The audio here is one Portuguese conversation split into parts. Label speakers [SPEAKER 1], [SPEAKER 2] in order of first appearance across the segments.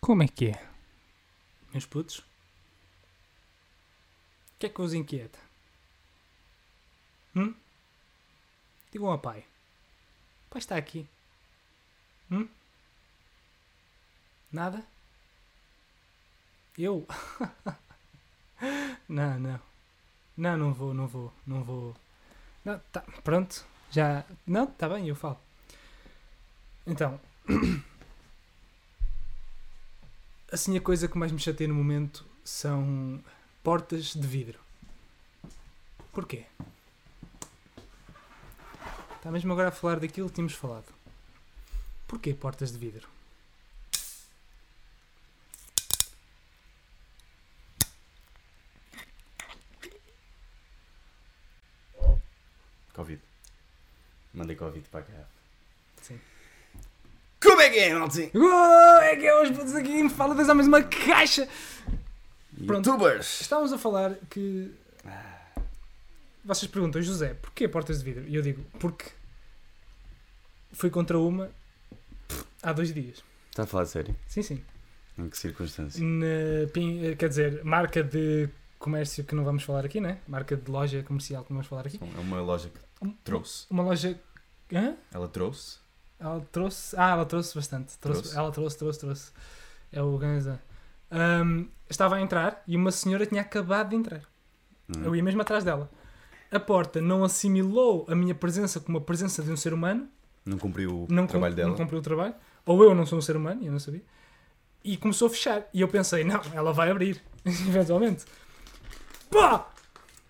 [SPEAKER 1] Como é que é? Meus putos? O que é que vos inquieta? Hum? Digam ao pai. O pai está aqui. Hum? Nada? Eu? não, não. Não, não vou, não vou, não vou. Não, tá, pronto. Já. Não, tá bem, eu falo. Então, assim a coisa que mais me chateia no momento são portas de vidro. Porquê? Está mesmo agora a falar daquilo que tínhamos falado. Porquê portas de vidro?
[SPEAKER 2] Covid. Mandei Covid para cá.
[SPEAKER 1] Sim.
[SPEAKER 2] Como é que é, Naltinho?
[SPEAKER 1] Uou, é que é os putos aqui me falam desde a mesma caixa! Pronto.
[SPEAKER 2] Youtubers!
[SPEAKER 1] Estávamos a falar que. Vocês perguntam, José, porquê portas de vidro? E eu digo, porque fui contra uma pff, há dois dias.
[SPEAKER 2] Está a falar sério?
[SPEAKER 1] Sim, sim.
[SPEAKER 2] Em que circunstância?
[SPEAKER 1] Na Pin- eh, quer dizer, marca de comércio que não vamos falar aqui, né? Marca de loja comercial que não vamos falar aqui.
[SPEAKER 2] É uma loja que
[SPEAKER 1] Um-
[SPEAKER 2] trouxe.
[SPEAKER 1] Uma loja. Hã?
[SPEAKER 2] Ela trouxe.
[SPEAKER 1] Ela trouxe. Ah, ela trouxe bastante. Trouxe,
[SPEAKER 2] Trouxe.
[SPEAKER 1] Ela trouxe, trouxe, trouxe. É o Ganza. Ahm, estava a entrar e uma senhora tinha acabado de entrar.
[SPEAKER 2] Hum.
[SPEAKER 1] Eu ia mesmo atrás dela. A porta não assimilou a minha presença como a presença de um ser humano.
[SPEAKER 2] Não cumpriu o
[SPEAKER 1] Não, cum-
[SPEAKER 2] trabalho
[SPEAKER 1] não
[SPEAKER 2] dela.
[SPEAKER 1] cumpriu o trabalho. Ou eu não sou um ser humano, e eu não sabia. E começou a fechar. E eu pensei, não, ela vai abrir. Eventualmente. Pá!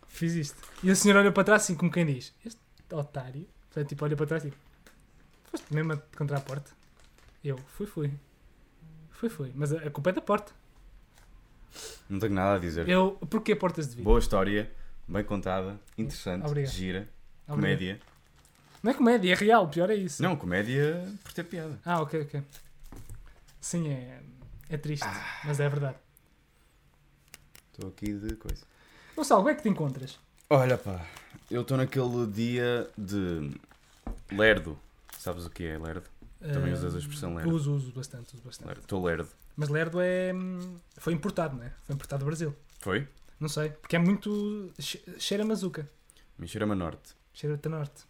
[SPEAKER 1] Fiz isto. E a senhora olha para trás assim, como quem diz: Este otário. Portanto, tipo, olha para trás tipo: Foste mesmo a- contra a porta? Eu, fui, fui. Fui, fui. Mas a, a culpa é da porta.
[SPEAKER 2] Não tenho nada a dizer.
[SPEAKER 1] Eu, porquê portas de vidro?
[SPEAKER 2] Boa história, bem contada, interessante,
[SPEAKER 1] Obrigado.
[SPEAKER 2] gira,
[SPEAKER 1] Ah,
[SPEAKER 2] comédia.
[SPEAKER 1] Não é comédia, é real, pior é isso.
[SPEAKER 2] Não, comédia por ter piada.
[SPEAKER 1] Ah, ok, ok. Sim, é, é triste,
[SPEAKER 2] Ah.
[SPEAKER 1] mas é verdade.
[SPEAKER 2] Estou aqui de coisa.
[SPEAKER 1] Gonçalo, como é que te encontras?
[SPEAKER 2] Olha pá, eu estou naquele dia de lerdo. Sabes o que é lerdo? Também
[SPEAKER 1] Ah,
[SPEAKER 2] usas a expressão lerdo.
[SPEAKER 1] Uso, uso bastante, uso bastante.
[SPEAKER 2] Estou lerdo.
[SPEAKER 1] Mas Lerdo é. hum, Foi importado, né? Foi importado do Brasil.
[SPEAKER 2] Foi?
[SPEAKER 1] Não sei, porque é muito. che- Cheira a mazuca.
[SPEAKER 2] Me cheira-me a norte.
[SPEAKER 1] Cheira a norte.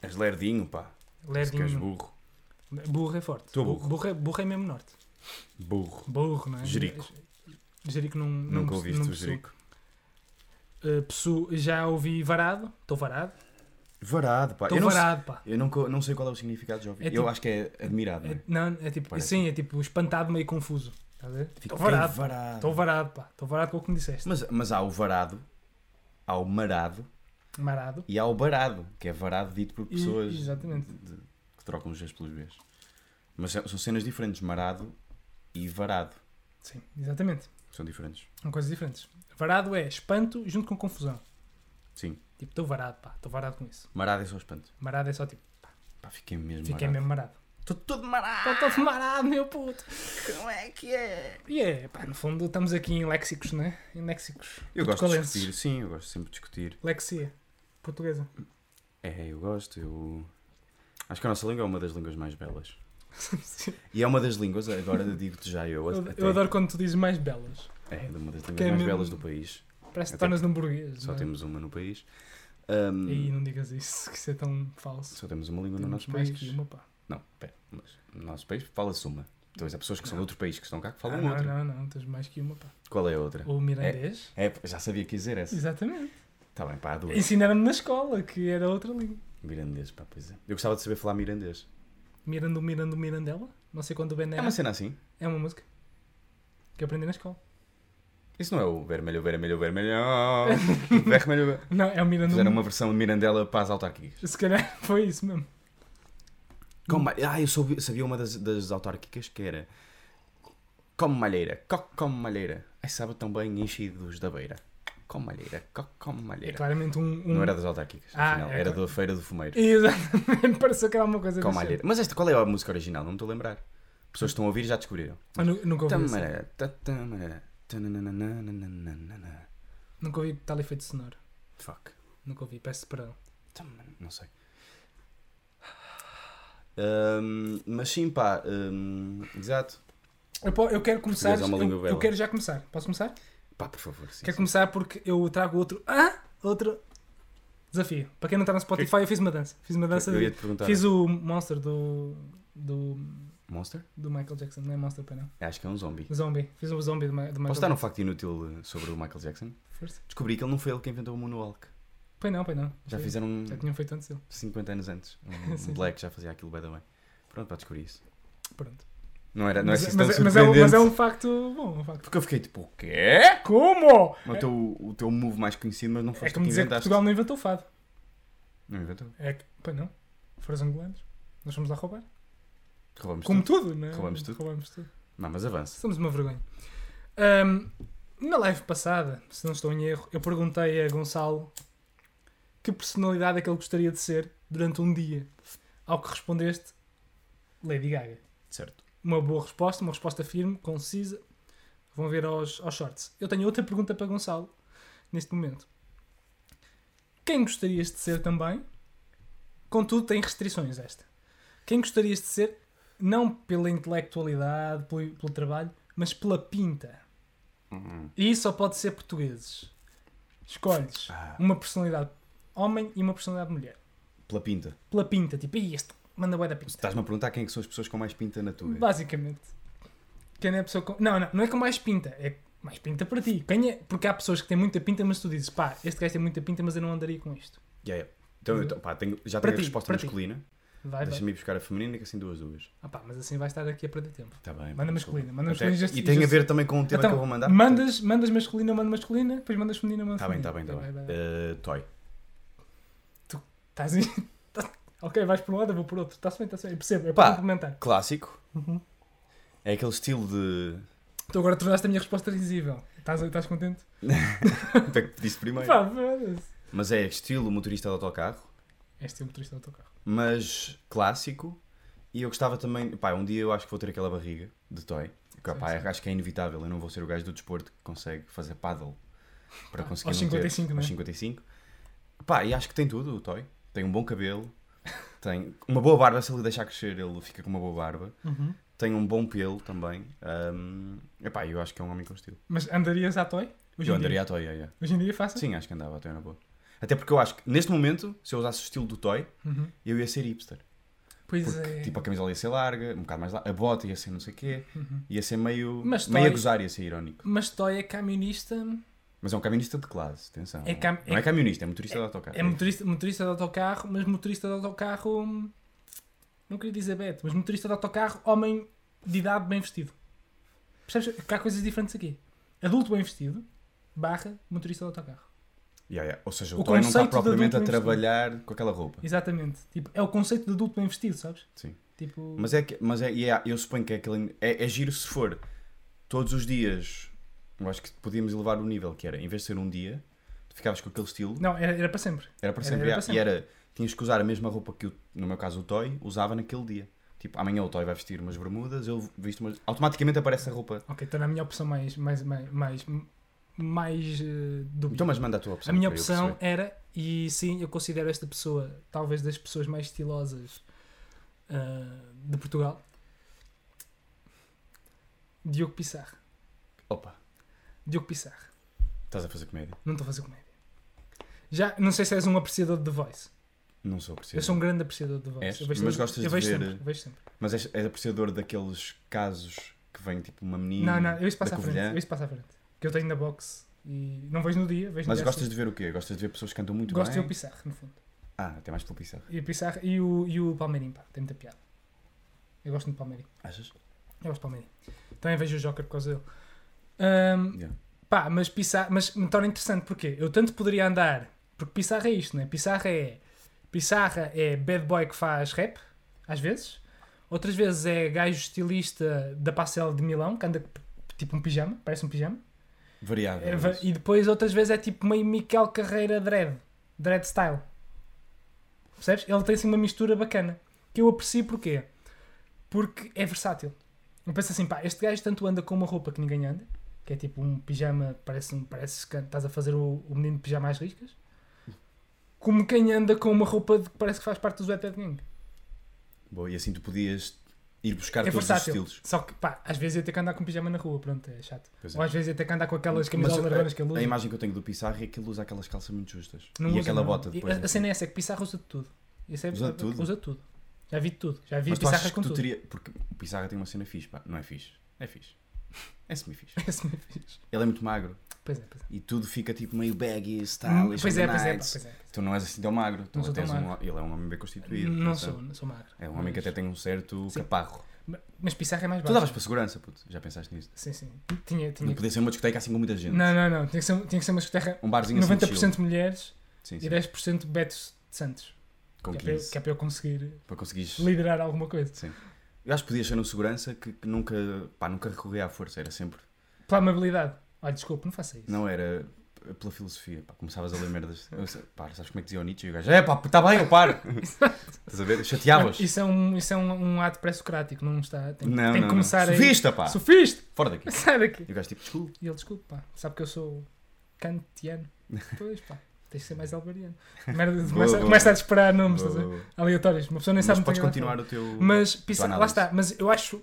[SPEAKER 2] És lerdinho, pá. Se queres
[SPEAKER 1] Lerdinho.
[SPEAKER 2] burro.
[SPEAKER 1] Burro é forte.
[SPEAKER 2] Tô burro.
[SPEAKER 1] é, burro é mesmo norte.
[SPEAKER 2] Burro.
[SPEAKER 1] Burro, não é?
[SPEAKER 2] Jerico.
[SPEAKER 1] Jerico não. não
[SPEAKER 2] Nunca
[SPEAKER 1] me-
[SPEAKER 2] ouviste
[SPEAKER 1] não
[SPEAKER 2] o
[SPEAKER 1] me sou.
[SPEAKER 2] Jerico.
[SPEAKER 1] Ah, pessoa- já ouvi varado. Estou varado.
[SPEAKER 2] Varado, pá.
[SPEAKER 1] Estou
[SPEAKER 2] eu não, sei-
[SPEAKER 1] varado, pá.
[SPEAKER 2] eu nunca- não sei qual é o significado, já ouvi.
[SPEAKER 1] É
[SPEAKER 2] Eu
[SPEAKER 1] tipo-
[SPEAKER 2] acho que é admirado, não
[SPEAKER 1] É,
[SPEAKER 2] é?
[SPEAKER 1] não, é tipo.
[SPEAKER 2] Parece.
[SPEAKER 1] Sim, é tipo espantado, meio confuso. Estás a ver?
[SPEAKER 2] Fico
[SPEAKER 1] Estou varado.
[SPEAKER 2] bem varado.
[SPEAKER 1] Estou varado, pá. Estou varado com o que me disseste.
[SPEAKER 2] Mas, mas há o varado, há o marado
[SPEAKER 1] Marado.
[SPEAKER 2] e há o barado, que é varado dito por
[SPEAKER 1] E-
[SPEAKER 2] pessoas
[SPEAKER 1] exatamente.
[SPEAKER 2] de- de- que trocam os Gs pelos Bs. Mas são são cenas diferentes, marado e varado.
[SPEAKER 1] Sim, exatamente.
[SPEAKER 2] São diferentes.
[SPEAKER 1] São coisas diferentes. Varado é espanto junto com confusão.
[SPEAKER 2] Sim.
[SPEAKER 1] Tipo, estou varado, pá. Estou varado com isso.
[SPEAKER 2] Marado é só espanto.
[SPEAKER 1] Marado é só tipo,
[SPEAKER 2] Pá, fiquei mesmo
[SPEAKER 1] fiquei
[SPEAKER 2] marado.
[SPEAKER 1] mesmo marado.
[SPEAKER 2] Estou todo marado.
[SPEAKER 1] Estou todo marado, meu puto.
[SPEAKER 2] Como é que é?
[SPEAKER 1] E é, pá, no fundo estamos aqui em léxicos, né? Em léxicos.
[SPEAKER 2] Eu gosto de
[SPEAKER 1] Portugalenses.
[SPEAKER 2] discutir, sim, eu gosto sempre de discutir.
[SPEAKER 1] Lexia. Portuguesa.
[SPEAKER 2] É, eu gosto, eu... Acho que a nossa língua é uma das línguas mais belas.
[SPEAKER 1] Sim.
[SPEAKER 2] E é uma das línguas, agora digo-te já eu,
[SPEAKER 1] eu,
[SPEAKER 2] até,
[SPEAKER 1] eu adoro quando tu dizes mais belas.
[SPEAKER 2] é uma das
[SPEAKER 1] é
[SPEAKER 2] línguas mais
[SPEAKER 1] mesmo-
[SPEAKER 2] belas do país.
[SPEAKER 1] Parece que
[SPEAKER 2] Até
[SPEAKER 1] tornas num burguês.
[SPEAKER 2] Só um-
[SPEAKER 1] não é?
[SPEAKER 2] temos uma no país. Ahm,
[SPEAKER 1] E não digas isso, que isso é tão falso.
[SPEAKER 2] Só temos uma língua no
[SPEAKER 1] Temos
[SPEAKER 2] nosso
[SPEAKER 1] mais
[SPEAKER 2] país.
[SPEAKER 1] que uma, pá.
[SPEAKER 2] Não, pera, mas no nosso país fala-se uma. Depois há pessoas que são de um outro país que estão cá que falam
[SPEAKER 1] Ah, não,
[SPEAKER 2] outra.
[SPEAKER 1] não, não, tens mais que uma, pá.
[SPEAKER 2] Qual é a outra?
[SPEAKER 1] O mirandês.
[SPEAKER 2] É, já sabia que ia dizer essa.
[SPEAKER 1] Exatamente.
[SPEAKER 2] Está bem, pá, há duas.
[SPEAKER 1] Ensinaram-me na escola que era outra língua.
[SPEAKER 2] Mirandês, pá, pois é. Eu gostava de saber falar mirandês.
[SPEAKER 1] Mirando, mirando, mirandela. Não sei quando o Ben
[SPEAKER 2] É
[SPEAKER 1] era.
[SPEAKER 2] uma cena assim.
[SPEAKER 1] É uma música que eu aprendi na escola.
[SPEAKER 2] Isso não é o vermelho, vermelho, vermelho. vermelho. ver-
[SPEAKER 1] Não, é o Miranda.
[SPEAKER 2] Fizeram uma versão de Mirandela para as autárquicas.
[SPEAKER 1] Se calhar foi isso mesmo.
[SPEAKER 2] Como ma- Ah, eu soube- sabia uma das, das autárquicas que era. Como malheira, coque como malheira. Ai, sabe tão bem enchidos da beira. Como malheira, coque como
[SPEAKER 1] É
[SPEAKER 2] malheira.
[SPEAKER 1] claramente um. um-
[SPEAKER 2] Não era das autárquicas,
[SPEAKER 1] Ah,
[SPEAKER 2] afinal.
[SPEAKER 1] é
[SPEAKER 2] era
[SPEAKER 1] claro.
[SPEAKER 2] da Feira do Fumeiro.
[SPEAKER 1] Exatamente, pareceu que era uma coisa
[SPEAKER 2] Com
[SPEAKER 1] desse
[SPEAKER 2] malheira. Mas esta, qual é a música original? Não me estou a lembrar. Pessoas que estão a ouvir já descobriram.
[SPEAKER 1] género. Eu nu- nunca ouvi. isso.
[SPEAKER 2] Tamará, tá, tamará, tanananananananana.
[SPEAKER 1] Nunca ouvi tal efeito sonoro.
[SPEAKER 2] Fuck.
[SPEAKER 1] Nunca ouvi, peço perdão.
[SPEAKER 2] Tamar- Não sei. Ahm, mas sim, pá. ahm, exato.
[SPEAKER 1] Eu, po- eu quero começar.
[SPEAKER 2] Português é uma língua
[SPEAKER 1] eu,
[SPEAKER 2] bela.
[SPEAKER 1] eu quero já começar. Posso começar?
[SPEAKER 2] Pá, por favor. Sim,
[SPEAKER 1] quero
[SPEAKER 2] sim.
[SPEAKER 1] começar porque eu trago outro. Ah! Outro desafio. Para quem não está no Spotify, eu fiz uma dança. Fiz uma dança.
[SPEAKER 2] Eu
[SPEAKER 1] de-
[SPEAKER 2] ia te perguntar.
[SPEAKER 1] Fiz o Monster do. do.
[SPEAKER 2] Monster?
[SPEAKER 1] do Michael Jackson. Não é Monster, pá, não.
[SPEAKER 2] Acho que é um zombie.
[SPEAKER 1] Zombie. Fiz o zombie do, Ma- do Michael
[SPEAKER 2] Posso dar um
[SPEAKER 1] Jackson.
[SPEAKER 2] facto inútil eh, sobre o Michael Jackson?
[SPEAKER 1] Força.
[SPEAKER 2] Descobri que ele não foi ele que inventou o moonwalk.
[SPEAKER 1] Pois não, pois não.
[SPEAKER 2] Já
[SPEAKER 1] Sim.
[SPEAKER 2] fizeram um-
[SPEAKER 1] Já tinham feito antes dele.
[SPEAKER 2] 50 anos antes. Um,
[SPEAKER 1] Sim.
[SPEAKER 2] um black já fazia aquilo bem bem. Pronto, para descobrir isso.
[SPEAKER 1] Pronto.
[SPEAKER 2] Não era, não
[SPEAKER 1] mas,
[SPEAKER 2] é assim tão
[SPEAKER 1] mas é- mas é, um-
[SPEAKER 2] surpreendente.
[SPEAKER 1] mas é um facto bom. Um facto.
[SPEAKER 2] Porque eu fiquei tipo, o quê? É
[SPEAKER 1] Como?
[SPEAKER 2] O teu, o teu move mais conhecido, mas não
[SPEAKER 1] É
[SPEAKER 2] foste tu
[SPEAKER 1] como
[SPEAKER 2] que
[SPEAKER 1] dizer que
[SPEAKER 2] inventaste.
[SPEAKER 1] Portugal não inventou o fado.
[SPEAKER 2] Não inventou.
[SPEAKER 1] É que. Pois não. Foram os angolanos. Nós fomos lá roubar.
[SPEAKER 2] Roubamos
[SPEAKER 1] Como
[SPEAKER 2] tudo.
[SPEAKER 1] tudo, não é?
[SPEAKER 2] Roubamos tudo.
[SPEAKER 1] Roubamos tudo.
[SPEAKER 2] Não, mas avança.
[SPEAKER 1] Somos uma vergonha. Ahm, na live passada, se não estou em erro, eu perguntei a Gonçalo que personalidade é que ele gostaria de ser durante um dia. Ao que respondeste, Lady Gaga.
[SPEAKER 2] Certo.
[SPEAKER 1] Uma boa resposta, uma resposta firme, concisa. Vão ver aos, aos shorts. Eu tenho outra pergunta para Gonçalo neste momento. Quem gostarias de ser também? Contudo, tem restrições esta. Quem gostarias de ser, não pela intelectualidade, pelo, pelo trabalho, mas pela pinta. E só pode ser portugueses. Escolhes
[SPEAKER 2] Ah.
[SPEAKER 1] uma personalidade homem e uma personalidade mulher.
[SPEAKER 2] Pela pinta.
[SPEAKER 1] Pela pinta, tipo, "Ih, este manda bué da pinta.
[SPEAKER 2] Estás-me a perguntar quem é que são as pessoas com mais pinta na tua.
[SPEAKER 1] Basicamente. Quem é a pessoa com... Não, não, não é com mais pinta. É mais pinta para ti. Quem é... Porque há pessoas que têm muita pinta, mas tu dizes, pá, este gajo tem muita pinta, mas eu não andaria com isto.
[SPEAKER 2] Yeah, yeah. Então, eu to- pá, tenho- já
[SPEAKER 1] Para
[SPEAKER 2] tenho a
[SPEAKER 1] ti,
[SPEAKER 2] resposta
[SPEAKER 1] para ti.
[SPEAKER 2] masculina.
[SPEAKER 1] Vai, vai.
[SPEAKER 2] Deixa-me ir buscar a feminina, que assim duas duas.
[SPEAKER 1] Ah pá, mas assim vais estar aqui a perder tempo.
[SPEAKER 2] Tá bem.
[SPEAKER 1] Manda
[SPEAKER 2] pá,
[SPEAKER 1] masculina, manda
[SPEAKER 2] Até-
[SPEAKER 1] masculina. just-
[SPEAKER 2] é, E tem a
[SPEAKER 1] just-
[SPEAKER 2] ver também com o tema que eu vou mandar.
[SPEAKER 1] Então, Mandas, mandas masculina, eu mando masculina, depois mandas feminina, eu mando
[SPEAKER 2] Tá bem, tá bem,
[SPEAKER 1] feminina.
[SPEAKER 2] tá bem.
[SPEAKER 1] Vai, vai, vai.
[SPEAKER 2] Eh, toy.
[SPEAKER 1] Estás aí- tá- Ok, vais por um lado, eu vou por outro. Está-se bem, está-se bem. Eu percebo, é
[SPEAKER 2] Pá.
[SPEAKER 1] para complementar.
[SPEAKER 2] Clássico.
[SPEAKER 1] Uhum.
[SPEAKER 2] É aquele estilo de.
[SPEAKER 1] Tu Então agora tornaste a minha resposta risível. Estás, estás contente?
[SPEAKER 2] Até que te disse primeiro.
[SPEAKER 1] Pá, foda-se.
[SPEAKER 2] Mas é estilo motorista de autocarro,
[SPEAKER 1] Este é o motorista do autocarro.
[SPEAKER 2] mas clássico. E eu gostava também. Pá, um dia eu acho que vou ter aquela barriga de toy. Que,
[SPEAKER 1] Sim,
[SPEAKER 2] pá,
[SPEAKER 1] sim.
[SPEAKER 2] acho que é inevitável. Eu não vou ser o gajo do desporto que consegue fazer paddle para
[SPEAKER 1] Pá,
[SPEAKER 2] conseguir.
[SPEAKER 1] aos
[SPEAKER 2] não ter-
[SPEAKER 1] 55, não é?
[SPEAKER 2] aos 55. Pá, e acho que tem tudo o toy. Tem um bom cabelo, tem uma boa barba. Se ele deixar crescer, ele fica com uma boa barba. Tem um bom pelo também. Ahm, epá, eu acho que é um homem com estilo.
[SPEAKER 1] Mas andarias à toy? Hoje
[SPEAKER 2] eu
[SPEAKER 1] em um dia?
[SPEAKER 2] andaria à toy, yeah, yeah.
[SPEAKER 1] Hoje em dia é fácil?
[SPEAKER 2] Sim, acho que andava até na boa. Até porque eu acho que neste momento, se eu usasse o estilo do Toy,
[SPEAKER 1] Uhum.
[SPEAKER 2] eu ia ser hipster.
[SPEAKER 1] Pois
[SPEAKER 2] Porque
[SPEAKER 1] é.
[SPEAKER 2] tipo, a camisola ia ser larga, um bocado mais larga, a bota ia ser não sei o quê,
[SPEAKER 1] Uhum.
[SPEAKER 2] ia ser meio,
[SPEAKER 1] Mas
[SPEAKER 2] meio
[SPEAKER 1] Toy-
[SPEAKER 2] a gozar, ia ser irónico.
[SPEAKER 1] Mas Toy é camionista.
[SPEAKER 2] Mas é um camionista de classe, atenção.
[SPEAKER 1] É cam-
[SPEAKER 2] Não
[SPEAKER 1] é-
[SPEAKER 2] é camionista, é motorista de autocarro.
[SPEAKER 1] É motorista, motorista de autocarro, mas motorista de autocarro. hum, Não queria dizer Beto, mas motorista de autocarro, homem de idade bem vestido. Percebes? Porque há coisas diferentes aqui. Adulto bem vestido, barra motorista de autocarro.
[SPEAKER 2] Yeah, yeah. Ou seja,
[SPEAKER 1] O
[SPEAKER 2] o, Toy não está
[SPEAKER 1] conceito de
[SPEAKER 2] propriamente a
[SPEAKER 1] adulto bem
[SPEAKER 2] trabalhar com aquela roupa.
[SPEAKER 1] Exatamente. Tipo, é o conceito de adulto bem vestido, sabes?
[SPEAKER 2] Sim.
[SPEAKER 1] Tipo.
[SPEAKER 2] Mas é que, mas é, e é- eu suponho que é aquele. É, é giro se for todos os dias. Eu acho que podíamos elevar o nível, que era, em vez de ser um dia, tu ficavas com aquele estilo.
[SPEAKER 1] Não, era, era para sempre.
[SPEAKER 2] Era para
[SPEAKER 1] Era-
[SPEAKER 2] sempre.
[SPEAKER 1] era
[SPEAKER 2] e-
[SPEAKER 1] para
[SPEAKER 2] E era, tinhas que usar a mesma roupa que, o, no meu caso, o Toy usava naquele dia. Tipo, amanhã o Toy vai vestir umas bermudas, eu visto umas. Automaticamente aparece a roupa.
[SPEAKER 1] Ok, então era a minha opção mais. mais, mais, mais, mais eh, dúbia.
[SPEAKER 2] Então, mas manda a tua opção.
[SPEAKER 1] A minha
[SPEAKER 2] para eu
[SPEAKER 1] opção
[SPEAKER 2] perceber.
[SPEAKER 1] era, e sim, eu considero esta pessoa talvez das pessoas mais estilosas ah, de Portugal. Diogo Pissarro.
[SPEAKER 2] Opa,
[SPEAKER 1] Diogo Pissarro.
[SPEAKER 2] estás a fazer comédia?
[SPEAKER 1] Não estou a fazer comédia. Já, não sei se és um apreciador de The Voice.
[SPEAKER 2] Não sou
[SPEAKER 1] Eu
[SPEAKER 2] apreciador.
[SPEAKER 1] sou um grande apreciador de The Voice.
[SPEAKER 2] És,
[SPEAKER 1] eu
[SPEAKER 2] mas
[SPEAKER 1] sempre-
[SPEAKER 2] gostas
[SPEAKER 1] eu
[SPEAKER 2] de
[SPEAKER 1] vejo
[SPEAKER 2] ver-
[SPEAKER 1] Sempre, eu vejo sempre.
[SPEAKER 2] Mas és, és apreciador daqueles casos que vem tipo uma menina.
[SPEAKER 1] Não, não, eu isso
[SPEAKER 2] da
[SPEAKER 1] passo à frente.
[SPEAKER 2] Covilhã.
[SPEAKER 1] Eu isso passo à frente. Que eu tenho na box e não vejo no dia, vejo
[SPEAKER 2] Mas
[SPEAKER 1] no dia
[SPEAKER 2] gostas
[SPEAKER 1] seguinte.
[SPEAKER 2] de ver o quê? Gostas de ver pessoas que cantam muito
[SPEAKER 1] Gosto de
[SPEAKER 2] bem?
[SPEAKER 1] ver o Pissarro, no fundo.
[SPEAKER 2] Ah, até mais pelo Pissarro.
[SPEAKER 1] E o Pissarro e o, e o Palmeirinho, pá, tem muita piada. Eu gosto muito do Palmeirinho.
[SPEAKER 2] Achas?
[SPEAKER 1] Eu gosto do Palmeiras. Também vejo o Joker por causa dele. Ahm,
[SPEAKER 2] Yeah.
[SPEAKER 1] Pá, mas Pissarro, mas me torna interessante porque eu tanto poderia andar, porque Pissarra é isto, né? Pissarra é Pissarra é bad boy que faz rap, às vezes, outras vezes é gajo estilista da parcela de Milão que anda p- tipo um pijama, parece um pijama,
[SPEAKER 2] Variável.
[SPEAKER 1] É, va-
[SPEAKER 2] mas-
[SPEAKER 1] e depois outras vezes é tipo meio Miquel Carreira dread, dread style. Percebes? Ele tem assim uma mistura bacana que eu aprecio porquê? Porque é versátil. Eu penso assim, pá, este gajo tanto anda com uma roupa que ninguém anda, que é tipo um pijama, parece, um- parece que estás a fazer o, o menino de pijama às riscas, como quem anda com uma roupa de que parece que faz parte do Zé Ted Gang.
[SPEAKER 2] Boa, e assim tu podias ir buscar
[SPEAKER 1] É
[SPEAKER 2] todos os
[SPEAKER 1] versátil.
[SPEAKER 2] estilos.
[SPEAKER 1] Só que, pá, às vezes ia ter que andar com pijama na rua, pronto, é chato.
[SPEAKER 2] Pois é.
[SPEAKER 1] Ou às vezes ia ter que andar com aquelas
[SPEAKER 2] Mas eh,
[SPEAKER 1] camisolas largonas que ele
[SPEAKER 2] a,
[SPEAKER 1] usa.
[SPEAKER 2] a imagem que eu tenho do Pissarro é que ele usa aquelas calças muito justas.
[SPEAKER 1] Não
[SPEAKER 2] e
[SPEAKER 1] usa,
[SPEAKER 2] aquela
[SPEAKER 1] não.
[SPEAKER 2] bota
[SPEAKER 1] E
[SPEAKER 2] depois. assim.
[SPEAKER 1] a, a cena é essa, que Pissarro usa tudo. Isso é-
[SPEAKER 2] Usa tudo?
[SPEAKER 1] Usa tudo. Já vi de tudo. Já vi
[SPEAKER 2] Mas tu
[SPEAKER 1] Pissarra
[SPEAKER 2] achas que
[SPEAKER 1] com
[SPEAKER 2] tu
[SPEAKER 1] tudo.
[SPEAKER 2] teria. Porque o Pissarra tem uma cena fixe, pá. Não é fixe. É fixe. É semi-fixe.
[SPEAKER 1] Esse me fiz.
[SPEAKER 2] Ele é muito magro
[SPEAKER 1] Pois é, pois é.
[SPEAKER 2] e tudo fica tipo meio baggy, stylish.
[SPEAKER 1] pois, é pois é,
[SPEAKER 2] on the
[SPEAKER 1] pá,
[SPEAKER 2] nights.
[SPEAKER 1] pois é.
[SPEAKER 2] Tu não és assim tão magro. Tu
[SPEAKER 1] Não sou tão
[SPEAKER 2] tens um-
[SPEAKER 1] magro.
[SPEAKER 2] Ele é um homem bem constituído.
[SPEAKER 1] Não
[SPEAKER 2] portanto,
[SPEAKER 1] sou, não sou magro.
[SPEAKER 2] É um homem que até tem um certo
[SPEAKER 1] Sim.
[SPEAKER 2] caparro.
[SPEAKER 1] Mas- Mas Pissarra é mais
[SPEAKER 2] Tu
[SPEAKER 1] baixo.
[SPEAKER 2] davas para segurança, puto. Já pensaste nisso?
[SPEAKER 1] Sim, sim. Tinha,
[SPEAKER 2] Não
[SPEAKER 1] tinha...
[SPEAKER 2] podia ser uma discoteca assim com muita gente.
[SPEAKER 1] Não, não, não. Tinha que ser, tinha que ser uma escoterra
[SPEAKER 2] Um barzinho assim
[SPEAKER 1] 90%
[SPEAKER 2] chill.
[SPEAKER 1] mulheres
[SPEAKER 2] Sim,
[SPEAKER 1] e
[SPEAKER 2] sim.
[SPEAKER 1] 10% Betos de Santos.
[SPEAKER 2] Com
[SPEAKER 1] que, é para eu,
[SPEAKER 2] 15.
[SPEAKER 1] que é para eu conseguir
[SPEAKER 2] Para conseguires...
[SPEAKER 1] liderar alguma coisa.
[SPEAKER 2] Eu acho que podias ser um segurança que, que nunca... Pá, nunca recorria à força. Era sempre...
[SPEAKER 1] Pela amabilidade. Olha, desculpa, não faça isso.
[SPEAKER 2] Não era pela filosofia. Pá, começavas a ler merdas. Eu sei- Pá, sabes como é que dizia o Nietzsche? E o gajo... É pá, está bem, eu paro. Estás a ver? Chateavas.
[SPEAKER 1] Isso é um, isso é um, um ato pré-socrático, não está. Tem,
[SPEAKER 2] Não,
[SPEAKER 1] tem
[SPEAKER 2] não,
[SPEAKER 1] que
[SPEAKER 2] não.
[SPEAKER 1] começar aí.
[SPEAKER 2] Sofista, pá.
[SPEAKER 1] Sofista!
[SPEAKER 2] Fora daqui.
[SPEAKER 1] Sai daqui.
[SPEAKER 2] E o gajo tipo... Desculpa.
[SPEAKER 1] E ele, desculpa, pá, sabe que eu sou kantiano. Pois, pá, tens de ser mais albariano. Merda, começa,
[SPEAKER 2] boa.
[SPEAKER 1] começa a disparar nomes, estás a ver?
[SPEAKER 2] Boa.
[SPEAKER 1] Aleatórios, uma pessoa nem
[SPEAKER 2] Mas
[SPEAKER 1] sabe
[SPEAKER 2] podes
[SPEAKER 1] muito bem o que ela
[SPEAKER 2] continuar o teu...
[SPEAKER 1] fala. Mas Pissarra, lá
[SPEAKER 2] análise.
[SPEAKER 1] está, mas eu acho.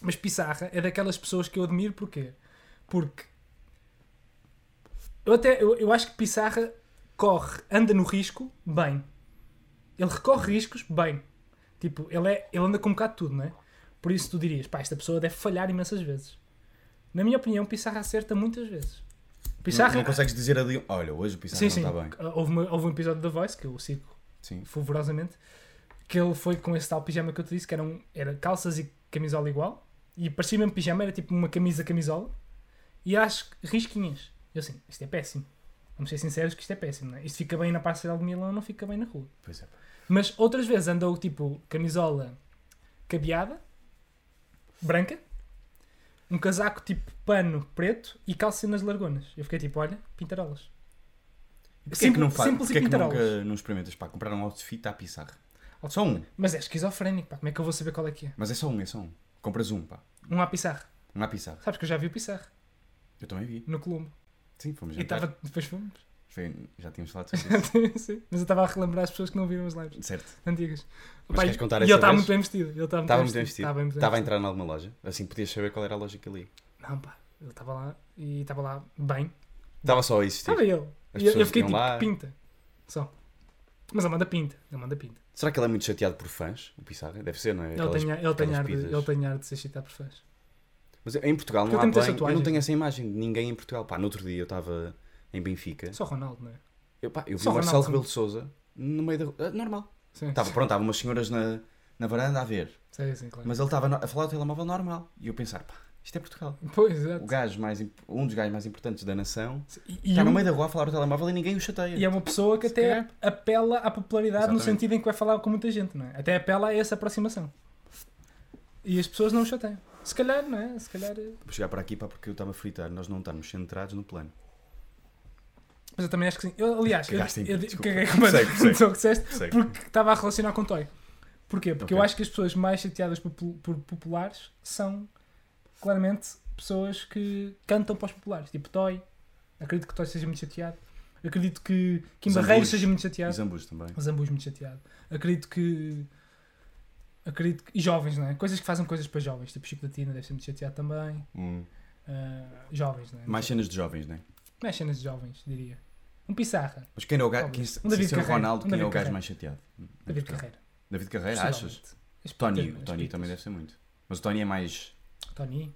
[SPEAKER 1] Mas Pissarra é daquelas pessoas que eu admiro, porquê? Porque. Eu até. Eu, eu acho que Pissarra corre, anda no risco, bem. Ele recorre riscos, bem. Tipo, ele, é, ele anda com um bocado de tudo, não é? Por isso tu dirias, pá, esta pessoa deve falhar imensas vezes. Na minha opinião, Pissarra acerta muitas vezes. Pissarra.
[SPEAKER 2] Não, não consegues dizer ali... Olha, hoje o Pissarra
[SPEAKER 1] sim,
[SPEAKER 2] não
[SPEAKER 1] sim.
[SPEAKER 2] está bem.
[SPEAKER 1] Houve, uma- houve um episódio da Voice que eu sigo
[SPEAKER 2] Sim.
[SPEAKER 1] fervorosamente, que ele foi com esse tal pijama que eu te disse, que eram era calças e camisola igual, e parecia mesmo pijama, era tipo uma camisa camisola, e às risquinhas. Eu assim, isto é péssimo. Vamos ser sinceros que isto é péssimo, não é? Isto fica bem na parcela de Milão, não fica bem na rua.
[SPEAKER 2] Pois é. pá.
[SPEAKER 1] Mas outras vezes andou tipo camisola cabeada, branca, um casaco tipo pano preto e calcinas largonas. Eu fiquei tipo, olha, pintarolas.
[SPEAKER 2] Porquê é que não faz?
[SPEAKER 1] Simples e
[SPEAKER 2] Porquê é que
[SPEAKER 1] pintarolas.
[SPEAKER 2] nunca não experimentas? Pá, comprar um outfit à pissarra. Só um.
[SPEAKER 1] Mas é esquizofrénico, pá. Como é que eu vou saber qual é que é?
[SPEAKER 2] Mas é só um, é só um. Compras um, pá.
[SPEAKER 1] Um à pissarra.
[SPEAKER 2] Um à pissarra.
[SPEAKER 1] Sabes que eu já vi o Pissarra
[SPEAKER 2] Eu também vi.
[SPEAKER 1] no Colombo.
[SPEAKER 2] Sim, fomos
[SPEAKER 1] E
[SPEAKER 2] jantar.
[SPEAKER 1] estava. Depois fomos.
[SPEAKER 2] Foi- Já tínhamos falado sobre isso.
[SPEAKER 1] Sim, Mas eu estava a relembrar as pessoas que não viram as lives
[SPEAKER 2] certo.
[SPEAKER 1] antigas.
[SPEAKER 2] Mas queres contar
[SPEAKER 1] e
[SPEAKER 2] essa
[SPEAKER 1] ele estava
[SPEAKER 2] vez?
[SPEAKER 1] muito bem vestido. Ele estava
[SPEAKER 2] Estava muito
[SPEAKER 1] bem
[SPEAKER 2] bem
[SPEAKER 1] vestido.
[SPEAKER 2] vestido.
[SPEAKER 1] bem
[SPEAKER 2] Estava a entrar em alguma loja. Assim podias saber qual era a loja que ele ia.
[SPEAKER 1] Não, pá. Ele estava lá e estava lá bem.
[SPEAKER 2] Estava só a existir.
[SPEAKER 1] Estava ele.
[SPEAKER 2] As
[SPEAKER 1] E eu- eu
[SPEAKER 2] pessoas
[SPEAKER 1] fiquei
[SPEAKER 2] iam
[SPEAKER 1] tipo,
[SPEAKER 2] lá.
[SPEAKER 1] que pinta. Só. Mas ele manda pinta. Ele manda pinta.
[SPEAKER 2] Será que ele é muito chateado por fãs? O Pissarra? Deve ser, não é?
[SPEAKER 1] Ele tem, ar- ele, tem
[SPEAKER 2] aquelas
[SPEAKER 1] ar de,
[SPEAKER 2] pizzas.
[SPEAKER 1] ele tem ar de ser chitado por fãs.
[SPEAKER 2] Mas em Portugal
[SPEAKER 1] Porque
[SPEAKER 2] não
[SPEAKER 1] ele
[SPEAKER 2] há
[SPEAKER 1] tem muitas
[SPEAKER 2] bem... Eu não
[SPEAKER 1] tatuagens.
[SPEAKER 2] tenho essa imagem de ninguém em Portugal. Pá, no outro dia eu estava em Benfica.
[SPEAKER 1] Só Ronaldo, não é?
[SPEAKER 2] Eu, pá, eu vi
[SPEAKER 1] Só
[SPEAKER 2] o Marcelo
[SPEAKER 1] Ronaldo.
[SPEAKER 2] Rebelo de Souza no meio da rua. Ah, Normal.
[SPEAKER 1] Sim.
[SPEAKER 2] Estava, pronto, estavam umas senhoras na, na varanda a ver.
[SPEAKER 1] Sim, sim, claro.
[SPEAKER 2] Mas ele estava no- a falar do telemóvel normal. E eu pensar, pá, isto é Portugal.
[SPEAKER 1] Pois,
[SPEAKER 2] O
[SPEAKER 1] exato.
[SPEAKER 2] gajo tá mais, imp- um dos gajos mais importantes da nação
[SPEAKER 1] E, e
[SPEAKER 2] está no
[SPEAKER 1] um-
[SPEAKER 2] meio da rua a falar o telemóvel e ninguém o chateia.
[SPEAKER 1] E é uma pessoa que
[SPEAKER 2] Se
[SPEAKER 1] até
[SPEAKER 2] calhar.
[SPEAKER 1] apela à popularidade no
[SPEAKER 2] Exatamente.
[SPEAKER 1] sentido em que vai falar com muita gente, não é? Até apela a essa aproximação. E as pessoas não o chateiam. Se calhar, não é? Se calhar. eh,
[SPEAKER 2] Vou chegar para aqui pá, porque eu estava a fritar. Nós não estamos centrados no plano.
[SPEAKER 1] Mas eu também acho que sim. Eu, aliás, eu,
[SPEAKER 2] Cagaste em
[SPEAKER 1] eu,
[SPEAKER 2] mim,
[SPEAKER 1] eu
[SPEAKER 2] desculpa.
[SPEAKER 1] caguei com
[SPEAKER 2] Sei, sei.
[SPEAKER 1] o que disseste
[SPEAKER 2] Sei.
[SPEAKER 1] porque estava a relacionar com Toy. Porquê? Porque eu
[SPEAKER 2] Ok.
[SPEAKER 1] acho que as pessoas mais chateadas por, pul- por populares são claramente pessoas que cantam para os populares, tipo Toy. Acredito que Toy seja muito chateado. Acredito que Kim
[SPEAKER 2] Os
[SPEAKER 1] Barreiros
[SPEAKER 2] Ambus.
[SPEAKER 1] seja muito chateado.
[SPEAKER 2] E Zambus também.
[SPEAKER 1] Zambus é muito chateado. Acredito que. Acredito que. E jovens, não é? Coisas que fazem coisas para jovens, tipo Chico da Tina deve ser muito chateado também.
[SPEAKER 2] Hum.
[SPEAKER 1] Ah, jovens, não é?
[SPEAKER 2] Mais cenas de jovens, né?
[SPEAKER 1] Mais cenas de jovens, diria. Um Pissarra,
[SPEAKER 2] Mas quem é o gajo? Quem,
[SPEAKER 1] Talvez.
[SPEAKER 2] se
[SPEAKER 1] Um David
[SPEAKER 2] se é o
[SPEAKER 1] Carreira.
[SPEAKER 2] Ronaldo,
[SPEAKER 1] Um
[SPEAKER 2] quem é o
[SPEAKER 1] David
[SPEAKER 2] gajo
[SPEAKER 1] Carreira.
[SPEAKER 2] mais chateado?
[SPEAKER 1] David Carreira.
[SPEAKER 2] David Carreira, É, achas?
[SPEAKER 1] possivelmente.
[SPEAKER 2] Tony,
[SPEAKER 1] As
[SPEAKER 2] o Tony
[SPEAKER 1] pitas.
[SPEAKER 2] também deve ser muito. Mas o Tony é mais.
[SPEAKER 1] Tony.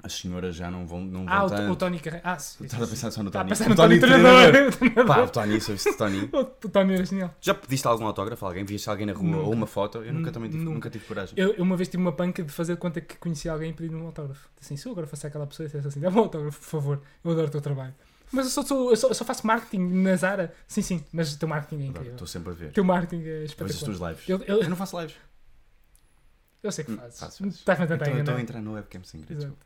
[SPEAKER 2] As senhoras já não vão. Não vão
[SPEAKER 1] Ah, o,
[SPEAKER 2] tanto.
[SPEAKER 1] o Tony Carreira. Ah, sim.
[SPEAKER 2] Estás a pensar só no
[SPEAKER 1] Está a
[SPEAKER 2] Tony.
[SPEAKER 1] pensar
[SPEAKER 2] O
[SPEAKER 1] no Tony treinador.
[SPEAKER 2] Pá, o Tony, sabes Tony.
[SPEAKER 1] O Tony era genial.
[SPEAKER 2] Já pediste algum autógrafo a alguém? Viste alguém na rua
[SPEAKER 1] Nunca.
[SPEAKER 2] ou uma foto? Eu nunca também tive,
[SPEAKER 1] Nunca.
[SPEAKER 2] nunca. tive coragem.
[SPEAKER 1] Eu, eu uma vez tive uma panca de fazer de conta que conhecia alguém e pedir um autógrafo. Disse Assim, se eu agora fosse aquela pessoa e dissesse assim, dá-me um autógrafo, por favor, eu adoro o teu trabalho. Mas eu só, sou- eu só, eu só faço marketing na Zara. Sim, sim, mas o teu marketing é
[SPEAKER 2] Adoro,
[SPEAKER 1] incrível.
[SPEAKER 2] Estou sempre a
[SPEAKER 1] O
[SPEAKER 2] ver.
[SPEAKER 1] teu marketing é
[SPEAKER 2] Vejo as
[SPEAKER 1] espetacular.
[SPEAKER 2] tuas lives.
[SPEAKER 1] Eu,
[SPEAKER 2] Eu
[SPEAKER 1] eu,
[SPEAKER 2] não faço lives.
[SPEAKER 1] eu sei que
[SPEAKER 2] Hum,
[SPEAKER 1] fazes.
[SPEAKER 2] faço, faço.
[SPEAKER 1] Estás-me a
[SPEAKER 2] Então
[SPEAKER 1] tentar
[SPEAKER 2] eu estou a
[SPEAKER 1] enganar.
[SPEAKER 2] entrar no webcam sem querer.
[SPEAKER 1] é? Exato.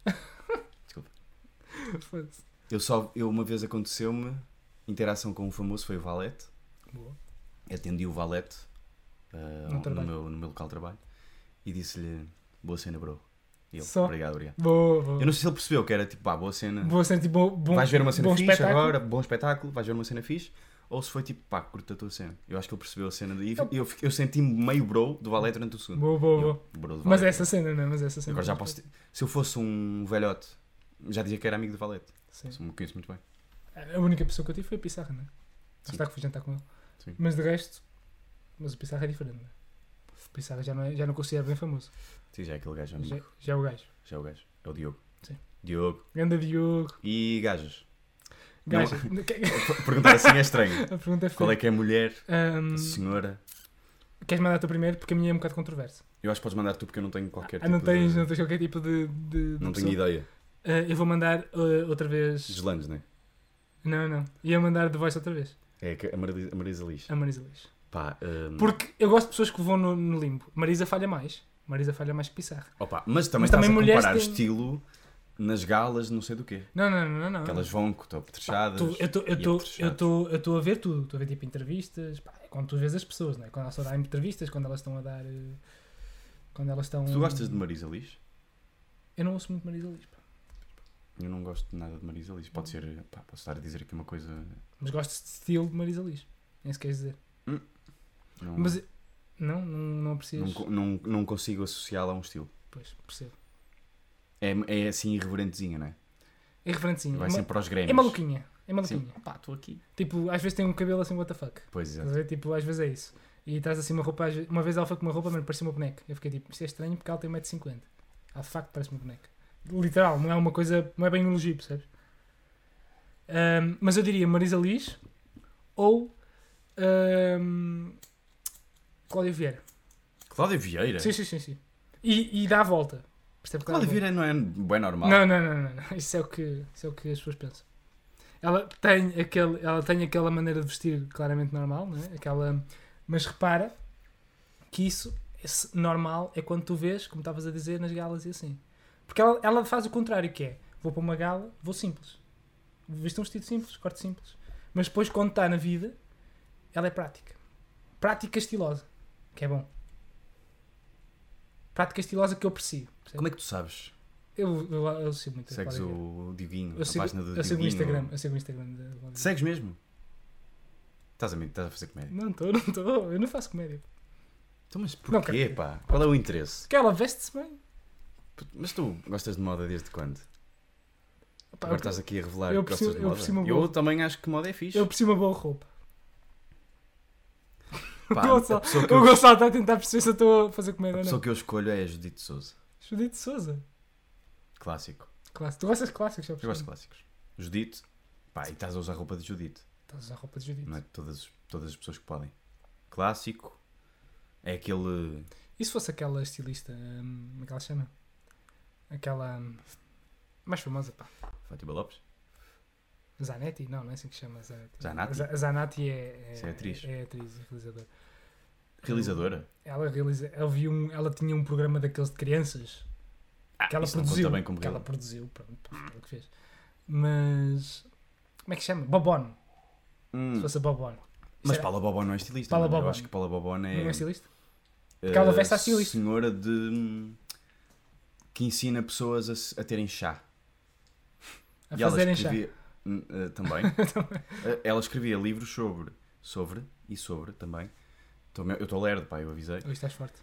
[SPEAKER 2] desculpa.
[SPEAKER 1] Foda-se.
[SPEAKER 2] Eu só. Eu uma vez aconteceu-me interação com um famoso, foi o Valete.
[SPEAKER 1] Boa.
[SPEAKER 2] Atendi o Valete ah,
[SPEAKER 1] No
[SPEAKER 2] no,
[SPEAKER 1] trabalho.
[SPEAKER 2] meu, no meu local de trabalho e disse-lhe boa cena, bro. E ele,
[SPEAKER 1] Só?
[SPEAKER 2] obrigado, obrigado.
[SPEAKER 1] Boa, boa.
[SPEAKER 2] Eu não sei se ele percebeu que era tipo, pá, boa cena.
[SPEAKER 1] Vou sentir bom, bom
[SPEAKER 2] vais ver uma cena
[SPEAKER 1] bom
[SPEAKER 2] fixe
[SPEAKER 1] espetáculo.
[SPEAKER 2] agora, bom espetáculo, vais ver uma cena fixe. ou se foi tipo, pá, curta a tua cena. Eu acho que ele percebeu a cena de. Eu, eu, fiquei- eu senti-me meio bro do Valé durante o segundo.
[SPEAKER 1] Boa, boa,
[SPEAKER 2] Eu,
[SPEAKER 1] boa.
[SPEAKER 2] bro do
[SPEAKER 1] Mas
[SPEAKER 2] Valé.
[SPEAKER 1] essa cena, não é? Mas essa cena.
[SPEAKER 2] Agora já posso. ter- Se eu fosse um velhote, já dizia que era amigo de Valete.
[SPEAKER 1] Sim.
[SPEAKER 2] Só me conheço muito bem.
[SPEAKER 1] A única pessoa que eu tive foi a Pissarra, não é?
[SPEAKER 2] Sim.
[SPEAKER 1] Está que fui jantar com ele.
[SPEAKER 2] Sim.
[SPEAKER 1] Mas de resto, mas o Pissarra é diferente, não é? O Pissarra já não, é, já não considero bem famoso.
[SPEAKER 2] Sim, já é aquele gajo
[SPEAKER 1] Já,
[SPEAKER 2] amigo.
[SPEAKER 1] já é o gajo.
[SPEAKER 2] Já é o gajo. É o Diogo.
[SPEAKER 1] Sim.
[SPEAKER 2] Diogo.
[SPEAKER 1] Ganda Diogo.
[SPEAKER 2] E gajas. Não.
[SPEAKER 1] Gajo.
[SPEAKER 2] P- Perguntar assim é estranho.
[SPEAKER 1] A pergunta é
[SPEAKER 2] Qual é
[SPEAKER 1] feia.
[SPEAKER 2] que é a mulher?
[SPEAKER 1] Ahm,
[SPEAKER 2] A senhora?
[SPEAKER 1] queres mandar a tua primeiro? Porque a minha é um bocado controversa.
[SPEAKER 2] Eu acho que podes mandar tu porque eu não tenho qualquer
[SPEAKER 1] Ah,
[SPEAKER 2] tipo
[SPEAKER 1] não, tens,
[SPEAKER 2] de...
[SPEAKER 1] não tens qualquer tipo de. de, de
[SPEAKER 2] Não tenho
[SPEAKER 1] pessoa?
[SPEAKER 2] ideia.
[SPEAKER 1] Ah, eu vou mandar ah, outra vez.
[SPEAKER 2] Gelandes, não é?
[SPEAKER 1] Não, não. Ia mandar de voice outra vez.
[SPEAKER 2] É que a Marisa, a Marisa Lix.
[SPEAKER 1] A Marisa Lix.
[SPEAKER 2] Pá, hum,
[SPEAKER 1] Porque eu gosto de pessoas que vão no, no limbo. Marisa falha mais. Marisa falha mais que Pissarra.
[SPEAKER 2] opa, mas também
[SPEAKER 1] Mas
[SPEAKER 2] estás
[SPEAKER 1] também
[SPEAKER 2] a
[SPEAKER 1] mulheres
[SPEAKER 2] comparar o
[SPEAKER 1] têm-
[SPEAKER 2] estilo nas galas, não sei do quê.
[SPEAKER 1] Não, não, não, não. não.
[SPEAKER 2] Que elas vão com o topo
[SPEAKER 1] Ah. Pá,
[SPEAKER 2] trechadas.
[SPEAKER 1] tu- eu tô- eu
[SPEAKER 2] e
[SPEAKER 1] tô- eu
[SPEAKER 2] apetrechados.
[SPEAKER 1] tô- eu estou a ver tudo. Estou a ver tipo entrevistas. Pá, é quando tu vês as pessoas, não é? Quando elas estão a dar entrevistas, quando elas estão a dar. eh, Quando elas estão.
[SPEAKER 2] Tu gostas de Marisa Lix?
[SPEAKER 1] Eu não ouço muito Marisa Lix, pá.
[SPEAKER 2] Eu não gosto de nada de Marisa Lix. Pode ser, pá, posso estar a dizer aqui uma coisa.
[SPEAKER 1] Mas gosto de estilo de Marisa Lix. Nem se queres dizer.
[SPEAKER 2] Não,
[SPEAKER 1] Mas. eh, Não, não, não aprecias.
[SPEAKER 2] não, co- não, não consigo associá-la a um estilo.
[SPEAKER 1] Pois, percebo.
[SPEAKER 2] É, é assim irreverentezinha, não é?
[SPEAKER 1] É referentezinho.
[SPEAKER 2] Vai
[SPEAKER 1] É ma-
[SPEAKER 2] sempre aos Grêmios.
[SPEAKER 1] É maluquinha. É
[SPEAKER 2] Sim.
[SPEAKER 1] maluquinha.
[SPEAKER 2] Pá, estou aqui.
[SPEAKER 1] Tipo, às vezes tem um cabelo assim, what the fuck.
[SPEAKER 2] Pois
[SPEAKER 1] Estás
[SPEAKER 2] é.
[SPEAKER 1] a ver? Tipo, às vezes é isso. E traz assim uma roupa. às ve- Uma vez ela foi com uma roupa, mas parecia uma boneca. Eu fiquei tipo, isto é estranho porque ela tem 1,50m. Ela de facto parece uma boneca. Literal, não é uma coisa. Não é bem um elogio, percebes? Ahm, mas eu diria Marisa Liz ou. ahm, Cláudio Vieira.
[SPEAKER 2] Cláudia Vieira?
[SPEAKER 1] Sim, sim, sim. sim. E, e dá a volta. Percebe?
[SPEAKER 2] Cláudia
[SPEAKER 1] Dá a volta.
[SPEAKER 2] Vieira não é bem normal.
[SPEAKER 1] Não, não, não, não, não. Isso é o que, isso é o que as pessoas pensam. Ela tem, aquele, ela tem aquela maneira de vestir claramente normal, não é? Aquela, mas repara que isso esse normal é quando tu vês, como estavas a dizer, nas galas e assim. Porque ela, ela faz o contrário, que é, vou para uma gala, vou simples. Visto um vestido simples, corte simples. Mas depois, quando está na vida, ela é prática. Prática estilosa, que é bom. Prática estilosa que eu aprecio. percebe?
[SPEAKER 2] Como é que tu sabes?
[SPEAKER 1] Eu, eu, eu sigo muito a
[SPEAKER 2] Segues
[SPEAKER 1] Cláudia Vieira.
[SPEAKER 2] o Diguinho,
[SPEAKER 1] é Eu
[SPEAKER 2] a
[SPEAKER 1] sigo,
[SPEAKER 2] página do
[SPEAKER 1] eu sigo o
[SPEAKER 2] Diguinho?
[SPEAKER 1] Instagram. Eu sigo o Instagram da Cláudia.
[SPEAKER 2] Segues mesmo? Estás a, mentir, estás a fazer comédia.
[SPEAKER 1] Não estou, não estou. Eu não faço comédia.
[SPEAKER 2] Então, mas
[SPEAKER 1] Não
[SPEAKER 2] porquê,
[SPEAKER 1] quero.
[SPEAKER 2] pá? Qual é o interesse?
[SPEAKER 1] Porque ela veste-se bem.
[SPEAKER 2] Mas tu gostas de moda desde quando?
[SPEAKER 1] Pá,
[SPEAKER 2] Agora
[SPEAKER 1] eu,
[SPEAKER 2] estás aqui a revelar
[SPEAKER 1] eu
[SPEAKER 2] que gostas
[SPEAKER 1] percebo-
[SPEAKER 2] de
[SPEAKER 1] eu
[SPEAKER 2] moda.
[SPEAKER 1] percebo uma
[SPEAKER 2] eu
[SPEAKER 1] boa.
[SPEAKER 2] também acho que moda é fixe.
[SPEAKER 1] eu percebo uma boa roupa.
[SPEAKER 2] Pá,
[SPEAKER 1] o Gonçalo,
[SPEAKER 2] a pessoa que
[SPEAKER 1] o
[SPEAKER 2] eu,
[SPEAKER 1] Gonçalo está a tentar perceber se eu estou a fazer
[SPEAKER 2] a
[SPEAKER 1] comédia ou não.
[SPEAKER 2] pessoa que eu escolho é a Judite Souza.
[SPEAKER 1] Judite Souza.
[SPEAKER 2] Clássico.
[SPEAKER 1] Clássico. Tu gostas de clássicos?
[SPEAKER 2] Eu gosto de clássicos. Judite. Pá, e estás a usar a roupa de Judite.
[SPEAKER 1] Estás a usar roupa de Judite.
[SPEAKER 2] Não é todas, todas as pessoas que podem. Clássico. É aquele.
[SPEAKER 1] E se fosse aquela estilista, hum, como é que ela se chama? Aquela hum, mais famosa, pá.
[SPEAKER 2] Fátima Lopes.
[SPEAKER 1] Zanetti? Não, não é assim que se chama Zanetti.
[SPEAKER 2] Zanatti?
[SPEAKER 1] Z- Zanatti é,
[SPEAKER 2] Isso é atriz.
[SPEAKER 1] É, é atriz, é realizadora.
[SPEAKER 2] Realizadora.
[SPEAKER 1] Ela, realiza, ela, viu um, ela tinha um programa daqueles de crianças
[SPEAKER 2] Ah,
[SPEAKER 1] que ela
[SPEAKER 2] isso não
[SPEAKER 1] produziu.
[SPEAKER 2] conta bem como
[SPEAKER 1] que ela
[SPEAKER 2] real-
[SPEAKER 1] produziu, pronto, pá, foi ela que fez. Mas. Como é que chama? Bobon.
[SPEAKER 2] Hum,
[SPEAKER 1] Se fosse a Bobon.
[SPEAKER 2] Mas
[SPEAKER 1] Será-
[SPEAKER 2] Paula Bobon não é estilista.
[SPEAKER 1] Paula
[SPEAKER 2] não é?
[SPEAKER 1] Bobon.
[SPEAKER 2] Eu acho que Paula Bobon é.
[SPEAKER 1] Não é estilista?
[SPEAKER 2] Porque
[SPEAKER 1] ela veste a estilista.
[SPEAKER 2] Senhora de. hum, que ensina pessoas a, se- a terem chá.
[SPEAKER 1] A
[SPEAKER 2] ela
[SPEAKER 1] fazerem chá.
[SPEAKER 2] escrevia- Hum, eh, também. Eh, ela escrevia livros sobre. Sobre. E sobre também. Tô me- Eu estou lerdo, pá, eu avisei.
[SPEAKER 1] Hoje estás forte.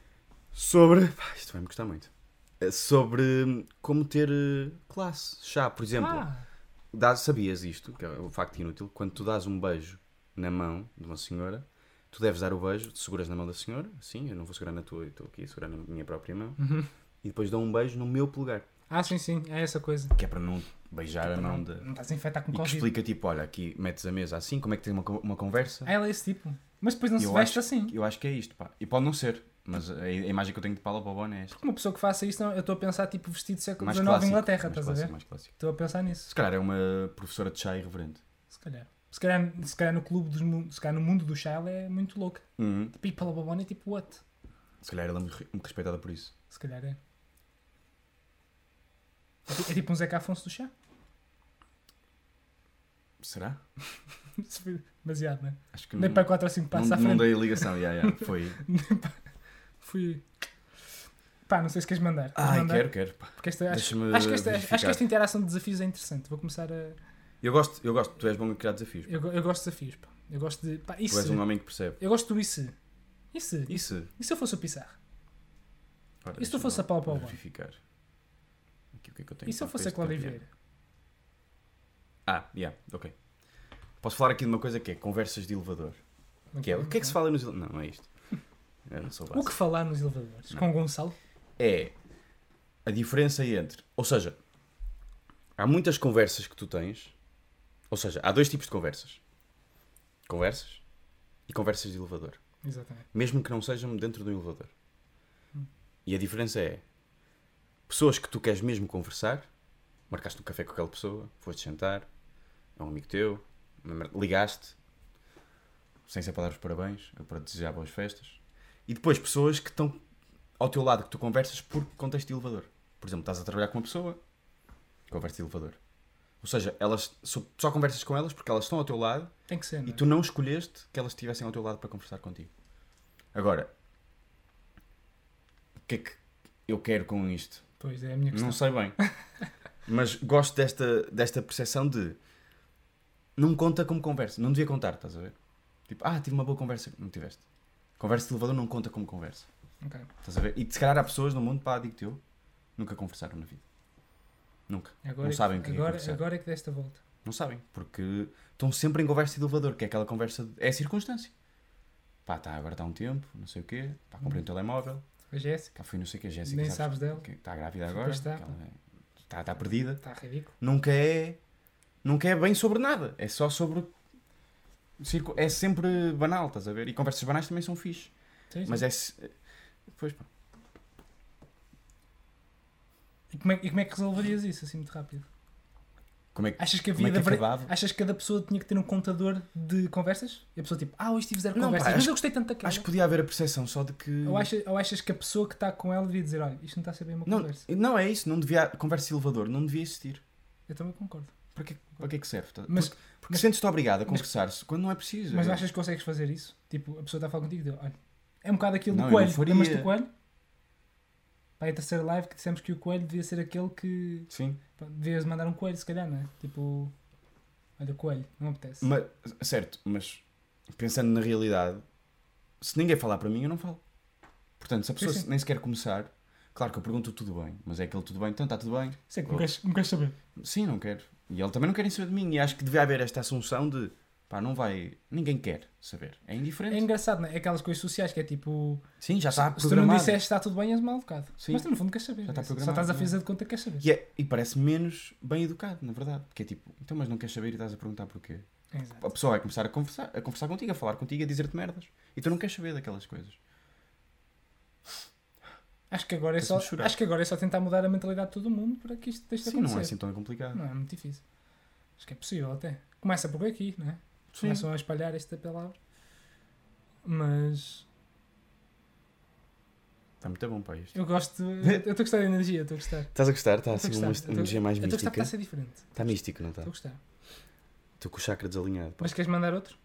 [SPEAKER 2] Sobre. Pá, isto vai-me gostar muito. Eh, Sobre hum, como ter eh, classe. Chá, por exemplo.
[SPEAKER 1] Ah,
[SPEAKER 2] Dá- sabias isto, que é um facto inútil, quando tu dás um beijo na mão de uma senhora, tu deves dar o beijo, te seguras na mão da senhora, sim, eu não vou segurar na tua, eu estou aqui a segurar na minha própria mão,
[SPEAKER 1] Uhum.
[SPEAKER 2] e depois dou um beijo no meu polegar,
[SPEAKER 1] ah, sim, sim, é essa coisa.
[SPEAKER 2] que é para não beijar a mão da...
[SPEAKER 1] é Não estás a infectar com
[SPEAKER 2] E que
[SPEAKER 1] Covid.
[SPEAKER 2] explica, tipo, olha, aqui metes a mesa assim, como é que tem uma, co- uma conversa?
[SPEAKER 1] Ah, ela é esse tipo. Mas depois não se
[SPEAKER 2] Eu
[SPEAKER 1] veste
[SPEAKER 2] acho
[SPEAKER 1] assim.
[SPEAKER 2] Eu acho que é isto, pá. E pode não ser, mas a, a imagem que eu tenho de Paula Bobona é esta.
[SPEAKER 1] Uma pessoa que faça isso, não, eu estou a pensar tipo vestido do século
[SPEAKER 2] Mais
[SPEAKER 1] XIX
[SPEAKER 2] clássico,
[SPEAKER 1] Inglaterra,
[SPEAKER 2] mais
[SPEAKER 1] estás a
[SPEAKER 2] clássico,
[SPEAKER 1] ver?
[SPEAKER 2] mais clássico.
[SPEAKER 1] Estou a pensar nisso.
[SPEAKER 2] Se calhar é uma professora de chá irreverente.
[SPEAKER 1] Se calhar. Se calhar, se calhar no clube dos mundos, se calhar no mundo do chá ela é muito louca.
[SPEAKER 2] Uhum.
[SPEAKER 1] Tipo, e pela babona é tipo what?
[SPEAKER 2] Se calhar ela é muito re- muito respeitada por isso.
[SPEAKER 1] Se calhar é. É ti- É tipo um Zeca Afonso do chá.
[SPEAKER 2] Será?
[SPEAKER 1] Demasiado, né?
[SPEAKER 2] Acho que
[SPEAKER 1] Nem para 4 ou 5 passos
[SPEAKER 2] Hum. não,
[SPEAKER 1] à
[SPEAKER 2] não
[SPEAKER 1] frente.
[SPEAKER 2] dei a ligação, já, já, foi.
[SPEAKER 1] Fui. Pá, não sei se queres mandar. Queres
[SPEAKER 2] Ai,
[SPEAKER 1] mandar?
[SPEAKER 2] quero, quero. pá.
[SPEAKER 1] Porque esta, acho,
[SPEAKER 2] Deixa-me
[SPEAKER 1] acho que esta, acho que
[SPEAKER 2] verificar.
[SPEAKER 1] esta interação de desafios é interessante. Vou começar a.
[SPEAKER 2] Eu gosto, eu gosto, tu és bom a criar desafios.
[SPEAKER 1] Eu, go- eu gosto de desafios, pá. Eu gosto de. Pá,
[SPEAKER 2] Tu és
[SPEAKER 1] isso.
[SPEAKER 2] um homem que percebe.
[SPEAKER 1] Eu gosto do isso. Isso. E
[SPEAKER 2] Isso.
[SPEAKER 1] se eu fosse o Pissarro? E se
[SPEAKER 2] Ora,
[SPEAKER 1] tu
[SPEAKER 2] deixa-me
[SPEAKER 1] fosse
[SPEAKER 2] lá
[SPEAKER 1] a Pau Pau Bar?
[SPEAKER 2] verificar. Aqui, o que é que eu tenho
[SPEAKER 1] E se eu
[SPEAKER 2] para
[SPEAKER 1] fosse a
[SPEAKER 2] este
[SPEAKER 1] Cláudia
[SPEAKER 2] campeão?
[SPEAKER 1] Vieira?
[SPEAKER 2] Ah, yeah, ok. Posso falar aqui de uma coisa que é conversas de elevador. Que é, o que é que se fala nos elevadores? Não, não é isto. Eu não sou
[SPEAKER 1] O
[SPEAKER 2] básico.
[SPEAKER 1] que falar nos elevadores?
[SPEAKER 2] Não.
[SPEAKER 1] Com Gonçalo?
[SPEAKER 2] É a diferença entre. Ou seja, há muitas conversas que tu tens. Ou seja, há dois tipos de conversas: conversas e conversas de elevador.
[SPEAKER 1] Exatamente.
[SPEAKER 2] mesmo que não sejam dentro de um elevador. E a diferença é pessoas que tu queres mesmo conversar, marcaste um café com aquela pessoa, foste jantar, é um amigo teu, uma merda, ligaste, sem ser para dar os parabéns, ou para desejar boas festas, e depois pessoas que estão ao teu lado, que tu conversas por contexto de elevador. Por exemplo, estás a trabalhar com uma pessoa, conversa de elevador. Ou seja, elas só só conversas com elas porque elas estão ao teu lado
[SPEAKER 1] Tem que ser. Não?
[SPEAKER 2] e
[SPEAKER 1] é?
[SPEAKER 2] tu não escolheste que elas estivessem ao teu lado para conversar contigo. Agora, o que é que eu quero com isto?
[SPEAKER 1] Pois é, a minha questão.
[SPEAKER 2] Não sei bem. Mas gosto desta, desta percepção de não conta como conversa. Não devia contar, estás a ver? Tipo, ah, tive uma boa conversa. Não tiveste. Conversa de elevador não conta como conversa.
[SPEAKER 1] Ok.
[SPEAKER 2] Estás a ver? E se calhar há pessoas no mundo, pá, digo-te eu, nunca conversaram na vida. Nunca.
[SPEAKER 1] Agora,
[SPEAKER 2] Não
[SPEAKER 1] é que-
[SPEAKER 2] sabem o que é que
[SPEAKER 1] agora,
[SPEAKER 2] aconteceu.
[SPEAKER 1] agora é que deste a volta.
[SPEAKER 2] Não sabem, porque estão sempre em conversa de elevador, que é aquela conversa. De... É circunstância. Pá, tá, agora está um tempo, não sei o quê. Pá, comprei um telemóvel.
[SPEAKER 1] A Jéssica
[SPEAKER 2] Cá fui, não sei o quê. a Jéssica.
[SPEAKER 1] Uhum. Nem sabes dela.
[SPEAKER 2] Está grávida
[SPEAKER 1] Pois tá.
[SPEAKER 2] agora.
[SPEAKER 1] está.
[SPEAKER 2] Está tá, tá perdida.
[SPEAKER 1] está ridículo.
[SPEAKER 2] Nunca é. Nunca é bem sobre nada. É só sobre. circu- É sempre banal, estás a ver? E conversas banais também são fixe.
[SPEAKER 1] Sim, sim.
[SPEAKER 2] Mas é. se- Pois pá.
[SPEAKER 1] E, como é, e como é que resolverias isso assim muito rápido?
[SPEAKER 2] Como é que.
[SPEAKER 1] Achas que
[SPEAKER 2] Como
[SPEAKER 1] havia
[SPEAKER 2] é que
[SPEAKER 1] de haver-
[SPEAKER 2] acabava?
[SPEAKER 1] Achas que cada pessoa tinha que ter um contador de conversas? E a pessoa tipo, ah, hoje tive zero
[SPEAKER 2] Não,
[SPEAKER 1] conversas,
[SPEAKER 2] pá,
[SPEAKER 1] mas
[SPEAKER 2] acho-
[SPEAKER 1] eu gostei tanto daquela.
[SPEAKER 2] Acho que podia haver a percepção só de que.
[SPEAKER 1] Ou, achas, ou achas que a pessoa que está com ela devia dizer, olha, isto não está a ser bem uma
[SPEAKER 2] Não,
[SPEAKER 1] conversa?
[SPEAKER 2] não é isso. Não devia... Conversa de elevador não devia existir.
[SPEAKER 1] Eu também concordo.
[SPEAKER 2] Para que, para que é que serve? Tá-
[SPEAKER 1] Mas-
[SPEAKER 2] porque porque
[SPEAKER 1] mas-
[SPEAKER 2] sentes-te obrigado a
[SPEAKER 1] mas-
[SPEAKER 2] conversar-se quando não é preciso.
[SPEAKER 1] Mas
[SPEAKER 2] É-
[SPEAKER 1] achas que consegues fazer isso? Tipo, a pessoa está a falar contigo e diz, olha, é um bocado aquilo
[SPEAKER 2] Não,
[SPEAKER 1] do
[SPEAKER 2] eu não
[SPEAKER 1] coelho.
[SPEAKER 2] faria.
[SPEAKER 1] Lembras do coelho? Pá, é a terceira live que dissemos que o coelho devia ser aquele que...
[SPEAKER 2] Sim.
[SPEAKER 1] pá, Devias mandar um coelho, se calhar, não é? Tipo, olha, coelho, não me apetece.
[SPEAKER 2] Mas, certo, mas pensando na realidade, se ninguém falar para mim, eu não falo. Portanto, se a pessoa
[SPEAKER 1] Sim, sim.
[SPEAKER 2] nem sequer começar, claro que eu pergunto tudo bem, mas é aquele tudo bem, então está tudo bem.
[SPEAKER 1] Sei que não queres, não queres saber.
[SPEAKER 2] Sim, não quero. E ele também não quer nem saber de mim. E acho que devia haver esta assunção de pá, não vai. Ninguém quer saber. É
[SPEAKER 1] É
[SPEAKER 2] indiferente.
[SPEAKER 1] engraçado, não é? Aquelas coisas sociais que é tipo...
[SPEAKER 2] Sim, já está
[SPEAKER 1] se tu não
[SPEAKER 2] programado.
[SPEAKER 1] disseste está tudo bem, és mal educado.
[SPEAKER 2] Sim.
[SPEAKER 1] Mas tu no fundo queres saber.
[SPEAKER 2] Já está
[SPEAKER 1] é? Só
[SPEAKER 2] programado,
[SPEAKER 1] estás a
[SPEAKER 2] não é?
[SPEAKER 1] fazer de conta que queres saber.
[SPEAKER 2] E, é- e parece menos bem educado, na verdade. Porque é tipo, então, mas não queres saber e estás a perguntar porquê.
[SPEAKER 1] Exato.
[SPEAKER 2] a pessoa vai começar a conversar, a conversar contigo, a falar contigo, a dizer-te merdas. E tu não queres saber daquelas coisas.
[SPEAKER 1] Acho que, agora é só,
[SPEAKER 2] Parece-me chorar.
[SPEAKER 1] acho que agora é só tentar mudar a mentalidade de todo mundo para que isto deixe de
[SPEAKER 2] Sim, não é
[SPEAKER 1] acontecer.
[SPEAKER 2] assim tão complicado.
[SPEAKER 1] Não é muito difícil. Acho que é possível até. Começa por aqui, não é?
[SPEAKER 2] Sim.
[SPEAKER 1] Começam a espalhar esta palavra. Mas
[SPEAKER 2] Está Tá muito bom para isto.
[SPEAKER 1] eu gosto. Eu estou a gostar da energia, estou a gostar.
[SPEAKER 2] Estás a gostar? Está
[SPEAKER 1] Estou a
[SPEAKER 2] assim
[SPEAKER 1] gostar.
[SPEAKER 2] uma
[SPEAKER 1] Eu estou-
[SPEAKER 2] energia mais
[SPEAKER 1] Eu estou a gostar porque tá
[SPEAKER 2] mística.
[SPEAKER 1] está a ser diferente.
[SPEAKER 2] Está místico, não está?
[SPEAKER 1] Estou a gostar.
[SPEAKER 2] Estou com o chakra desalinhado. pá.
[SPEAKER 1] Mas queres mandar outro?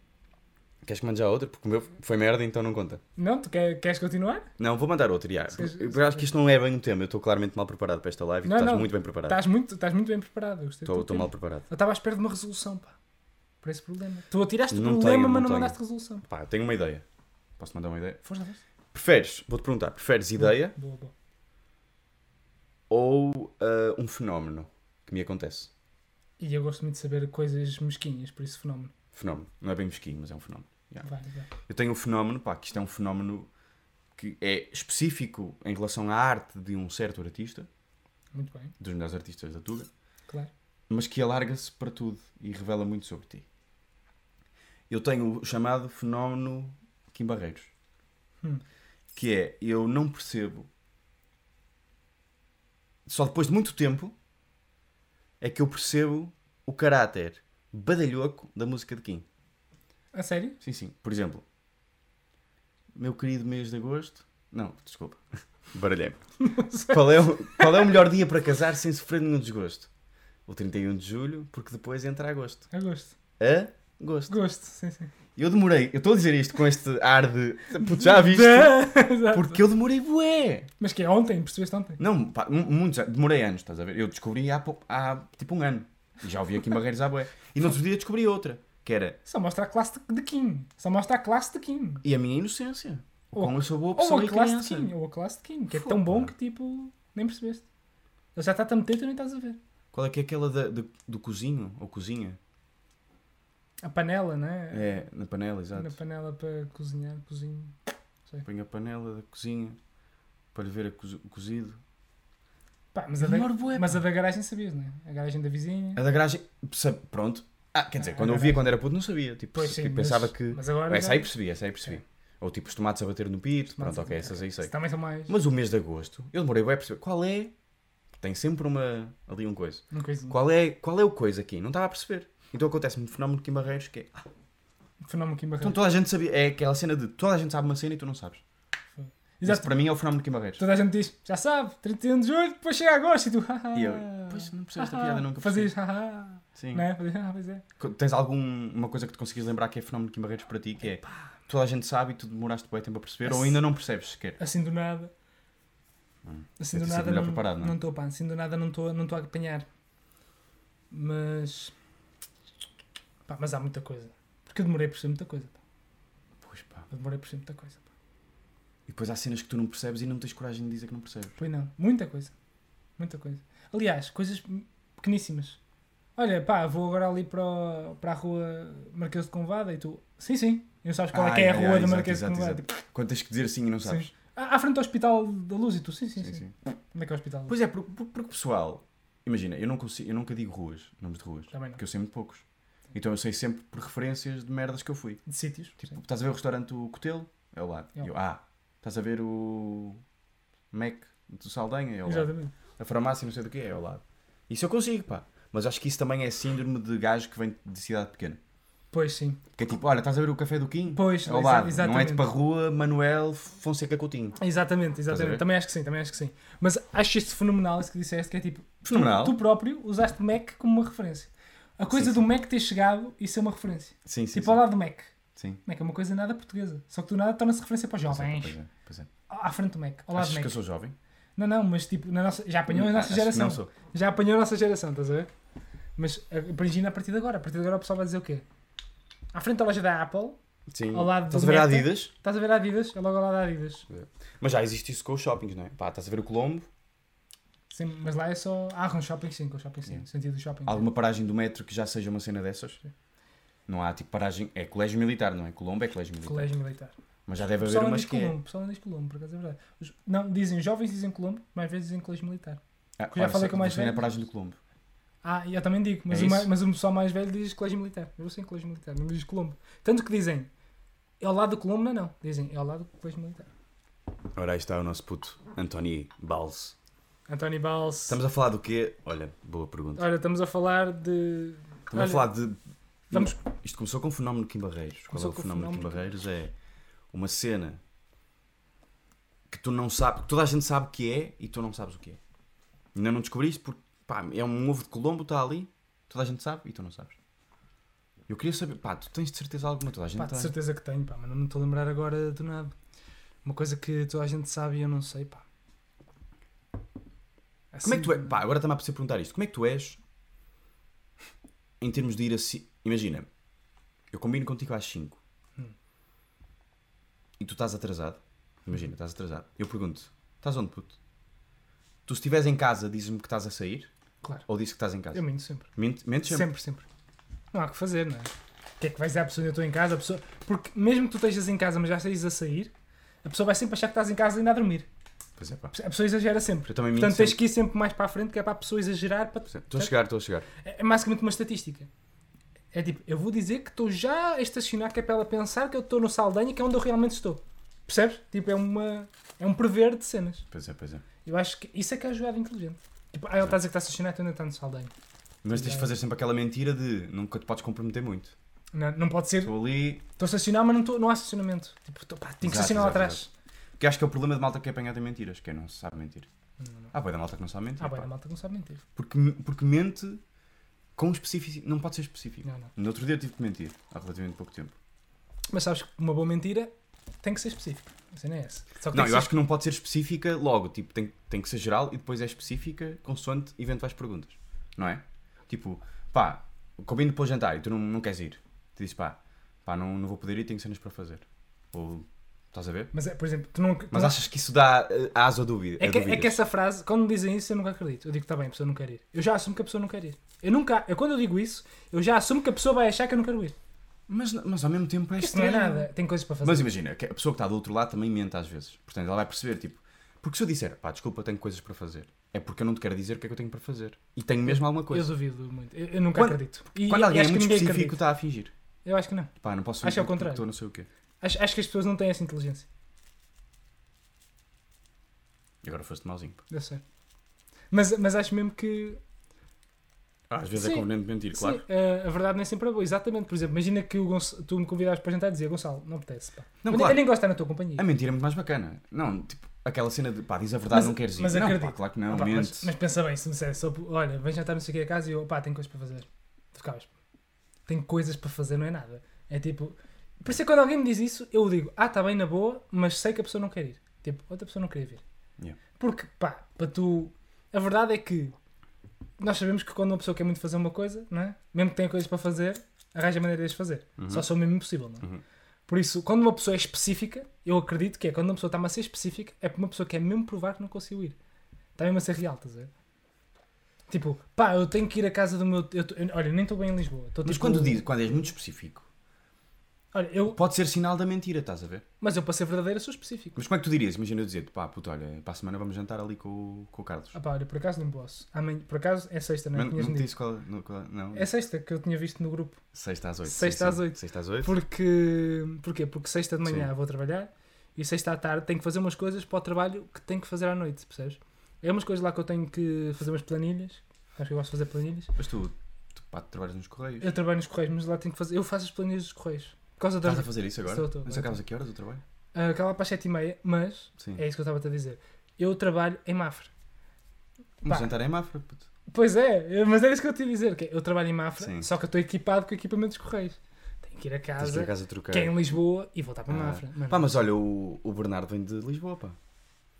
[SPEAKER 2] Queres que mande já outro? Porque o meu foi merda, então não conta.
[SPEAKER 1] Não? Tu quer- queres continuar?
[SPEAKER 2] Não, vou mandar outro, já.
[SPEAKER 1] Se queres-
[SPEAKER 2] Eu acho que isto não é bem um tema. Eu estou claramente mal preparado para esta live e tu
[SPEAKER 1] Não,
[SPEAKER 2] estás
[SPEAKER 1] não. Tá
[SPEAKER 2] muito bem preparado.
[SPEAKER 1] Estás muito, estás muito bem preparado. Eu gostei do
[SPEAKER 2] Estou
[SPEAKER 1] teu
[SPEAKER 2] estou
[SPEAKER 1] tema.
[SPEAKER 2] mal preparado.
[SPEAKER 1] Eu estava à espera de uma resolução, pá. Para esse problema. Tu atiraste o
[SPEAKER 2] Não
[SPEAKER 1] problema,
[SPEAKER 2] tenho,
[SPEAKER 1] mas
[SPEAKER 2] não
[SPEAKER 1] não
[SPEAKER 2] tenho.
[SPEAKER 1] mandaste resolução.
[SPEAKER 2] Pá, tenho uma ideia. Posso mandar uma ideia?
[SPEAKER 1] Foste lá, foste.
[SPEAKER 2] Preferes, vou-te perguntar, preferes ideia
[SPEAKER 1] Boa, boa.
[SPEAKER 2] ou ah, um fenómeno que me acontece?
[SPEAKER 1] E eu gosto muito de saber coisas mesquinhas, por isso fenómeno.
[SPEAKER 2] Fenómeno. Não é bem mesquinho, mas é um fenómeno. Yeah.
[SPEAKER 1] Vai, vai.
[SPEAKER 2] Eu tenho um fenómeno, pá, que isto é um fenómeno que é específico em relação à arte de um certo artista,
[SPEAKER 1] Muito bem,
[SPEAKER 2] dos melhores artistas da Tuga,
[SPEAKER 1] claro.
[SPEAKER 2] mas que alarga-se para tudo e revela muito sobre ti. Eu tenho o chamado fenómeno Kim Barreiros,
[SPEAKER 1] Hum.
[SPEAKER 2] que é eu não percebo, só depois de muito tempo é que eu percebo o caráter badalhoco da música de Kim.
[SPEAKER 1] A sério?
[SPEAKER 2] Sim, sim. Por exemplo, meu querido mês de agosto. Não, desculpa. Baralhei-me. qual, é o, qual é o melhor dia para casar sem sofrer nenhum desgosto? O 31 de julho, porque depois entra agosto.
[SPEAKER 1] A É gosto.
[SPEAKER 2] Agosto.
[SPEAKER 1] Gosto, sim, sim.
[SPEAKER 2] Eu demorei, eu estou a dizer isto com este ar de. Puto, já viste?
[SPEAKER 1] Exato.
[SPEAKER 2] Porque eu demorei, bué!
[SPEAKER 1] Mas que é ontem, percebeste ontem?
[SPEAKER 2] Não, pá, mu- muitos anos. Demorei anos, estás a ver? Eu descobri há, pouco, há tipo um ano. E já ouvi aqui em Barreiros à bué. E no outro dia descobri outra. que era.
[SPEAKER 1] Só mostra a classe de de Kim. Só mostra a classe de Kim.
[SPEAKER 2] E a minha inocência. O
[SPEAKER 1] Ou-
[SPEAKER 2] quão eu sou boa
[SPEAKER 1] Ou
[SPEAKER 2] pessoa
[SPEAKER 1] a
[SPEAKER 2] e
[SPEAKER 1] oh, classe
[SPEAKER 2] criança.
[SPEAKER 1] de Kim. Ou a classe de Kim. Que é
[SPEAKER 2] Fogo,
[SPEAKER 1] tão bom
[SPEAKER 2] pá.
[SPEAKER 1] que tipo, nem percebeste. Ele já está-te a meter e tu nem estás a ver.
[SPEAKER 2] Qual é que é aquela da- de- do cozinho? Ou cozinha?
[SPEAKER 1] A panela, né?
[SPEAKER 2] É, na panela,
[SPEAKER 1] Na
[SPEAKER 2] exato.
[SPEAKER 1] panela para cozinhar, cozinho.
[SPEAKER 2] Põe a panela da cozinha para ver a coz- o cozido.
[SPEAKER 1] Pá, mas a, da, mas a da garagem sabias, né? A garagem da vizinha.
[SPEAKER 2] A da garagem. sabe- Pronto. Ah, quer dizer,
[SPEAKER 1] Ah,
[SPEAKER 2] quando
[SPEAKER 1] a
[SPEAKER 2] eu via
[SPEAKER 1] garagem.
[SPEAKER 2] quando era puto não sabia. Tipo,
[SPEAKER 1] Pois
[SPEAKER 2] se-
[SPEAKER 1] sim,
[SPEAKER 2] tipo, pensava
[SPEAKER 1] mas,
[SPEAKER 2] que.
[SPEAKER 1] Mas agora.
[SPEAKER 2] essa
[SPEAKER 1] já-
[SPEAKER 2] aí percebi, essa aí percebi. Ou tipo os tomates a bater no pito.
[SPEAKER 1] Tomates
[SPEAKER 2] Pronto,
[SPEAKER 1] a
[SPEAKER 2] ok,
[SPEAKER 1] bater,
[SPEAKER 2] essas aí sei.
[SPEAKER 1] Isso também são mais.
[SPEAKER 2] Mas o mês de agosto, eu demorei bem a perceber. Qual é? Tem sempre uma. ali um coisa.
[SPEAKER 1] Uma coisinha.
[SPEAKER 2] Qual é, qual é o coisa aqui? Não estava a perceber. Então acontece-me um fenómeno aqui em Barreiros que é. ah,
[SPEAKER 1] Um Fenómeno Kim
[SPEAKER 2] então
[SPEAKER 1] Barreiros.
[SPEAKER 2] toda a gente sabia. É aquela cena de toda a gente sabe uma cena e tu não sabes. Isso
[SPEAKER 1] Exato.
[SPEAKER 2] para mim é o fenómeno aqui em Barreiros.
[SPEAKER 1] Toda a gente diz, já sabe, 31 de julho, depois chega agosto e tu. haha.
[SPEAKER 2] E eu, pois não percebo esta
[SPEAKER 1] haha.
[SPEAKER 2] piada, nunca percebi.
[SPEAKER 1] Ah. Fazias, haha.
[SPEAKER 2] Sim.
[SPEAKER 1] Não é? Fazias, ah, pois é.
[SPEAKER 2] Co- Tens alguma coisa que te conseguis lembrar que é fenómeno aqui em Barreiros para ti? Que é. Toda a gente sabe e tu demoraste bem tempo a perceber ou
[SPEAKER 1] Assim-
[SPEAKER 2] ainda não percebes sequer.
[SPEAKER 1] Assim do nada. Assim
[SPEAKER 2] Hum.
[SPEAKER 1] do
[SPEAKER 2] deve ter sido
[SPEAKER 1] nada.
[SPEAKER 2] melhor
[SPEAKER 1] Não
[SPEAKER 2] preparado, não é?
[SPEAKER 1] não estou, pá. Assim do nada não estou não estou a apanhar. Mas. Pá, mas há muita coisa. Porque eu demorei por ser muita coisa, pá.
[SPEAKER 2] Pois pá.
[SPEAKER 1] Eu demorei por ser muita coisa, pá.
[SPEAKER 2] E depois há cenas que tu não percebes e não tens coragem de dizer que não percebes.
[SPEAKER 1] Pois não. Muita coisa. Muita coisa. Aliás, coisas pequeníssimas. Olha, pá, vou agora ali para, o- para a rua Marquês de Convada e tu. Sim, sim. E não sabes qual é que
[SPEAKER 2] Ai,
[SPEAKER 1] é a
[SPEAKER 2] ai,
[SPEAKER 1] rua
[SPEAKER 2] ai,
[SPEAKER 1] da
[SPEAKER 2] exato,
[SPEAKER 1] Marquês de
[SPEAKER 2] exato,
[SPEAKER 1] Convada.
[SPEAKER 2] exato.
[SPEAKER 1] Tipo,
[SPEAKER 2] Quando tens que dizer sim e não sabes.
[SPEAKER 1] sim. À à frente do Hospital da Luz e tu. Sim, sim, sim.
[SPEAKER 2] Sim, sim.
[SPEAKER 1] Onde é que é o Hospital? da Luz?
[SPEAKER 2] Pois é, porque, porque porque, pessoal, imagina, eu, não consigo, eu nunca digo ruas, nomes de ruas,
[SPEAKER 1] Também não.
[SPEAKER 2] porque eu sei muito poucos. Então eu sei sempre por referências de merdas que eu fui.
[SPEAKER 1] De sítios.
[SPEAKER 2] Tipo,
[SPEAKER 1] sim.
[SPEAKER 2] estás a ver o restaurante o Cotelo? É ao lado.
[SPEAKER 1] É.
[SPEAKER 2] E Eu, ah, estás a ver o Mac do Saldanha? É ao lado.
[SPEAKER 1] Exatamente.
[SPEAKER 2] A farmácia não sei do que é ao lado. Isso eu consigo, pá. Mas acho que isso também é síndrome de gajo que vem de cidade pequena.
[SPEAKER 1] Pois sim.
[SPEAKER 2] Porque é tipo, olha, estás a ver o café do Kim?
[SPEAKER 1] Pois,
[SPEAKER 2] É ao
[SPEAKER 1] exa-
[SPEAKER 2] lado. Não é
[SPEAKER 1] exatamente.
[SPEAKER 2] tipo a rua Manuel Fonseca Coutinho.
[SPEAKER 1] Exatamente,
[SPEAKER 2] a ver?
[SPEAKER 1] exatamente. Também acho que sim, também acho que sim. Mas acho isto fenomenal, isso que disseste, que é tipo,
[SPEAKER 2] Fenomenal.
[SPEAKER 1] tu próprio usaste Mac como uma referência. A coisa
[SPEAKER 2] Sim,
[SPEAKER 1] do Mac ter chegado e ser uma referência.
[SPEAKER 2] Sim, sim.
[SPEAKER 1] tipo, ao lado do Mac.
[SPEAKER 2] sim. sim.
[SPEAKER 1] Mac é uma coisa nada portuguesa. Só que do nada torna-se referência para os
[SPEAKER 2] Pois é,
[SPEAKER 1] jovens.
[SPEAKER 2] pois é, pois é.
[SPEAKER 1] À frente do Mac. Ao lado do
[SPEAKER 2] Achas
[SPEAKER 1] Mac.
[SPEAKER 2] que eu sou jovem?
[SPEAKER 1] Não, não, mas tipo, na nossa- já apanhou a
[SPEAKER 2] Ah,
[SPEAKER 1] nossa
[SPEAKER 2] acho que
[SPEAKER 1] geração.
[SPEAKER 2] Não sou.
[SPEAKER 1] Já apanhou a nossa geração, estás a ver? Mas a- imagina a partir de agora. A partir de agora o pessoal vai dizer o quê? À frente da loja da Apple,
[SPEAKER 2] Sim.
[SPEAKER 1] Ao lado
[SPEAKER 2] estás a
[SPEAKER 1] do
[SPEAKER 2] ver a
[SPEAKER 1] Meta.
[SPEAKER 2] Adidas?
[SPEAKER 1] estás a ver a Adidas? É logo ao lado da Adidas.
[SPEAKER 2] Mas já existe isso com os shoppings, não é? Pá, estás a ver o Colombo,
[SPEAKER 1] Sim, mas lá é só. Ah, um shopping sim, com o shopping sim. Sentido do shopping.
[SPEAKER 2] alguma paragem do metro que já seja uma cena dessas? Não há tipo paragem. É colégio militar, não é? Colombo é colégio militar.
[SPEAKER 1] Colégio militar.
[SPEAKER 2] Mas já deve
[SPEAKER 1] O
[SPEAKER 2] haver
[SPEAKER 1] pessoal não
[SPEAKER 2] umas
[SPEAKER 1] diz
[SPEAKER 2] que é.
[SPEAKER 1] Colombo, o pessoal não diz Colombo, por acaso é verdade. Os- não, dizem, os jovens dizem Colombo, mais vezes dizem colégio militar.
[SPEAKER 2] Ah,
[SPEAKER 1] Que eu já
[SPEAKER 2] olha,
[SPEAKER 1] falei
[SPEAKER 2] sei-
[SPEAKER 1] com mais
[SPEAKER 2] sei na
[SPEAKER 1] velhos.
[SPEAKER 2] paragem do Colombo.
[SPEAKER 1] Ah, e eu também digo, mas,
[SPEAKER 2] É
[SPEAKER 1] o, ma-
[SPEAKER 2] isso?
[SPEAKER 1] mas o pessoal mais velho diz colégio militar. Eu sei colégio militar, não diz Colombo. Tanto que dizem, é ao lado do Colombo, não, não. Dizem, é ao lado do colégio militar.
[SPEAKER 2] Ora, aí está o nosso puto António Balse.
[SPEAKER 1] António Valls.
[SPEAKER 2] Estamos a falar do quê? Olha, boa pergunta.
[SPEAKER 1] Ora, estamos a falar de.
[SPEAKER 2] Estamos a
[SPEAKER 1] olha,
[SPEAKER 2] falar de.
[SPEAKER 1] Vamos-
[SPEAKER 2] Isto começou com o fenómeno Kim Barreiros. Qual é
[SPEAKER 1] Começou
[SPEAKER 2] o
[SPEAKER 1] com o
[SPEAKER 2] fenómeno Kim
[SPEAKER 1] fenómeno
[SPEAKER 2] Barreiros? É uma cena que tu não sabes, que toda a gente sabe que é e tu não sabes o que é. Ainda não descobriste porque pá, é um ovo de Colombo, está ali, toda a gente sabe e tu não sabes. Eu queria saber, pá, tu tens de certeza alguma, toda a gente
[SPEAKER 1] Pá, de
[SPEAKER 2] tem.
[SPEAKER 1] certeza que tenho, pá, mas não me estou a lembrar agora do nada. Uma coisa que toda a gente sabe e eu não sei, pá.
[SPEAKER 2] Como é
[SPEAKER 1] Assim-
[SPEAKER 2] que tu é? Pá, agora está-me a precisar perguntar isto. Como é que tu és em termos de ir assim? Imagina, eu combino contigo às 5
[SPEAKER 1] Hum.
[SPEAKER 2] e tu estás atrasado. Imagina, estás atrasado. Eu pergunto, estás onde, puto? Tu se estiveres em casa, dizes-me que estás a sair
[SPEAKER 1] Claro,
[SPEAKER 2] ou dizes que estás em casa?
[SPEAKER 1] eu minto sempre.
[SPEAKER 2] Mente, mente sempre.
[SPEAKER 1] Sempre, sempre. Não há o que fazer, não é? O que é que vais dizer à pessoa? Eu estou em casa, a pessoa. Porque mesmo que tu estejas em casa, mas já estejas a sair, a pessoa vai sempre achar que estás em casa e ainda a dormir.
[SPEAKER 2] Pois é, pá.
[SPEAKER 1] A pessoa exagera sempre.
[SPEAKER 2] Eu também minto
[SPEAKER 1] Portanto, tens
[SPEAKER 2] sempre.
[SPEAKER 1] que ir sempre mais para a frente, que é para a pessoa exagerar. Para...
[SPEAKER 2] Estou a chegar, estou a chegar.
[SPEAKER 1] É é basicamente uma estatística. É tipo, eu vou dizer que estou já a estacionar, que é para ela pensar que eu estou no Saldanha, que é onde eu realmente estou. Percebes? Tipo, é, uma... é um prever de cenas.
[SPEAKER 2] Pois é, pois é.
[SPEAKER 1] Eu acho que isso é que é a jogada inteligente. Tipo, ah, ele está a dizer que está a estacionar, então ainda está no Saldanha.
[SPEAKER 2] Mas tens de fazer sempre aquela mentira de nunca te podes comprometer muito.
[SPEAKER 1] Não, não pode ser,
[SPEAKER 2] Estou ali,
[SPEAKER 1] Estou a estacionar, mas não, tô, não há estacionamento. Tipo, tô, pá, tenho que
[SPEAKER 2] Exato,
[SPEAKER 1] estacionar lá
[SPEAKER 2] exato,
[SPEAKER 1] atrás.
[SPEAKER 2] que acho que é o problema de malta que é apanhada em mentiras, que é não se sabe mentir.
[SPEAKER 1] Não, não.
[SPEAKER 2] Ah, boa da malta que não sabe mentir.
[SPEAKER 1] Ah,
[SPEAKER 2] pá.
[SPEAKER 1] bem, a malta não sabe mentir.
[SPEAKER 2] Porque, porque mente com específico. Não pode ser específico.
[SPEAKER 1] Não, não.
[SPEAKER 2] No outro dia eu tive que mentir, há relativamente pouco tempo.
[SPEAKER 1] Mas sabes que uma boa mentira tem que ser específica. A cena é essa. Só que tem
[SPEAKER 2] não,
[SPEAKER 1] que
[SPEAKER 2] eu
[SPEAKER 1] ser-
[SPEAKER 2] acho que não pode ser específica logo. Tipo, tem, tem que ser geral e depois é específica consoante eventuais perguntas. Não é? Tipo, pá, combino para o jantar e tu não, não queres ir. Tu dizes, pá, pá não, não vou poder ir, tenho cenas para fazer. Ou, estás a ver?
[SPEAKER 1] Mas, é, por exemplo, tu não. tu
[SPEAKER 2] Mas
[SPEAKER 1] não-
[SPEAKER 2] achas que isso dá eh, asa à dúvida?
[SPEAKER 1] é,
[SPEAKER 2] a
[SPEAKER 1] que, é
[SPEAKER 2] dúvidas?
[SPEAKER 1] que essa frase, quando dizem isso, eu nunca acredito. Eu digo, tá bem, a pessoa não quer ir. Eu já assumo que a pessoa não quer ir. Eu nunca. Eu, quando eu digo isso, eu já assumo que a pessoa vai achar que eu não quero ir.
[SPEAKER 2] Mas, mas ao mesmo tempo é
[SPEAKER 1] Isto não é
[SPEAKER 2] estranho.
[SPEAKER 1] nada. Tem coisas para fazer.
[SPEAKER 2] Mas imagina, que a pessoa que está do outro lado também mente às vezes. Portanto, ela vai perceber, tipo, porque se eu disser, pá, desculpa, tenho coisas para fazer, é porque eu não te quero dizer o que é que eu tenho para fazer. E tenho mesmo alguma
[SPEAKER 1] eu
[SPEAKER 2] coisa.
[SPEAKER 1] duvido muito. Eu, eu nunca
[SPEAKER 2] Quando-
[SPEAKER 1] acredito. E
[SPEAKER 2] Quando
[SPEAKER 1] eu
[SPEAKER 2] alguém é
[SPEAKER 1] acho que
[SPEAKER 2] muito
[SPEAKER 1] ninguém
[SPEAKER 2] específico,
[SPEAKER 1] acredita.
[SPEAKER 2] está a fingir.
[SPEAKER 1] Eu acho que não.
[SPEAKER 2] Pá, não posso
[SPEAKER 1] Acho
[SPEAKER 2] fingir
[SPEAKER 1] ao
[SPEAKER 2] porque
[SPEAKER 1] contrário.
[SPEAKER 2] estou não sei o quê.
[SPEAKER 1] Acho, acho que as pessoas não têm essa inteligência.
[SPEAKER 2] E agora foste mauzinho. pá.
[SPEAKER 1] Eu sei. Mas, mas acho mesmo que.
[SPEAKER 2] Às vezes
[SPEAKER 1] Sim.
[SPEAKER 2] é conveniente mentir,
[SPEAKER 1] Sim,
[SPEAKER 2] claro.
[SPEAKER 1] a, a verdade nem sempre é boa. Exatamente. Por exemplo, imagina que o Gonça- tu me convidares para jantar e dizia Gonçalo, não apetece. Pá.
[SPEAKER 2] Não,
[SPEAKER 1] eu,
[SPEAKER 2] claro.
[SPEAKER 1] eu nem gosto de estar na tua companhia.
[SPEAKER 2] A mentira é muito mais bacana. Não, tipo, aquela cena de, pá, diz a verdade,
[SPEAKER 1] Mas-
[SPEAKER 2] não queres ir.
[SPEAKER 1] mas
[SPEAKER 2] não,
[SPEAKER 1] acredito.
[SPEAKER 2] pá, claro que não,
[SPEAKER 1] Ah, pá,
[SPEAKER 2] mente.
[SPEAKER 1] mas, mas pensa bem, se me dissesse, só, olha, vem jantar não sei o que a casa e eu, pá, tenho coisas para fazer. Tu Ficavas, tenho coisas para fazer, não é nada. É tipo, por isso é que quando alguém me diz isso, eu digo, ah, está bem na boa, mas sei que a pessoa não quer ir. Tipo, outra pessoa não queria vir.
[SPEAKER 2] Yeah.
[SPEAKER 1] Porque, pá, para tu. A verdade é que nós sabemos que quando uma pessoa quer muito fazer uma coisa, não é? Mesmo que tenha coisas para fazer, arranja maneiras de as fazer. Só são mesmo impossível, não é?
[SPEAKER 2] Uhum.
[SPEAKER 1] Por isso, quando uma pessoa é específica, eu acredito que é quando uma pessoa está-me a ser específica, é porque uma pessoa quer mesmo provar que não conseguiu ir. Está mesmo a ser real, estás a ver? Tipo, pá, eu tenho que ir à casa do meu. eu tô- eu- olha, nem estou bem em Lisboa. estou,
[SPEAKER 2] Mas
[SPEAKER 1] tipo,
[SPEAKER 2] quando, diz, quando és muito específico,
[SPEAKER 1] Olha, eu.
[SPEAKER 2] pode ser sinal da mentira, estás a ver?
[SPEAKER 1] Mas eu, para ser verdadeira, sou específico.
[SPEAKER 2] Mas como é que tu dirias? Imagina eu dizer, pá, puto, olha, para a semana vamos jantar ali com, o- com o Carlos.
[SPEAKER 1] Ah, pá, olha, por acaso não posso. Amanhã, por acaso é sexta, não é?
[SPEAKER 2] não
[SPEAKER 1] Tinhas-me
[SPEAKER 2] não te
[SPEAKER 1] dito.
[SPEAKER 2] disse qual. Não, qual- não.
[SPEAKER 1] É sexta que eu tinha visto no grupo.
[SPEAKER 2] Sexta às oito.
[SPEAKER 1] Sexta
[SPEAKER 2] sim,
[SPEAKER 1] às
[SPEAKER 2] sim.
[SPEAKER 1] oito.
[SPEAKER 2] Sexta às oito.
[SPEAKER 1] Porque, porquê? Porque sexta de manhã
[SPEAKER 2] Sim.
[SPEAKER 1] vou trabalhar e sexta à tarde tenho que fazer umas coisas para o trabalho que tenho que fazer à noite, percebes? É umas coisas lá que eu tenho que fazer umas planilhas. Acho que eu gosto de fazer planilhas.
[SPEAKER 2] Mas tu, tu, pá, tu trabalhas nos Correios.
[SPEAKER 1] Eu trabalho nos Correios, mas lá tenho que fazer. Eu faço as planilhas dos Correios. Por causa da.
[SPEAKER 2] Estás a fazer isso agora?
[SPEAKER 1] Estou, estou,
[SPEAKER 2] Mas
[SPEAKER 1] estou.
[SPEAKER 2] acabas a que horas o trabalho?
[SPEAKER 1] Ah, Acaba para as 7 e meia, mas
[SPEAKER 2] Sim.
[SPEAKER 1] é isso que eu estava a dizer. Eu trabalho em Mafra.
[SPEAKER 2] Mas
[SPEAKER 1] pá.
[SPEAKER 2] jantar é em Mafra, puto.
[SPEAKER 1] Pois é, eu- mas era isso que eu te ia dizer. Que é, eu trabalho em Mafra,
[SPEAKER 2] Sim.
[SPEAKER 1] só que eu estou equipado com equipamento dos Correios. Tenho que ir a
[SPEAKER 2] Tens de ir
[SPEAKER 1] casa,
[SPEAKER 2] a casa trocar.
[SPEAKER 1] que é um- em Lisboa, e voltar para
[SPEAKER 2] Ah.
[SPEAKER 1] Mafra. Mano,
[SPEAKER 2] Pá, mas olha, o, o Bernardo vem de Lisboa, pá.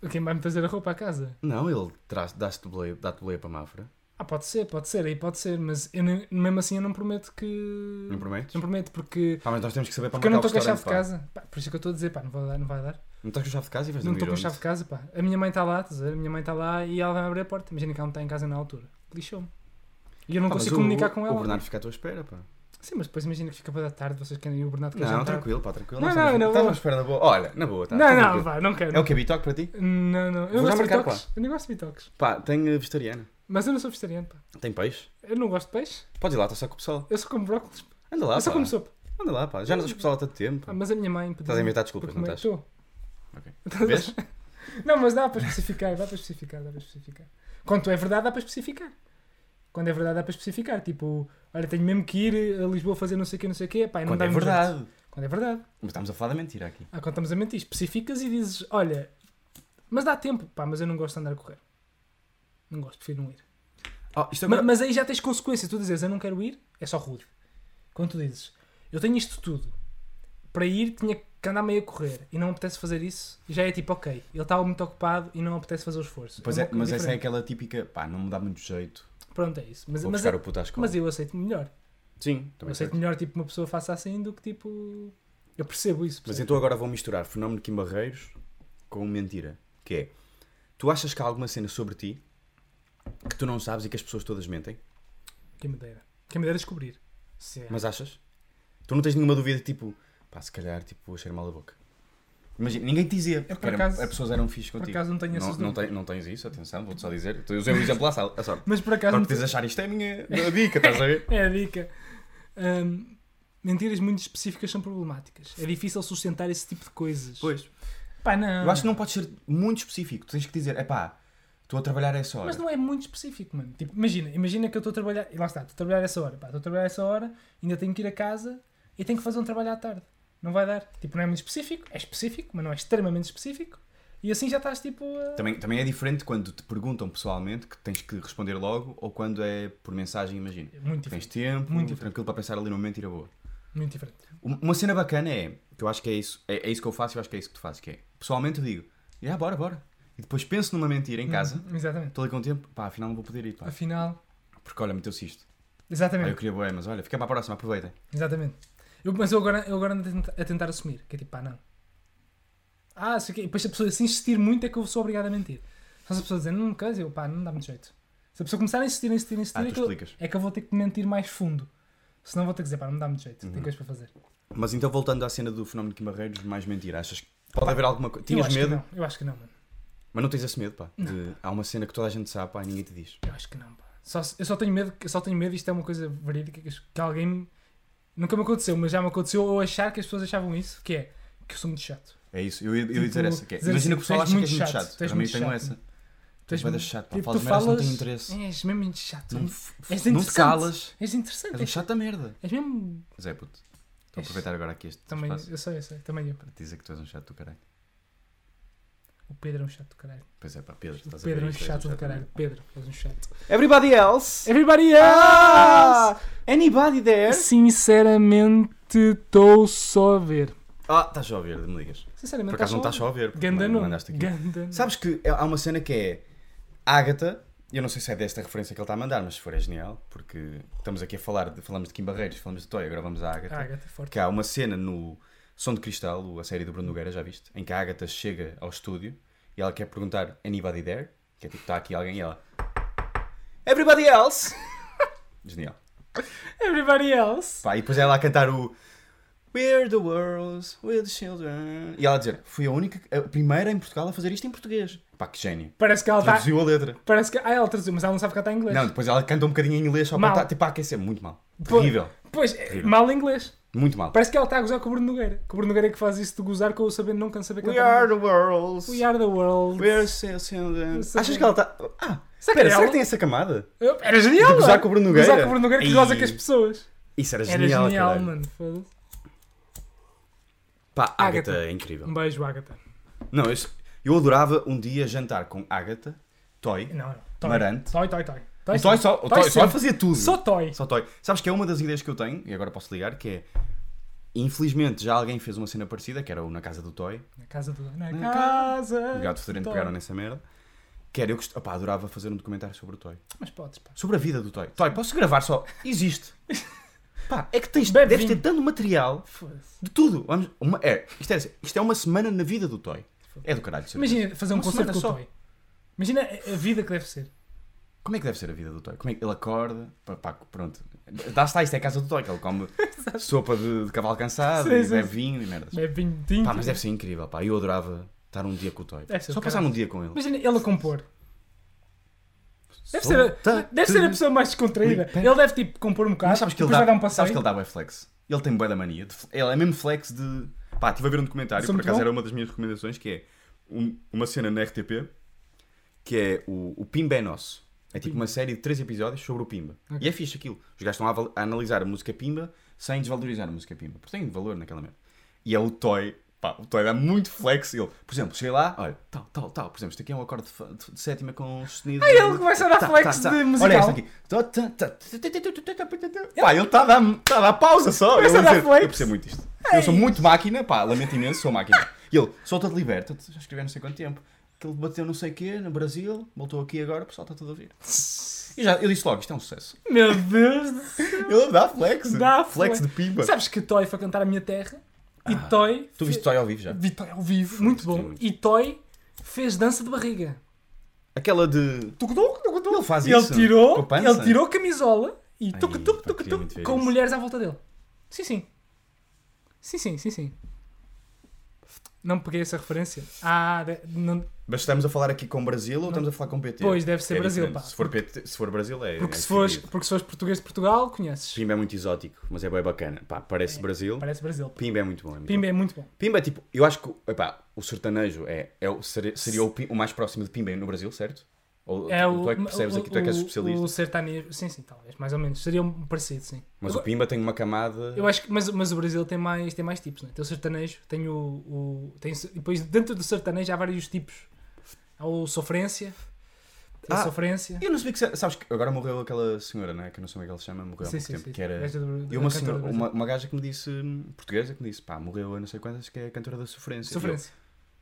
[SPEAKER 1] Quem vai me trazer a roupa à casa?
[SPEAKER 2] Não, ele traz- dá-te boleia, dá boleia para Mafra.
[SPEAKER 1] Ah, pode ser, pode ser, aí pode ser, mas eu nem- mesmo assim eu não prometo que.
[SPEAKER 2] Não prometes?
[SPEAKER 1] Não prometo porque.
[SPEAKER 2] Pá, mas nós temos que saber para
[SPEAKER 1] Porque eu não
[SPEAKER 2] marcar
[SPEAKER 1] estou
[SPEAKER 2] o
[SPEAKER 1] com a chave de
[SPEAKER 2] restaurante,
[SPEAKER 1] casa. Pá, por isso é que eu estou a dizer, pá, não vai dar, não vai dar.
[SPEAKER 2] pá. Não estás com a chave de casa e vais
[SPEAKER 1] não
[SPEAKER 2] dormir
[SPEAKER 1] estou com a
[SPEAKER 2] onde?
[SPEAKER 1] chave de casa, pá. A minha mãe está lá, estás a ver? A minha mãe está lá e ela vai abrir a porta. Imagina que ela não está em casa na altura. Lixou-me. E eu não
[SPEAKER 2] Pá, Ah, mas
[SPEAKER 1] consigo
[SPEAKER 2] o-
[SPEAKER 1] comunicar com ela.
[SPEAKER 2] O Bernardo fica à tua espera, pá.
[SPEAKER 1] Sim, mas depois imagina que fica para da tarde, vocês querem ir o Bernardo quer
[SPEAKER 2] Não,
[SPEAKER 1] jantar.
[SPEAKER 2] tranquilo, pá, tranquilo.
[SPEAKER 1] Não,
[SPEAKER 2] Nós
[SPEAKER 1] não,
[SPEAKER 2] estamos-
[SPEAKER 1] na
[SPEAKER 2] estamos
[SPEAKER 1] boa.
[SPEAKER 2] à espera na boa. Olha, na boa, tá.
[SPEAKER 1] Não,
[SPEAKER 2] tá
[SPEAKER 1] não,
[SPEAKER 2] tranquilo.
[SPEAKER 1] vá, não quero.
[SPEAKER 2] É o que é bitoque para ti?
[SPEAKER 1] Não, não. Eu
[SPEAKER 2] Vou já
[SPEAKER 1] gosto de
[SPEAKER 2] marcar,
[SPEAKER 1] bitoques. Eu nem gosto de bitoques.
[SPEAKER 2] Pá, tem eh, vegetariana.
[SPEAKER 1] Mas eu não sou vegetariano, pá.
[SPEAKER 2] Tem peixe.
[SPEAKER 1] Eu não gosto de peixe.
[SPEAKER 2] Podes ir lá, está só com o pessoal.
[SPEAKER 1] Eu só como brócolis. pá.
[SPEAKER 2] Anda lá, tá.
[SPEAKER 1] Eu só
[SPEAKER 2] pá.
[SPEAKER 1] como sopa.
[SPEAKER 2] Anda lá, pá. Já não estás com o pessoal há tanto tempo.
[SPEAKER 1] Ah, mas a minha mãe pediu.
[SPEAKER 2] Estás a inventar desculpas,
[SPEAKER 1] para
[SPEAKER 2] não
[SPEAKER 1] comer.
[SPEAKER 2] estás? Ok.
[SPEAKER 1] Estás a-
[SPEAKER 2] Vês?
[SPEAKER 1] Não, mas dá para especificar, dá para especificar, dá para especificar. Quando é verdade, dá para especificar. Quando é verdade, dá para especificar. Tipo, olha, tenho mesmo que ir a Lisboa fazer não sei o quê, não sei o quê. Pá, e não
[SPEAKER 2] Quando
[SPEAKER 1] dá
[SPEAKER 2] é
[SPEAKER 1] muito
[SPEAKER 2] verdade.
[SPEAKER 1] jeito. Quando é verdade.
[SPEAKER 2] Mas estamos a falar da mentira aqui.
[SPEAKER 1] Ah, quando estamos a mentir, especificas e dizes, olha, mas dá tempo. Pá, mas eu não gosto de andar a correr. Não gosto, prefiro não ir.
[SPEAKER 2] Oh, isto
[SPEAKER 1] Ma-
[SPEAKER 2] agora...
[SPEAKER 1] Mas, aí já tens consequências. Tu dizes, eu não quero ir, é só rude. Quando tu dizes, eu tenho isto tudo, para ir tinha que andar meio a correr e não me apetece fazer isso, já é tipo, ok, ele estava muito ocupado e não me apetece fazer o esforço.
[SPEAKER 2] Pois
[SPEAKER 1] uma
[SPEAKER 2] é,
[SPEAKER 1] coisa
[SPEAKER 2] mas essa é
[SPEAKER 1] diferente.
[SPEAKER 2] aquela típica, pá, não me dá muito jeito.
[SPEAKER 1] Pronto, é isso. Mas,
[SPEAKER 2] Vou
[SPEAKER 1] mas,
[SPEAKER 2] buscar
[SPEAKER 1] é-
[SPEAKER 2] o puto à escola.
[SPEAKER 1] mas eu aceito melhor.
[SPEAKER 2] Sim,
[SPEAKER 1] Eu
[SPEAKER 2] também
[SPEAKER 1] aceito
[SPEAKER 2] sei.
[SPEAKER 1] melhor, tipo, uma pessoa faça assim do que tipo. Eu percebo isso.
[SPEAKER 2] Mas
[SPEAKER 1] percebes?
[SPEAKER 2] então agora vou misturar fenómeno Kim Barreiros com mentira. Que é, tu achas que há alguma cena sobre ti que tu não sabes e que as pessoas todas mentem?
[SPEAKER 1] Quem me dera. Quem me dera descobrir. Se é.
[SPEAKER 2] Mas achas? Tu não tens nenhuma dúvida, tipo, pá, se calhar, tipo, achei mal a boca. Imagina, ninguém te dizia, porque
[SPEAKER 1] É, por
[SPEAKER 2] eram-
[SPEAKER 1] acaso-
[SPEAKER 2] as pessoas eram fixas
[SPEAKER 1] por
[SPEAKER 2] contigo.
[SPEAKER 1] acaso não tenho
[SPEAKER 2] não,
[SPEAKER 1] essas
[SPEAKER 2] não,
[SPEAKER 1] dúvidas.
[SPEAKER 2] tens, não tens isso, atenção, vou-te só dizer. Estou a usar um exemplo à sal- à sorte.
[SPEAKER 1] Mas por acaso.
[SPEAKER 2] Agora
[SPEAKER 1] não
[SPEAKER 2] podes achar isto é a minha a minha dica, estás a ver?
[SPEAKER 1] É a dica. Hum, mentiras muito específicas são problemáticas. É difícil sustentar esse tipo de coisas.
[SPEAKER 2] Pois.
[SPEAKER 1] Pá, não.
[SPEAKER 2] Eu acho que não podes ser muito específico. Tu tens que dizer, é pá, estou a trabalhar a essa hora.
[SPEAKER 1] Mas não é muito específico, mano. Tipo, imagina, imagina que eu estou a trabalhar. E lá está, estou a trabalhar essa hora. Pá, estou a trabalhar essa hora, ainda tenho que ir a casa e tenho que fazer um trabalho à tarde. Não vai dar. Tipo, não é muito específico, é específico, mas não é extremamente específico. E assim já estás tipo. a-
[SPEAKER 2] Também, também é diferente quando te perguntam pessoalmente que tens que responder logo ou quando é por mensagem, imagina.
[SPEAKER 1] É Muito
[SPEAKER 2] Tens
[SPEAKER 1] diferente.
[SPEAKER 2] tempo,
[SPEAKER 1] Muito
[SPEAKER 2] muito tranquilo para pensar ali numa mentira boa.
[SPEAKER 1] Muito diferente.
[SPEAKER 2] Um- Uma cena bacana é, que eu acho que é isso, é, é isso que eu faço e eu acho que é isso que tu fazes, que é, pessoalmente eu digo, yeah, bora, bora. E depois penso numa mentira em casa,
[SPEAKER 1] Uhum, Exatamente.
[SPEAKER 2] estou ali com o tempo, pá, afinal não vou poder ir, pá.
[SPEAKER 1] Afinal.
[SPEAKER 2] Porque olha, meteu-se isto. Pá, eu
[SPEAKER 1] Exatamente.
[SPEAKER 2] queria boé, mas olha, fica para a próxima, aproveitem.
[SPEAKER 1] Exatamente. Eu, mas eu agora, eu agora ando a tentar, a tentar assumir, que é tipo, pá, não. Ah, sei o quê. E depois se a pessoa se insistir muito é que eu sou obrigado a mentir. Só se a pessoa dizer, não, coisa, eu, pá, não dá muito jeito. Se a pessoa começar a insistir, a insistir, a insistir,
[SPEAKER 2] Ah,
[SPEAKER 1] é,
[SPEAKER 2] tu
[SPEAKER 1] que eu,
[SPEAKER 2] explicas.
[SPEAKER 1] é que eu vou ter que mentir mais fundo. Senão vou ter que dizer, pá, não dá muito jeito,
[SPEAKER 2] Uhum.
[SPEAKER 1] tem coisas para fazer.
[SPEAKER 2] Mas então, voltando à cena do fenómeno de Quimarreiros, mais mentira, achas que pode haver alguma coisa?
[SPEAKER 1] eu
[SPEAKER 2] Tinhas
[SPEAKER 1] acho
[SPEAKER 2] medo,
[SPEAKER 1] Que não, eu acho que não, mano.
[SPEAKER 2] mas não tens esse medo, pá. de- há uma cena que toda a gente sabe, pá, e ninguém te diz.
[SPEAKER 1] Eu acho que não, pá. Só, se- eu só tenho medo, que- só tenho medo, isto é uma coisa verídica, que, que alguém. me- Nunca me aconteceu, mas já me aconteceu eu achar que as pessoas achavam isso, que é que eu sou muito chato.
[SPEAKER 2] É isso, eu ia, eu ia
[SPEAKER 1] Tipo,
[SPEAKER 2] dizer essa. Que é.
[SPEAKER 1] dizer
[SPEAKER 2] Imagina
[SPEAKER 1] assim,
[SPEAKER 2] que o pessoal
[SPEAKER 1] "Tu és
[SPEAKER 2] acha que
[SPEAKER 1] muito
[SPEAKER 2] és muito
[SPEAKER 1] chato,
[SPEAKER 2] chato.
[SPEAKER 1] tu és
[SPEAKER 2] Também
[SPEAKER 1] muito
[SPEAKER 2] tenho
[SPEAKER 1] chato."
[SPEAKER 2] essa.
[SPEAKER 1] Tu és
[SPEAKER 2] bué da
[SPEAKER 1] muito-
[SPEAKER 2] chato, pá,
[SPEAKER 1] tipo,
[SPEAKER 2] falas
[SPEAKER 1] tu
[SPEAKER 2] merdas, não tem
[SPEAKER 1] falas- É,
[SPEAKER 2] interesse.
[SPEAKER 1] És mesmo muito chato.
[SPEAKER 2] Não,
[SPEAKER 1] és
[SPEAKER 2] não te
[SPEAKER 1] interessante.
[SPEAKER 2] calas.
[SPEAKER 1] És interessante.
[SPEAKER 2] És um
[SPEAKER 1] És,
[SPEAKER 2] chato da merda.
[SPEAKER 1] és mesmo.
[SPEAKER 2] Zé puto, estou a
[SPEAKER 1] és-
[SPEAKER 2] aproveitar agora aqui este
[SPEAKER 1] Também,
[SPEAKER 2] espaço
[SPEAKER 1] eu sei, eu sei. Também é eu.
[SPEAKER 2] para te dizer que tu és um chato do caralho.
[SPEAKER 1] O Pedro é um chato do caralho.
[SPEAKER 2] Pois é, pá,
[SPEAKER 1] O
[SPEAKER 2] Pedro, estás a ver
[SPEAKER 1] Pedro é um
[SPEAKER 2] isto, és
[SPEAKER 1] chato do caralho. Pedro, és um chato.
[SPEAKER 2] Everybody else!
[SPEAKER 1] Everybody else!
[SPEAKER 2] Anybody there?
[SPEAKER 1] Sinceramente, estou só a ver.
[SPEAKER 2] Ah, estás só a ouvir, me ligas.
[SPEAKER 1] Sinceramente,
[SPEAKER 2] Por acaso não estás
[SPEAKER 1] só
[SPEAKER 2] só a ver. porque
[SPEAKER 1] Ganda
[SPEAKER 2] man-
[SPEAKER 1] nome.
[SPEAKER 2] mandaste aqui.
[SPEAKER 1] Ganda nome.
[SPEAKER 2] Sabes que há uma cena que é Ágata, eu não sei se é desta referência que ele está a mandar, mas se for é genial, porque estamos aqui a falar, de, falamos de Kim Barreiros, falamos de Toy, agora vamos à Ágata.
[SPEAKER 1] Ah, gata forte.
[SPEAKER 2] Que há uma cena no Som de Cristal, o- a série do Bruno Nogueira, já viste? Em que a Ágata chega ao estúdio e ela quer perguntar Anybody there? Que é tipo, está aqui alguém e ela Everybody else! Genial.
[SPEAKER 1] Everybody else!
[SPEAKER 2] Pá, e depois ela a cantar o We're the world's, we're the children. E ela a dizer, fui a única, a primeira em Portugal a fazer isto em português. Pá, que gênio.
[SPEAKER 1] Parece que ela está.
[SPEAKER 2] Traduziu a letra.
[SPEAKER 1] Parece que. Ah, ela traduziu, mas ela não sabe cantar inglês.
[SPEAKER 2] Não, depois ela canta um bocadinho em inglês só
[SPEAKER 1] Mal.
[SPEAKER 2] para tá- tipo, a aquecer. Muito mal.
[SPEAKER 1] Pô.
[SPEAKER 2] Terrível.
[SPEAKER 1] Pois, é, mal inglês.
[SPEAKER 2] Muito mal.
[SPEAKER 1] Parece que ela está a gozar com o Bruno Nogueira. Que o Bruno Nogueira é que faz isso de gozar com o saber não can saber
[SPEAKER 2] We
[SPEAKER 1] cantar.
[SPEAKER 2] are
[SPEAKER 1] inglês.
[SPEAKER 2] the world's.
[SPEAKER 1] We are the world.
[SPEAKER 2] We're the children.
[SPEAKER 1] Sim.
[SPEAKER 2] Achas que ela está. Ah,
[SPEAKER 1] Será que
[SPEAKER 2] espera,
[SPEAKER 1] é
[SPEAKER 2] será
[SPEAKER 1] ela?
[SPEAKER 2] que tem essa camada?
[SPEAKER 1] Eu- Era genial!
[SPEAKER 2] De gozar
[SPEAKER 1] mano.
[SPEAKER 2] com o Bruno Nogueira?
[SPEAKER 1] Gozar com o Bruno Nogueira que
[SPEAKER 2] Ei.
[SPEAKER 1] goza com as pessoas.
[SPEAKER 2] Isso era
[SPEAKER 1] Era
[SPEAKER 2] genial,
[SPEAKER 1] genial,
[SPEAKER 2] caralho.
[SPEAKER 1] mano. Foda-se.
[SPEAKER 2] Pá,
[SPEAKER 1] Ágata.
[SPEAKER 2] Agatha é
[SPEAKER 1] Um
[SPEAKER 2] incrível.
[SPEAKER 1] beijo, Agatha.
[SPEAKER 2] Não, eu, eu adorava um dia jantar com Agatha, Toy.
[SPEAKER 1] Não, não. Toy.
[SPEAKER 2] Marante.
[SPEAKER 1] Toy, toy, toy.
[SPEAKER 2] O Toy só,
[SPEAKER 1] Toy
[SPEAKER 2] o toy só
[SPEAKER 1] sempre.
[SPEAKER 2] fazia tudo.
[SPEAKER 1] Só toy.
[SPEAKER 2] Só Toy. Sabes que é uma das ideias que eu tenho, e agora posso ligar, que é. Infelizmente já alguém fez uma cena parecida, que era o Na Casa do Toy.
[SPEAKER 1] Na casa do. Na,
[SPEAKER 2] Na
[SPEAKER 1] casa.
[SPEAKER 2] Hum. O gato né? fedorento
[SPEAKER 1] do
[SPEAKER 2] pegaram
[SPEAKER 1] Toy.
[SPEAKER 2] nessa merda. Quer, eu gost... Opá, adorava fazer um documentário sobre o Toy.
[SPEAKER 1] Mas podes, pá.
[SPEAKER 2] Sobre a vida do Toy. Toy, posso gravar só? Existe. Pá, é que tens,
[SPEAKER 1] Bebe
[SPEAKER 2] deves ter
[SPEAKER 1] vinho.
[SPEAKER 2] tanto material
[SPEAKER 1] Foda-se.
[SPEAKER 2] de tudo. Vamos, uma, é, isto, é, isto é uma semana na vida do Toy. É do caralho. sabe?
[SPEAKER 1] Imagina fazer um
[SPEAKER 2] Uma
[SPEAKER 1] concerto
[SPEAKER 2] semana
[SPEAKER 1] com o
[SPEAKER 2] só.
[SPEAKER 1] Toy. Imagina a a vida que deve ser.
[SPEAKER 2] Como é que deve ser a vida do Toy? Como é que ele acorda? Pá, pá, pronto. Dá está, isto é a casa do Toy, que ele come sopa de, de cavalo cansado,
[SPEAKER 1] Sim,
[SPEAKER 2] e
[SPEAKER 1] sim,
[SPEAKER 2] bebe
[SPEAKER 1] sim.
[SPEAKER 2] vinho e merdas.
[SPEAKER 1] É vinho tinto.
[SPEAKER 2] Pá, mas deve ser incrível, pá. Eu adorava estar um dia com o Toy.
[SPEAKER 1] Deve ser
[SPEAKER 2] Só
[SPEAKER 1] do
[SPEAKER 2] passar
[SPEAKER 1] caralho.
[SPEAKER 2] um dia com ele.
[SPEAKER 1] Imagina ele a compor. Deve ser, a,
[SPEAKER 2] Solta-te.
[SPEAKER 1] deve ser a pessoa mais descontraída.
[SPEAKER 2] Limpeza.
[SPEAKER 1] Ele deve tipo compor um bocado,
[SPEAKER 2] Mas sabes que ele
[SPEAKER 1] depois
[SPEAKER 2] dá,
[SPEAKER 1] vai dar um
[SPEAKER 2] sabes
[SPEAKER 1] passeio.
[SPEAKER 2] que ele dá bué flex. Ele tem bué da mania. de fle- ele é mesmo flex de. Pá, estive a ver um documentário,
[SPEAKER 1] Isso é
[SPEAKER 2] por
[SPEAKER 1] muito
[SPEAKER 2] acaso
[SPEAKER 1] bom.
[SPEAKER 2] era uma das minhas recomendações, que é um- uma cena na RTP que é o, o Pimba é Nosso. É tipo uma série de três episódios sobre o Pimba. E é fixe aquilo. Os gajos estão a, aval- a analisar a música Pimba sem desvalorizar a música Pimba, porque tem valor naquela merda. E é o Toy. Pá, o Toy dá muito flex. Ele, por exemplo, cheguei lá, olha, tal, tal, tal. Por exemplo, isto aqui é um acorde de, fa- de- de sétima com sustenido. Ah,
[SPEAKER 1] ele começa a dar flex de musical.
[SPEAKER 2] Olha esta aqui. Pá, ele está a, dar- tá a dar pausa só.
[SPEAKER 1] Começa
[SPEAKER 2] Eu
[SPEAKER 1] a
[SPEAKER 2] vou
[SPEAKER 1] dar
[SPEAKER 2] dizer,
[SPEAKER 1] flex.
[SPEAKER 2] Eu percebo muito isto.
[SPEAKER 1] É
[SPEAKER 2] Eu sou muito máquina, pá, lamento imenso, sou máquina. E ele, solta-te, liberta-te, já escreveu não sei quanto tempo. Que ele bateu não sei o quê no Brasil, voltou aqui agora, o pessoal está tudo a ouvir. E já, eu disse logo, isto é um sucesso.
[SPEAKER 1] Meu Deus do céu.
[SPEAKER 2] Ele dá flex.
[SPEAKER 1] Dá
[SPEAKER 2] flex. de pimba. Ah,
[SPEAKER 1] Sabes que Toy foi cantar a minha terra e Toy.
[SPEAKER 2] Tu viste
[SPEAKER 1] fe-
[SPEAKER 2] Toy ao vivo já?
[SPEAKER 1] Vi Toy ao vivo, muito bom.
[SPEAKER 2] muito.
[SPEAKER 1] E Toy fez dança de barriga.
[SPEAKER 2] Aquela de... Ele faz
[SPEAKER 1] Ele
[SPEAKER 2] isso. com a
[SPEAKER 1] tirou,
[SPEAKER 2] pança.
[SPEAKER 1] ele tirou a camisola e
[SPEAKER 2] Ai,
[SPEAKER 1] tuc, tuc,
[SPEAKER 2] pá,
[SPEAKER 1] tuc,
[SPEAKER 2] queria muito ver
[SPEAKER 1] tuc, com
[SPEAKER 2] isso.
[SPEAKER 1] mulheres à volta dele. Sim, sim. Sim, sim, sim, sim. Não peguei essa referência. Ah, de- não,
[SPEAKER 2] Mas estamos a falar aqui com Brasil ou estamos a falar com PT?
[SPEAKER 1] Pois, deve ser
[SPEAKER 2] É
[SPEAKER 1] Brasil,
[SPEAKER 2] diferente.
[SPEAKER 1] pá.
[SPEAKER 2] Se for, PT, se for Brasil é...
[SPEAKER 1] Porque
[SPEAKER 2] é
[SPEAKER 1] se, fores,
[SPEAKER 2] fedido.
[SPEAKER 1] porque se fores português de Portugal, conheces.
[SPEAKER 2] Pimba é muito exótico, mas é bem bacana. Pá, parece Brasil.
[SPEAKER 1] Parece Brasil.
[SPEAKER 2] Pimba é muito bom. é muito
[SPEAKER 1] Pimba é muito bom.
[SPEAKER 2] Pimba é tipo, eu acho que epá, o sertanejo é, é o- seria, seria o, pi- o mais próximo de Pimba no Brasil, certo? Ou
[SPEAKER 1] É
[SPEAKER 2] tu, tu é que percebes aqui, tu é que és
[SPEAKER 1] o-
[SPEAKER 2] especialista.
[SPEAKER 1] O sertanejo, sim, sim, talvez, mais ou menos. Seria um parecido, sim.
[SPEAKER 2] mas
[SPEAKER 1] eu,
[SPEAKER 2] o Pimba tem uma camada.
[SPEAKER 1] eu acho que, mas, mas o Brasil tem mais, tem mais tipos, né? Tem o sertanejo, tem o. o tem, o- depois, dentro do sertanejo, há vários tipos. Há o sofrência. Tem
[SPEAKER 2] Ah,
[SPEAKER 1] a sofrência.
[SPEAKER 2] Eu não sabia que. se- Sabes que agora morreu aquela senhora, né? Que eu não sei como é que ela se chama, morreu há
[SPEAKER 1] Sim,
[SPEAKER 2] muito
[SPEAKER 1] sim,
[SPEAKER 2] tempo.
[SPEAKER 1] sim,
[SPEAKER 2] que era.
[SPEAKER 1] esta do-
[SPEAKER 2] E
[SPEAKER 1] da cantora
[SPEAKER 2] uma, senhora,
[SPEAKER 1] do Brasil.
[SPEAKER 2] uma, uma gaja que me disse, hum, portuguesa, que me disse, pá, morreu a não sei quantas, que é a cantora da Sofrência. E eu,
[SPEAKER 1] Sofrência.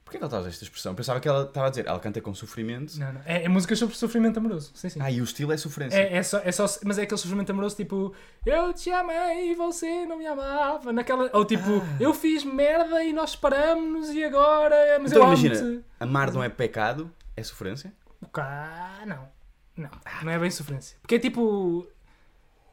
[SPEAKER 2] Porquê que ela está a usar esta expressão? Pensava que ela estava a dizer, ela canta com sofrimento.
[SPEAKER 1] Não, não. É, é música sobre sofrimento amoroso. Sim, sim.
[SPEAKER 2] Ah, e o estilo é sofrência.
[SPEAKER 1] É, é só, é só, mas é aquele sofrimento amoroso tipo Eu te amei e você não me amava naquela, Ou tipo
[SPEAKER 2] Ah.
[SPEAKER 1] Eu fiz merda e nós separamos-nos e agora Mas
[SPEAKER 2] então
[SPEAKER 1] eu
[SPEAKER 2] imagina,
[SPEAKER 1] amo-te
[SPEAKER 2] amar não é pecado, é sofrência.
[SPEAKER 1] Cá, Não, não, não é bem sofrência Porque é tipo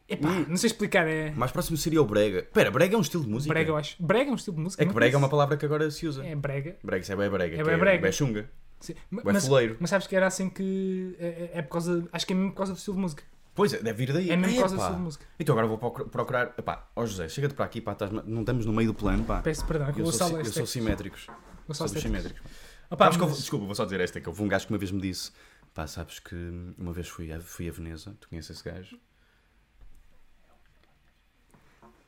[SPEAKER 1] epá,
[SPEAKER 2] Hum.
[SPEAKER 1] Não sei explicar, é
[SPEAKER 2] Mais próximo seria o brega. Pera, brega é um estilo de música.
[SPEAKER 1] brega eu acho Brega é um estilo de música
[SPEAKER 2] É que
[SPEAKER 1] não
[SPEAKER 2] brega é uma
[SPEAKER 1] conheço.
[SPEAKER 2] palavra que agora se usa.
[SPEAKER 1] É brega
[SPEAKER 2] Brega, isso é bem brega.
[SPEAKER 1] É
[SPEAKER 2] que
[SPEAKER 1] bué brega.
[SPEAKER 2] bué chunga.
[SPEAKER 1] Sim. Ma-
[SPEAKER 2] Bué
[SPEAKER 1] Mas,
[SPEAKER 2] foleiro.
[SPEAKER 1] mas sabes que era assim que é, é- é por causa, acho que é mesmo por causa do estilo de música
[SPEAKER 2] Pois é, deve vir daí.
[SPEAKER 1] É mesmo por causa do
[SPEAKER 2] Epá.
[SPEAKER 1] estilo de música
[SPEAKER 2] Então agora vou procu- procurar. Epá, ó José, chega-te para aqui, pá, estás- não estamos no meio do plano, pá.
[SPEAKER 1] Peço perdão, é que
[SPEAKER 2] Eu
[SPEAKER 1] o
[SPEAKER 2] sou,
[SPEAKER 1] Gonçalo
[SPEAKER 2] si-
[SPEAKER 1] é
[SPEAKER 2] eu sou
[SPEAKER 1] este-
[SPEAKER 2] simétricos.
[SPEAKER 1] Gonçalo
[SPEAKER 2] Sou
[SPEAKER 1] é
[SPEAKER 2] dos
[SPEAKER 1] este-
[SPEAKER 2] simétricos.
[SPEAKER 1] Opá,
[SPEAKER 2] Sabes que
[SPEAKER 1] mas-
[SPEAKER 2] houve- desculpa, vou só dizer esta, que houve um gajo que uma vez me disse, pá, sabes que uma vez fui a, fui a Veneza, tu conheces esse gajo?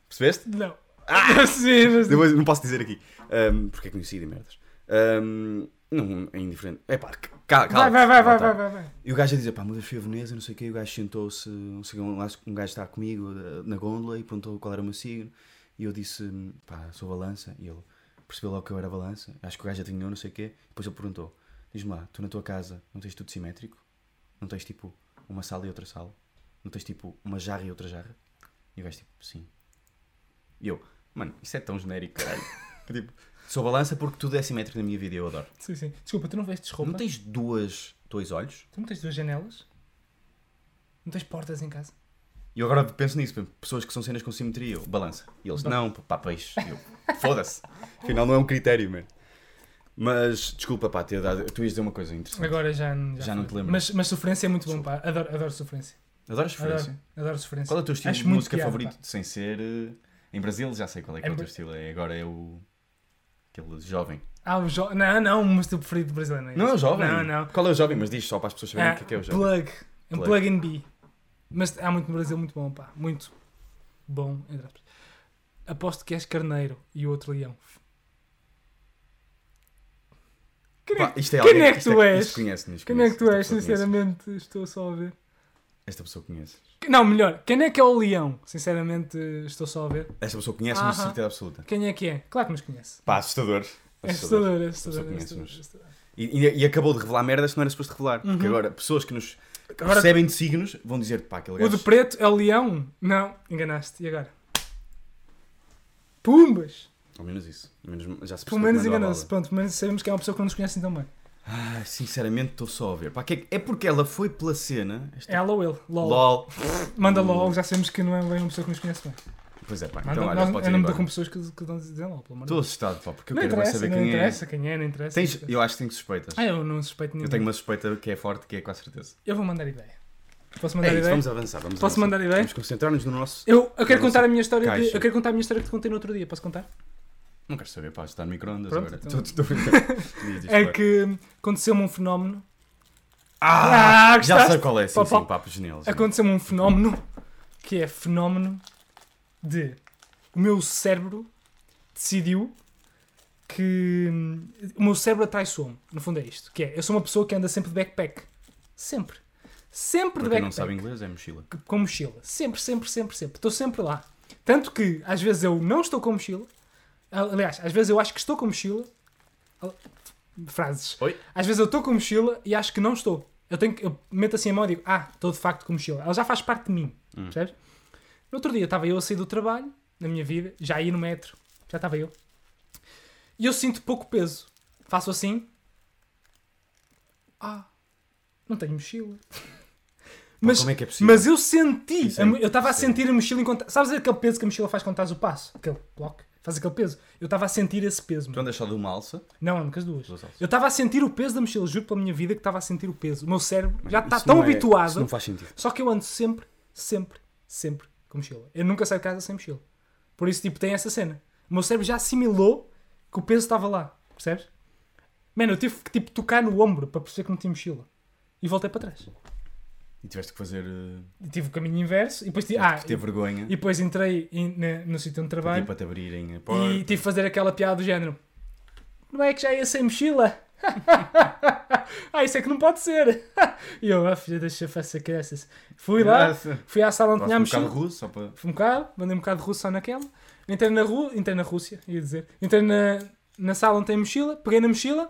[SPEAKER 2] Percebeste?
[SPEAKER 1] Não Ah, sim, mas...
[SPEAKER 2] Depois, não posso dizer aqui, ahm, porque é conhecido e merdas. Ahm, não, é indiferente. É pá, calma,
[SPEAKER 1] Vai, vai, vai, vai, vai, vai, vai.
[SPEAKER 2] E o gajo a dizer, pá, uma vez fui a Veneza, não sei o quê, e o gajo sentou-se, não sei o quê, um gajo- um gajo está comigo eh, na gôndola e perguntou qual era o meu signo. E eu disse, pá, sou balança. E ele percebeu logo que eu era balança. Acho que o gajo adivinhou, não sei o quê. Depois ele perguntou, diz-me lá, tu na tua casa não tens tudo simétrico? Não tens, tipo, uma sala e outra sala? Não tens, tipo, uma jarra e outra jarra? E o gajo, tipo, sim. E eu, mano, isso é tão genérico, caralho. tipo, sou balança porque tudo é simétrico na minha vida e eu adoro.
[SPEAKER 1] Sim, sim. Desculpa, tu não vestes roupa?
[SPEAKER 2] Não tens duas, dois olhos?
[SPEAKER 1] Tu não tens duas janelas? Não tens portas em casa?
[SPEAKER 2] E eu agora penso nisso, mesmo. pessoas que são cenas com simetria, eu, balança. E eles, não, pá, peixe. E eu, foda-se. Afinal, não é um critério, mano. Mas, desculpa, pá, ter dado. Tu ias dizer uma coisa interessante.
[SPEAKER 1] Agora já, já,
[SPEAKER 2] Já não
[SPEAKER 1] foi.
[SPEAKER 2] te lembro.
[SPEAKER 1] Mas, mas sofrência é muito bom, pá. Adoro, adoro sofrência.
[SPEAKER 2] Adoras sofrência?
[SPEAKER 1] Adoro, adoro sofrência.
[SPEAKER 2] Qual é o teu estilo
[SPEAKER 1] Acho
[SPEAKER 2] de
[SPEAKER 1] muito
[SPEAKER 2] música
[SPEAKER 1] piada,
[SPEAKER 2] favorito? Sem ser. eh, Em Brasil, já sei qual é que é
[SPEAKER 1] Em
[SPEAKER 2] o teu
[SPEAKER 1] Bra-
[SPEAKER 2] estilo. É, agora é o. Aquele jovem.
[SPEAKER 1] Ah, o jo... Não, não, o meu estilo preferido brasileiro não é
[SPEAKER 2] Não é o
[SPEAKER 1] esse.
[SPEAKER 2] jovem?
[SPEAKER 1] Não, não. Ah,
[SPEAKER 2] Qual é o jovem? Mas diz só para as pessoas saberem o que é, que é o jovem.
[SPEAKER 1] Plug. É um
[SPEAKER 2] Plug.
[SPEAKER 1] plug and be. Mas há muito no Brasil, muito bom, pá. Muito bom, entre aspas. Aposto que és carneiro e o outro leão. Quem é,
[SPEAKER 2] Pá, isto é
[SPEAKER 1] quem
[SPEAKER 2] alguém
[SPEAKER 1] é que
[SPEAKER 2] isto
[SPEAKER 1] tu
[SPEAKER 2] isto
[SPEAKER 1] és?
[SPEAKER 2] Conhece, isto
[SPEAKER 1] quem é
[SPEAKER 2] conhece,
[SPEAKER 1] que tu
[SPEAKER 2] esta
[SPEAKER 1] és,
[SPEAKER 2] pessoa conhece.
[SPEAKER 1] sinceramente? Estou só a ver.
[SPEAKER 2] Esta pessoa conhece.
[SPEAKER 1] Não, melhor, quem é que é o leão? Sinceramente, estou só a ver.
[SPEAKER 2] Esta pessoa conhece-me de
[SPEAKER 1] Aham.
[SPEAKER 2] certeza absoluta.
[SPEAKER 1] Quem é que é? Claro que nos conhece.
[SPEAKER 2] Pá, assustador.
[SPEAKER 1] É assustador, é assustador.
[SPEAKER 2] Só
[SPEAKER 1] é
[SPEAKER 2] conheces
[SPEAKER 1] assustador,
[SPEAKER 2] uns.
[SPEAKER 1] é assustador.
[SPEAKER 2] E, e- e acabou de revelar merdas que não era suposto revelar. Porque agora, pessoas que nos
[SPEAKER 1] Uhum. Agora-
[SPEAKER 2] recebem de signos vão dizer pá, aquele
[SPEAKER 1] O de
[SPEAKER 2] gajo.
[SPEAKER 1] preto é o leão? Não, enganaste. E agora? Pumbas!
[SPEAKER 2] Ao menos isso. Ao menos já se
[SPEAKER 1] Pelo
[SPEAKER 2] percebeu é
[SPEAKER 1] menos
[SPEAKER 2] que mandou a
[SPEAKER 1] enganou-se. Pronto, pelo menos sabemos que é uma pessoa que não nos conhece então bem.
[SPEAKER 2] bala. Ah, sinceramente, estou só a ver. Pá, que é, que- é porque ela foi pela cena. Esta...
[SPEAKER 1] É ela ou ele? LOL.
[SPEAKER 2] LOL.
[SPEAKER 1] Manda LOL, já sabemos que não é bem uma pessoa que nos conhece bem.
[SPEAKER 2] Pois é, pá.
[SPEAKER 1] Manda,
[SPEAKER 2] Então, olha,
[SPEAKER 1] nós,
[SPEAKER 2] pode
[SPEAKER 1] eu
[SPEAKER 2] ir
[SPEAKER 1] não me dou com
[SPEAKER 2] embora.
[SPEAKER 1] pessoas que, que dão dizem LOL, pelo amor de
[SPEAKER 2] Estou
[SPEAKER 1] Deus.
[SPEAKER 2] assustado, pá, porque eu
[SPEAKER 1] Não
[SPEAKER 2] quero bem
[SPEAKER 1] interessa,
[SPEAKER 2] saber
[SPEAKER 1] não
[SPEAKER 2] quem é.
[SPEAKER 1] interessa quem é, não interessa.
[SPEAKER 2] Tens,
[SPEAKER 1] não interessa.
[SPEAKER 2] eu acho que tenho suspeitas.
[SPEAKER 1] Ah, eu não suspeito ninguém.
[SPEAKER 2] eu
[SPEAKER 1] Eu,
[SPEAKER 2] tenho uma suspeita que é forte, que é quase certeza.
[SPEAKER 1] vou mandar ideia. Posso
[SPEAKER 2] É
[SPEAKER 1] mandar
[SPEAKER 2] isso,
[SPEAKER 1] ideia?
[SPEAKER 2] vamos avançar. Vamos
[SPEAKER 1] Posso
[SPEAKER 2] avançar.
[SPEAKER 1] mandar ideia?
[SPEAKER 2] Vamos concentrar-nos no nosso.
[SPEAKER 1] Eu, eu quero
[SPEAKER 2] Vamos
[SPEAKER 1] contar a minha história. de-
[SPEAKER 2] caixa.
[SPEAKER 1] eu quero contar a minha história que te contei no outro dia. Posso contar?
[SPEAKER 2] Não quero saber, pá, está no micro-ondas
[SPEAKER 1] Pronto,
[SPEAKER 2] agora.
[SPEAKER 1] então.
[SPEAKER 2] Estou- estou- estou- Diz, diz,
[SPEAKER 1] É
[SPEAKER 2] pá.
[SPEAKER 1] que aconteceu-me um fenómeno.
[SPEAKER 2] Ah,
[SPEAKER 1] Ah,
[SPEAKER 2] já sei
[SPEAKER 1] gostaste?
[SPEAKER 2] qual é, sim,
[SPEAKER 1] Pá, pá.
[SPEAKER 2] sim, papo genial. sim.
[SPEAKER 1] Aconteceu-me um fenómeno que é fenómeno de o meu cérebro decidiu que hum, o meu cérebro atraiçou-me. No fundo é isto. Que é, eu sou uma pessoa que anda sempre de backpack. Sempre. Sempre
[SPEAKER 2] Para
[SPEAKER 1] de
[SPEAKER 2] quem não
[SPEAKER 1] backpack.
[SPEAKER 2] sabe inglês, é mochila.
[SPEAKER 1] que- com mochila. Sempre, sempre, sempre, sempre. Estou sempre lá. Tanto que às vezes eu não estou com mochila. Al- Aliás, às vezes eu acho que estou com mochila. Al- Frases.
[SPEAKER 2] Oi?
[SPEAKER 1] Às vezes eu estou com mochila e acho que não estou. Eu, tenho que, eu meto assim a mão e digo, ah, estou de facto com mochila. Ela já faz parte de mim.
[SPEAKER 2] Hum.
[SPEAKER 1] Percebes? No outro dia estava eu a sair do trabalho, na minha vida, já ia no metro. Já estava eu. E eu sinto pouco peso. Faço assim. Ah, não tenho mochila. Mas,
[SPEAKER 2] como é que é possível?
[SPEAKER 1] mas eu senti,
[SPEAKER 2] Isso é
[SPEAKER 1] a mo-
[SPEAKER 2] muito
[SPEAKER 1] eu estava a sentir a mochila enquanto. Sabes aquele peso que a mochila faz quando estás o passo? Aquele bloco, faz aquele peso. Eu estava a sentir esse peso.
[SPEAKER 2] Tu
[SPEAKER 1] mano.
[SPEAKER 2] andas só de uma alça?
[SPEAKER 1] Não, não, com as duas.
[SPEAKER 2] Duas alças.
[SPEAKER 1] Eu estava a sentir o peso da mochila, juro pela minha vida que estava a sentir o peso. O meu cérebro já está
[SPEAKER 2] Isso
[SPEAKER 1] tão
[SPEAKER 2] não é-
[SPEAKER 1] habituado.
[SPEAKER 2] Isso não faz sentido.
[SPEAKER 1] Só que eu ando sempre, sempre, sempre com mochila. Eu nunca saio de casa sem mochila. Por isso, tipo, tem essa cena. O meu cérebro já assimilou que o peso estava lá. Percebes? Mano, eu tive que tipo, tocar no ombro para perceber que não tinha mochila. E voltei para trás.
[SPEAKER 2] E tiveste que fazer. Uh,
[SPEAKER 1] E tive o caminho inverso. E depois, ti- ah,
[SPEAKER 2] ah, que ter
[SPEAKER 1] e,
[SPEAKER 2] vergonha.
[SPEAKER 1] e depois entrei em- na- no sítio onde
[SPEAKER 2] pedir
[SPEAKER 1] trabalho
[SPEAKER 2] para te abrirem a porta.
[SPEAKER 1] e tive que fazer aquela piada do género. Não é que já ia sem mochila? ah, isso é que não pode ser. e eu, ah, filha, deixa, faça crianças. Fui lá,
[SPEAKER 2] Nossa.
[SPEAKER 1] fui à sala onde
[SPEAKER 2] Gosto de
[SPEAKER 1] tinha a
[SPEAKER 2] um
[SPEAKER 1] mochila.
[SPEAKER 2] bocado russo, só para.
[SPEAKER 1] Fui um bocado, mandei um bocado de russo só naquela. Entrei na rua, entrei na Rússia, ia dizer. Entrei na, na sala onde tem mochila, peguei na mochila,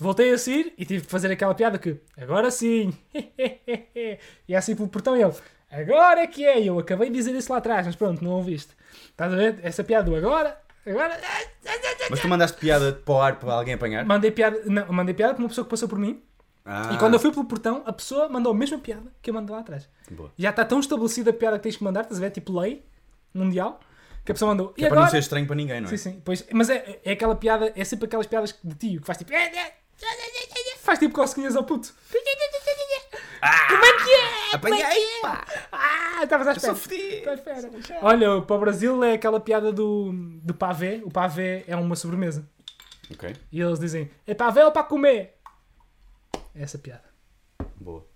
[SPEAKER 1] voltei a sair e tive que fazer aquela piada que agora sim, e assim pelo portão e ele, agora é que é, eu acabei de dizer isso lá atrás, mas pronto, não ouviste. Estás a ver? Essa piada do agora, agora,
[SPEAKER 2] Mas tu mandaste piada para o ar para alguém apanhar?
[SPEAKER 1] mandei piada, não, mandei piada para uma pessoa que passou por mim
[SPEAKER 2] Ah,
[SPEAKER 1] e quando eu fui pelo portão, a pessoa mandou a mesma piada que eu mandei lá atrás.
[SPEAKER 2] Boa.
[SPEAKER 1] Já está tão estabelecida a piada que tens que mandar, estás a ver? Tipo lei mundial, que a pessoa mandou, e
[SPEAKER 2] É para
[SPEAKER 1] agora?
[SPEAKER 2] não ser estranho para ninguém, não é?
[SPEAKER 1] Sim, sim. Pois, mas é, é aquela piada, é sempre aquelas piadas de tio que faz tipo. Faz tipo cosquinhas ao puto. Como é que é? Como é que
[SPEAKER 2] Apanhei,
[SPEAKER 1] é? Tá.
[SPEAKER 2] pá!
[SPEAKER 1] Ah, estavas à
[SPEAKER 2] Eu sou
[SPEAKER 1] espera.
[SPEAKER 2] fedido!
[SPEAKER 1] Estava à espera. Olha, para o Brasil é aquela piada do, do pavé. O pavé é uma sobremesa.
[SPEAKER 2] Ok,
[SPEAKER 1] E eles dizem: é pavé ou para comer? É essa piada.
[SPEAKER 2] boa.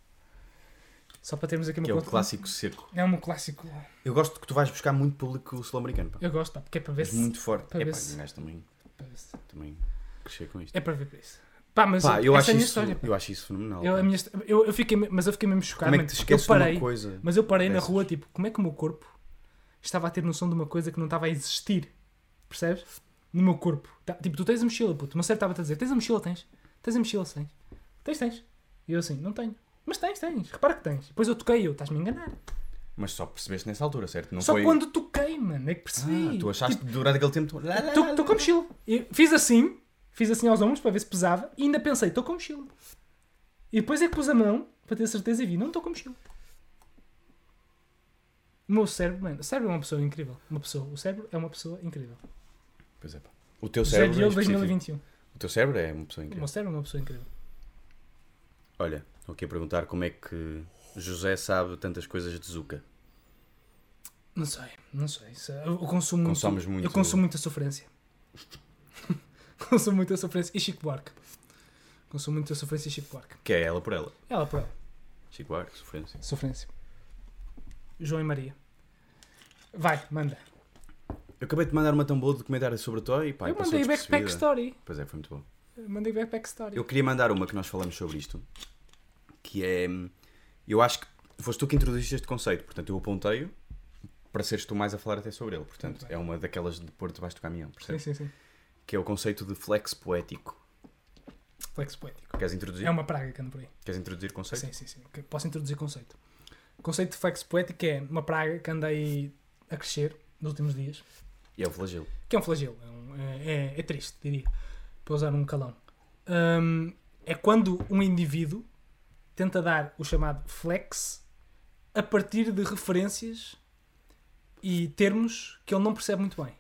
[SPEAKER 1] Só para termos aqui uma
[SPEAKER 2] Que é o
[SPEAKER 1] conta-
[SPEAKER 2] clássico seco.
[SPEAKER 1] É um clássico.
[SPEAKER 2] Eu gosto que tu vais buscar muito público sul-americano, pá.
[SPEAKER 1] Eu gosto, pá, porque é para ver
[SPEAKER 2] És
[SPEAKER 1] se.
[SPEAKER 2] muito forte.
[SPEAKER 1] Para
[SPEAKER 2] É
[SPEAKER 1] ver
[SPEAKER 2] pá,
[SPEAKER 1] se-
[SPEAKER 2] um gajo também,
[SPEAKER 1] para ver se-
[SPEAKER 2] também crescer com isto.
[SPEAKER 1] É para ver isso. Pá, mas
[SPEAKER 2] Pá, eu
[SPEAKER 1] essa é
[SPEAKER 2] acho
[SPEAKER 1] a minha
[SPEAKER 2] isso,
[SPEAKER 1] história. pá.
[SPEAKER 2] eu acho isso fenomenal.
[SPEAKER 1] Eu, a
[SPEAKER 2] pá.
[SPEAKER 1] minha, histó- eu, eu fiquei, me- mas eu fiquei mesmo chocado.
[SPEAKER 2] Como é que
[SPEAKER 1] mano,
[SPEAKER 2] te
[SPEAKER 1] porque
[SPEAKER 2] esqueces
[SPEAKER 1] eu
[SPEAKER 2] de
[SPEAKER 1] parei,
[SPEAKER 2] uma coisa?
[SPEAKER 1] Mas eu parei na
[SPEAKER 2] dessas?
[SPEAKER 1] rua, tipo, como é que o meu corpo estava a ter noção de uma coisa que não estava a existir? Percebes? No meu corpo. Tá- tipo, tu tens a mochila, puto. O meu cérebro estava a dizer: tens a mochila, tens. Tens a mochila, tens. Tens, tens. E eu assim: não tenho. Mas tens, tens. Repara que tens. Depois eu toquei, eu estás-me a enganar.
[SPEAKER 2] Mas só percebeste nessa altura, certo? Não
[SPEAKER 1] Só
[SPEAKER 2] Então foi...
[SPEAKER 1] quando Tipo, toquei, mano, é que percebi.
[SPEAKER 2] Ah, tu achaste durante aquele tempo... Tu... Lá, lá, lá,
[SPEAKER 1] Estou estou
[SPEAKER 2] lá.
[SPEAKER 1] com a mochila. E fiz assim, fiz assim aos ombros para ver se pesava e ainda pensei, estou com a mochila. E depois é que pus a mão para ter certeza e vi, não estou com a mochila. O meu cérebro, mano, o cérebro é uma pessoa incrível. Uma pessoa, o cérebro é uma pessoa incrível.
[SPEAKER 2] Pois é, pá. O teu
[SPEAKER 1] José
[SPEAKER 2] cérebro é
[SPEAKER 1] Diogo
[SPEAKER 2] específico.
[SPEAKER 1] 2021.
[SPEAKER 2] O teu cérebro é uma pessoa
[SPEAKER 1] O
[SPEAKER 2] incrível.
[SPEAKER 1] um. meu cérebro é uma pessoa incrível.
[SPEAKER 2] Olha, estou aqui a perguntar como é que José sabe tantas coisas de Zuka.
[SPEAKER 1] Não sei, não sei. Isso- é, Eu eu consumo muito,
[SPEAKER 2] Consomes muito-
[SPEAKER 1] Eu consumo muita sofrência. consumo muita sofrência. E Chico Buarque. Consumo muita sofrência e Chico Buarque.
[SPEAKER 2] Que é ela por ela.
[SPEAKER 1] Ela por ela.
[SPEAKER 2] Chico Buarque, sofrência.
[SPEAKER 1] Sofrência. João e Maria. Vai, manda.
[SPEAKER 2] Eu acabei de mandar uma tão boa de documentário sobre a Toy. Pá, e
[SPEAKER 1] eu
[SPEAKER 2] passou
[SPEAKER 1] mandei
[SPEAKER 2] despercebida.
[SPEAKER 1] backpack story.
[SPEAKER 2] Pois é, foi muito bom.
[SPEAKER 1] Eu Mandei backpack story.
[SPEAKER 2] Eu queria mandar uma que nós falamos sobre isto, que é. Eu acho que foste tu que introduziste este conceito, portanto eu apontei-o para seres tu mais a falar até sobre ele. Portanto, é uma daquelas de pôr debaixo do caminhão,
[SPEAKER 1] Sim,
[SPEAKER 2] percebes?
[SPEAKER 1] sim, sim.
[SPEAKER 2] Que é o conceito de flex poético.
[SPEAKER 1] Flex poético.
[SPEAKER 2] Queres introduzir?
[SPEAKER 1] É uma praga que anda por aí.
[SPEAKER 2] Queres introduzir o conceito?
[SPEAKER 1] Sim, sim, sim. Que- Posso introduzir conceito. O conceito de flex poético é uma praga que anda aí a crescer nos últimos dias.
[SPEAKER 2] E é o flagelo.
[SPEAKER 1] Que é um flagelo. É, um- é- é- é triste, diria. Para usar um calão. Hum, é quando um indivíduo tenta dar o chamado flex a partir de referências e termos que ele não percebe muito bem.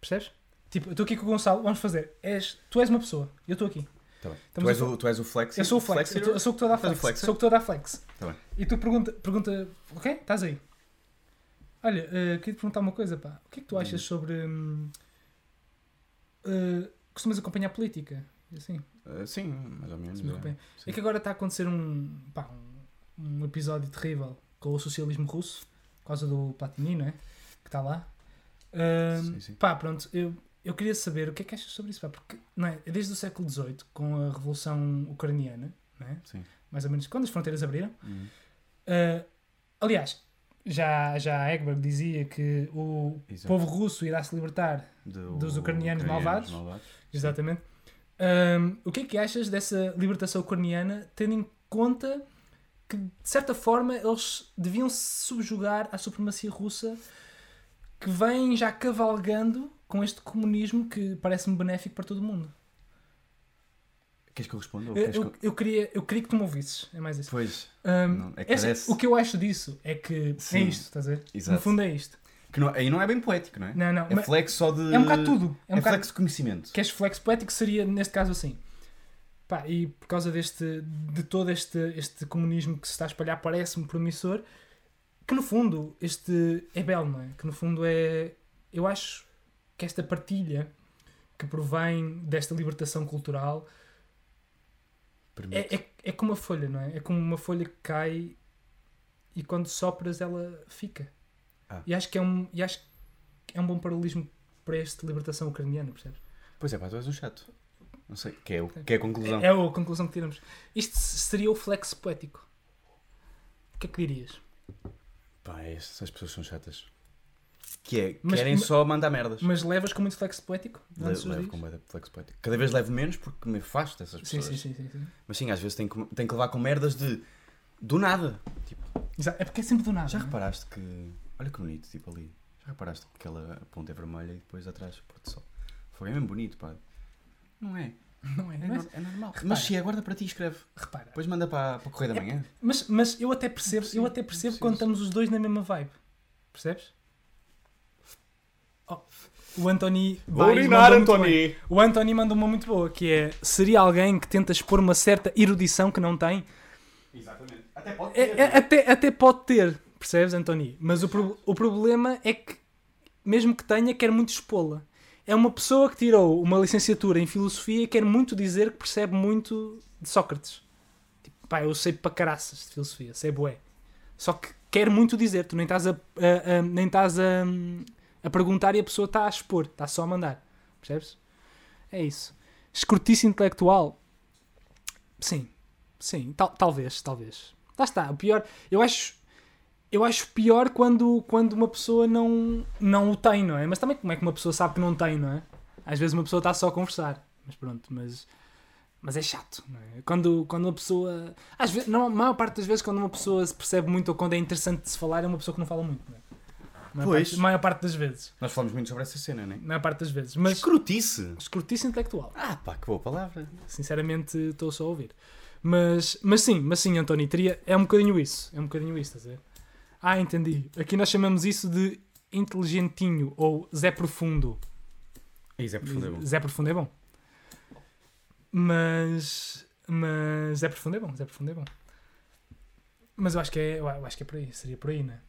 [SPEAKER 1] Percebes? Tipo, eu estou aqui com o Gonçalo, vamos fazer. És- tu és uma pessoa, eu estou aqui.
[SPEAKER 2] Tá bem.
[SPEAKER 1] Estamos
[SPEAKER 2] Tu, és
[SPEAKER 1] a fa-
[SPEAKER 2] o, tu és o flex.
[SPEAKER 1] eu sou o flex, eu, tô- eu sou o que estou a dar
[SPEAKER 2] Faz o
[SPEAKER 1] flex.
[SPEAKER 2] flex.
[SPEAKER 1] Sou o que estou a dar flex.
[SPEAKER 2] Tá bem.
[SPEAKER 1] E tu pergunta, pergunta ok? Estás aí. Olha, eh, queria te perguntar uma coisa, pá. O que é que tu achas sobre. hum, eh, costumas acompanhar política? E Assim,
[SPEAKER 2] Ah, sim, mais ou menos.
[SPEAKER 1] costumas
[SPEAKER 2] é.
[SPEAKER 1] acompanhar.
[SPEAKER 2] sim.
[SPEAKER 1] É que agora está a acontecer um, pá, um, um episódio terrível com o socialismo russo, por causa do Platini, não é? Que está lá. Hum,
[SPEAKER 2] Sim, sim.
[SPEAKER 1] Pá, pronto, eu, eu queria saber o que é que achas sobre isso, pá, porque não é, desde o século XVIII, com a Revolução Ucraniana, não é?
[SPEAKER 2] Sim.
[SPEAKER 1] mais ou menos quando as fronteiras abriram.
[SPEAKER 2] Uhum.
[SPEAKER 1] Ah, aliás, já, já Egberg dizia que o
[SPEAKER 2] Exato.
[SPEAKER 1] povo russo irá se libertar,
[SPEAKER 2] Do-
[SPEAKER 1] Dos ucranianos malvados. exatamente. Ahm, o que é que achas dessa libertação ucraniana, tendo em conta que, de certa forma, eles deviam se subjugar à supremacia russa que vem já cavalgando com este comunismo que parece-me benéfico para todo mundo?
[SPEAKER 2] Queres que eu responda? ou
[SPEAKER 1] Eu,
[SPEAKER 2] queres
[SPEAKER 1] eu,
[SPEAKER 2] que eu-
[SPEAKER 1] eu queria, eu queria que tu me ouvisses, é mais isso.
[SPEAKER 2] Pois.
[SPEAKER 1] Ahm,
[SPEAKER 2] Não, é que
[SPEAKER 1] essa-
[SPEAKER 2] parece-
[SPEAKER 1] o que eu acho disso é que é
[SPEAKER 2] Sim,
[SPEAKER 1] isto, estás a ver? No
[SPEAKER 2] exato.
[SPEAKER 1] fundo é isto.
[SPEAKER 2] Que não- aí não é bem poético, não é?
[SPEAKER 1] Não, não,
[SPEAKER 2] É
[SPEAKER 1] mas
[SPEAKER 2] flex só de.
[SPEAKER 1] é um bocado tudo. É um bocado
[SPEAKER 2] flex de conhecimento.
[SPEAKER 1] que és flex poético seria neste caso assim. Pá, e por causa deste de todo este, este comunismo que se está a espalhar parece-me promissor, que no fundo este é belo, não é? Que no fundo é eu acho que esta partilha que provém desta libertação cultural
[SPEAKER 2] Permite.
[SPEAKER 1] é, é, é como uma folha, não é? É como uma folha que cai e quando sopras ela fica.
[SPEAKER 2] Ah.
[SPEAKER 1] E acho que é um e acho que é um bom paralelismo para esta libertação ucraniana, percebes?
[SPEAKER 2] Pois é, pá, tu és um chato. Não sei, que é, o- que é a conclusão.
[SPEAKER 1] É a conclusão que tiramos. Isto seria o flex poético. O que é que dirias?
[SPEAKER 2] é Pá, essas pessoas são chatas. Que é,
[SPEAKER 1] Mas-
[SPEAKER 2] querem
[SPEAKER 1] mas-
[SPEAKER 2] só mandar merdas.
[SPEAKER 1] Mas levas com muito flexo poético?
[SPEAKER 2] Le-
[SPEAKER 1] durante os
[SPEAKER 2] levo
[SPEAKER 1] dias?
[SPEAKER 2] com bué de flexo poético. Cada vez levo menos porque me afasto dessas
[SPEAKER 1] Sim,
[SPEAKER 2] pessoas.
[SPEAKER 1] sim, sim, sim, sim.
[SPEAKER 2] Mas sim, às vezes tenho que, tenho que levar com merdas de. do nada. Tipo,
[SPEAKER 1] Exato. É porque é sempre do nada.
[SPEAKER 2] já
[SPEAKER 1] não é?
[SPEAKER 2] reparaste que. Olha que bonito, tipo ali. Já reparaste que aquela ponta é vermelha e depois atrás o pôr-de-sol. Foi mesmo bonito, pá. Não é?
[SPEAKER 1] Não é?
[SPEAKER 2] É,
[SPEAKER 1] Mas,
[SPEAKER 2] nor- é normal. É.
[SPEAKER 1] repara.
[SPEAKER 2] Mas se aguarda para ti e escreve.
[SPEAKER 1] repara.
[SPEAKER 2] Depois manda para, para a correia da manhã.
[SPEAKER 1] Mas, mas eu até percebo, eu
[SPEAKER 2] Impossível,
[SPEAKER 1] até percebo
[SPEAKER 2] impossível.
[SPEAKER 1] quando estamos os dois na mesma vibe. Percebes? Oh, o Anthony. Baez mandou muito bem. O Anthony mandou uma muito boa, que é seria alguém que tenta expor uma certa erudição que não tem?
[SPEAKER 2] Exatamente. Até pode
[SPEAKER 1] É- é- até, até pode ter, percebes, Anthony? Mas o, pro- o problema é que, mesmo que tenha, quer muito expô-la. É uma pessoa que tirou uma licenciatura em filosofia e quer muito dizer que percebe muito de Sócrates. Tipo, pá, eu sei para caraças de filosofia, sei bué. Só que quer muito dizer, tu nem estás a, a- a- nem estás a, a perguntar e a pessoa está a expor, está só a mandar. Percebes? É isso. Escrutice intelectual. Sim, sim, tal- talvez, talvez. Lá está, o pior, eu acho, eu acho pior quando, quando uma pessoa não, não o tem, não é? Mas também como é que uma pessoa sabe que não tem, não é? Às vezes uma pessoa está só a conversar, mas pronto, mas, mas é chato, não é? Quando, quando uma pessoa, às vezes, não, a maior parte das vezes quando uma pessoa se percebe muito ou quando é interessante de se falar, é uma pessoa que não fala muito, não é? A maior
[SPEAKER 2] Pois.
[SPEAKER 1] parte- a maior parte das vezes,
[SPEAKER 2] Nós falamos muito sobre essa cena, não é?
[SPEAKER 1] a maior parte das vezes, mas
[SPEAKER 2] Escrutice!
[SPEAKER 1] escrutício intelectual.
[SPEAKER 2] Ah, pá, que boa palavra.
[SPEAKER 1] Sinceramente, estou só a ouvir. Mas, mas sim, mas sim, António, teria, é um bocadinho isso. É um bocadinho isso, estás a ver? Ah, entendi. Aqui nós chamamos isso de inteligentinho ou Zé Profundo.
[SPEAKER 2] Isso é profundo.
[SPEAKER 1] Zé Profundo é bom. Mas. Mas Zé Profundo é bom, Zé Profundo é bom. Mas eu acho que é, eu acho que é por aí, seria por aí, né?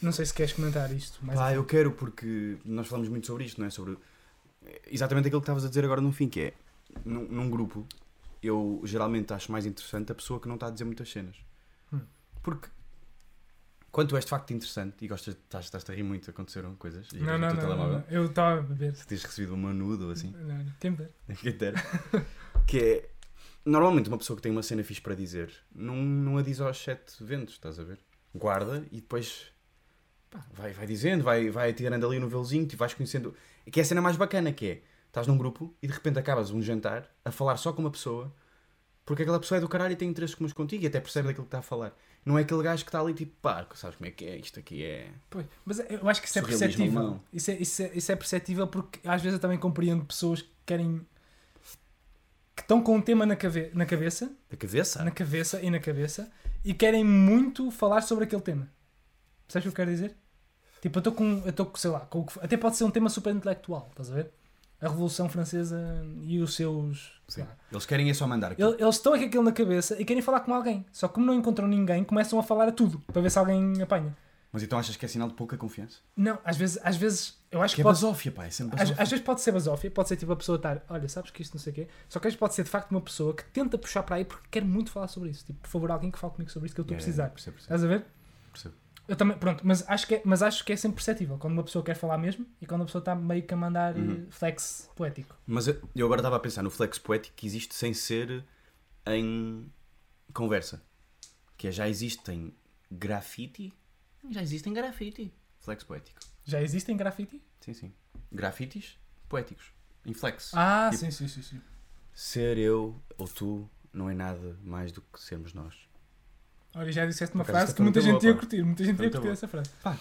[SPEAKER 1] Não sei se queres comentar isto. Mas é
[SPEAKER 2] Pá, eu quero porque nós falamos muito sobre isto, não é? Sobre exatamente aquilo que estavas a dizer agora no fim, que é num, num grupo, eu geralmente acho mais interessante a pessoa que não está a dizer muitas cenas.
[SPEAKER 1] Hum.
[SPEAKER 2] Porque quando tu és de facto interessante e gostas, estás, estás a rir muito, aconteceram coisas e
[SPEAKER 1] não,
[SPEAKER 2] no
[SPEAKER 1] não,
[SPEAKER 2] teu
[SPEAKER 1] não, não,
[SPEAKER 2] telemóvel
[SPEAKER 1] não. Eu estava a beber.
[SPEAKER 2] se tens recebido uma nude ou assim.
[SPEAKER 1] Não, um não. Quem me dera.
[SPEAKER 2] Quem dera. que é normalmente uma pessoa que tem uma cena fixe para dizer não, não a diz aos sete ventos, estás a ver? Guarda e depois pá, vai, vai dizendo, vai, vai tirando ali no velozinho, tu vais conhecendo. Que é a cena mais bacana que é estás num grupo e de repente acabas um jantar a falar só com uma pessoa porque aquela pessoa é do caralho e tem interesses comuns contigo e até percebe daquilo que está a falar. Não é aquele gajo que está ali tipo, pá, sabes como é que é? Isto aqui é.
[SPEAKER 1] Pois, mas eu acho que isso é
[SPEAKER 2] Surrealismo
[SPEAKER 1] perceptível.
[SPEAKER 2] alemão.
[SPEAKER 1] Isso é, isso, é, isso é perceptível porque às vezes eu também compreendo pessoas que querem. que estão com um tema na, cabe, na cabeça,
[SPEAKER 2] Da cabeça?
[SPEAKER 1] na cabeça e na cabeça, e querem muito falar sobre aquele tema. Percebes o que eu quero dizer? Tipo, eu estou com, eu estou com, sei lá, com o que- até pode ser um tema super intelectual, estás a ver? A Revolução Francesa e os seus. sei
[SPEAKER 2] Sim.
[SPEAKER 1] lá.
[SPEAKER 2] Eles querem é só mandar aqui.
[SPEAKER 1] Ele- Eles estão com aquilo na cabeça e querem falar com alguém. Só que como não encontram ninguém, começam a falar a tudo para ver se alguém apanha.
[SPEAKER 2] Mas então achas que é sinal de pouca confiança?
[SPEAKER 1] Não, às vezes, às vezes eu acho
[SPEAKER 2] Que
[SPEAKER 1] que
[SPEAKER 2] é
[SPEAKER 1] pode
[SPEAKER 2] basófia, pá, é sempre
[SPEAKER 1] Às,
[SPEAKER 2] basófia.
[SPEAKER 1] às vezes pode ser basófia, pode ser tipo a pessoa estar, olha, sabes que isto não sei o quê, só que às vezes pode ser de facto uma pessoa que tenta puxar para aí porque quer muito falar sobre isso. Tipo, por favor, alguém que fale comigo sobre
[SPEAKER 2] É,
[SPEAKER 1] isso que eu estou a precisar.
[SPEAKER 2] Percebo, percebo,
[SPEAKER 1] Estás a ver?
[SPEAKER 2] percebo.
[SPEAKER 1] Eu também, pronto, mas acho, que é, mas acho que é sempre perceptível quando uma pessoa quer falar mesmo e quando a pessoa está meio que a mandar eh,
[SPEAKER 2] Uhum.
[SPEAKER 1] flex poético.
[SPEAKER 2] Mas eu, eu agora estava a pensar no flex poético que existe sem ser em conversa. Que é, já existem grafite. Já existem grafite. Flex poético.
[SPEAKER 1] Já existem graffiti?
[SPEAKER 2] Sim, sim. Grafites poéticos. Em flex.
[SPEAKER 1] Ah,
[SPEAKER 2] Tipo-
[SPEAKER 1] sim, sim, sim, sim.
[SPEAKER 2] Ser eu ou tu não é nada mais do que sermos nós.
[SPEAKER 1] Olha, já disseste uma
[SPEAKER 2] Por acaso
[SPEAKER 1] frase
[SPEAKER 2] esta
[SPEAKER 1] que
[SPEAKER 2] foi
[SPEAKER 1] muita
[SPEAKER 2] muito
[SPEAKER 1] gente
[SPEAKER 2] boa,
[SPEAKER 1] ia
[SPEAKER 2] pá.
[SPEAKER 1] curtir, muita gente
[SPEAKER 2] Foi
[SPEAKER 1] ia
[SPEAKER 2] muito
[SPEAKER 1] curtir
[SPEAKER 2] boa.
[SPEAKER 1] essa frase.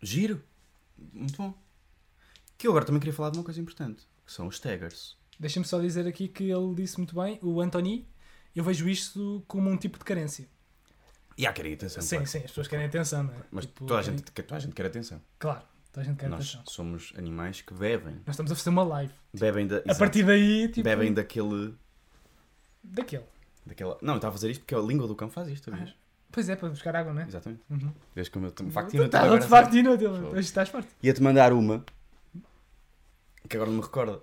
[SPEAKER 2] Giro. Muito bom. Que eu agora também queria falar de uma coisa importante. Que são os taggers.
[SPEAKER 1] Deixa-me só dizer aqui que ele disse muito bem, o Anthony, eu vejo isto como um tipo de carência.
[SPEAKER 2] E há querem atenção,
[SPEAKER 1] Sim,
[SPEAKER 2] claro.
[SPEAKER 1] sim, as pessoas querem atenção, não é?
[SPEAKER 2] Mas
[SPEAKER 1] Tipo,
[SPEAKER 2] toda, a
[SPEAKER 1] querem-
[SPEAKER 2] gente, toda a gente quer atenção.
[SPEAKER 1] Claro, toda a gente quer
[SPEAKER 2] Nós
[SPEAKER 1] atenção.
[SPEAKER 2] somos animais que bebem.
[SPEAKER 1] Nós estamos a fazer uma live.
[SPEAKER 2] Bebem, da,
[SPEAKER 1] A
[SPEAKER 2] exato.
[SPEAKER 1] partir daí, tipo.
[SPEAKER 2] bebem daquele.
[SPEAKER 1] Daquele.
[SPEAKER 2] Daquela... Não, eu estava a fazer isto porque a língua do cão faz isto, vês?
[SPEAKER 1] Pois é, para buscar água, não é?
[SPEAKER 2] Exatamente.
[SPEAKER 1] Uhum.
[SPEAKER 2] Vês como eu de
[SPEAKER 1] Tu
[SPEAKER 2] facto ainda
[SPEAKER 1] estás
[SPEAKER 2] estou
[SPEAKER 1] de
[SPEAKER 2] agora
[SPEAKER 1] facto inútil.
[SPEAKER 2] Fogo.
[SPEAKER 1] Hoje estás forte.
[SPEAKER 2] a- Ia-te mandar uma que agora não me recordo.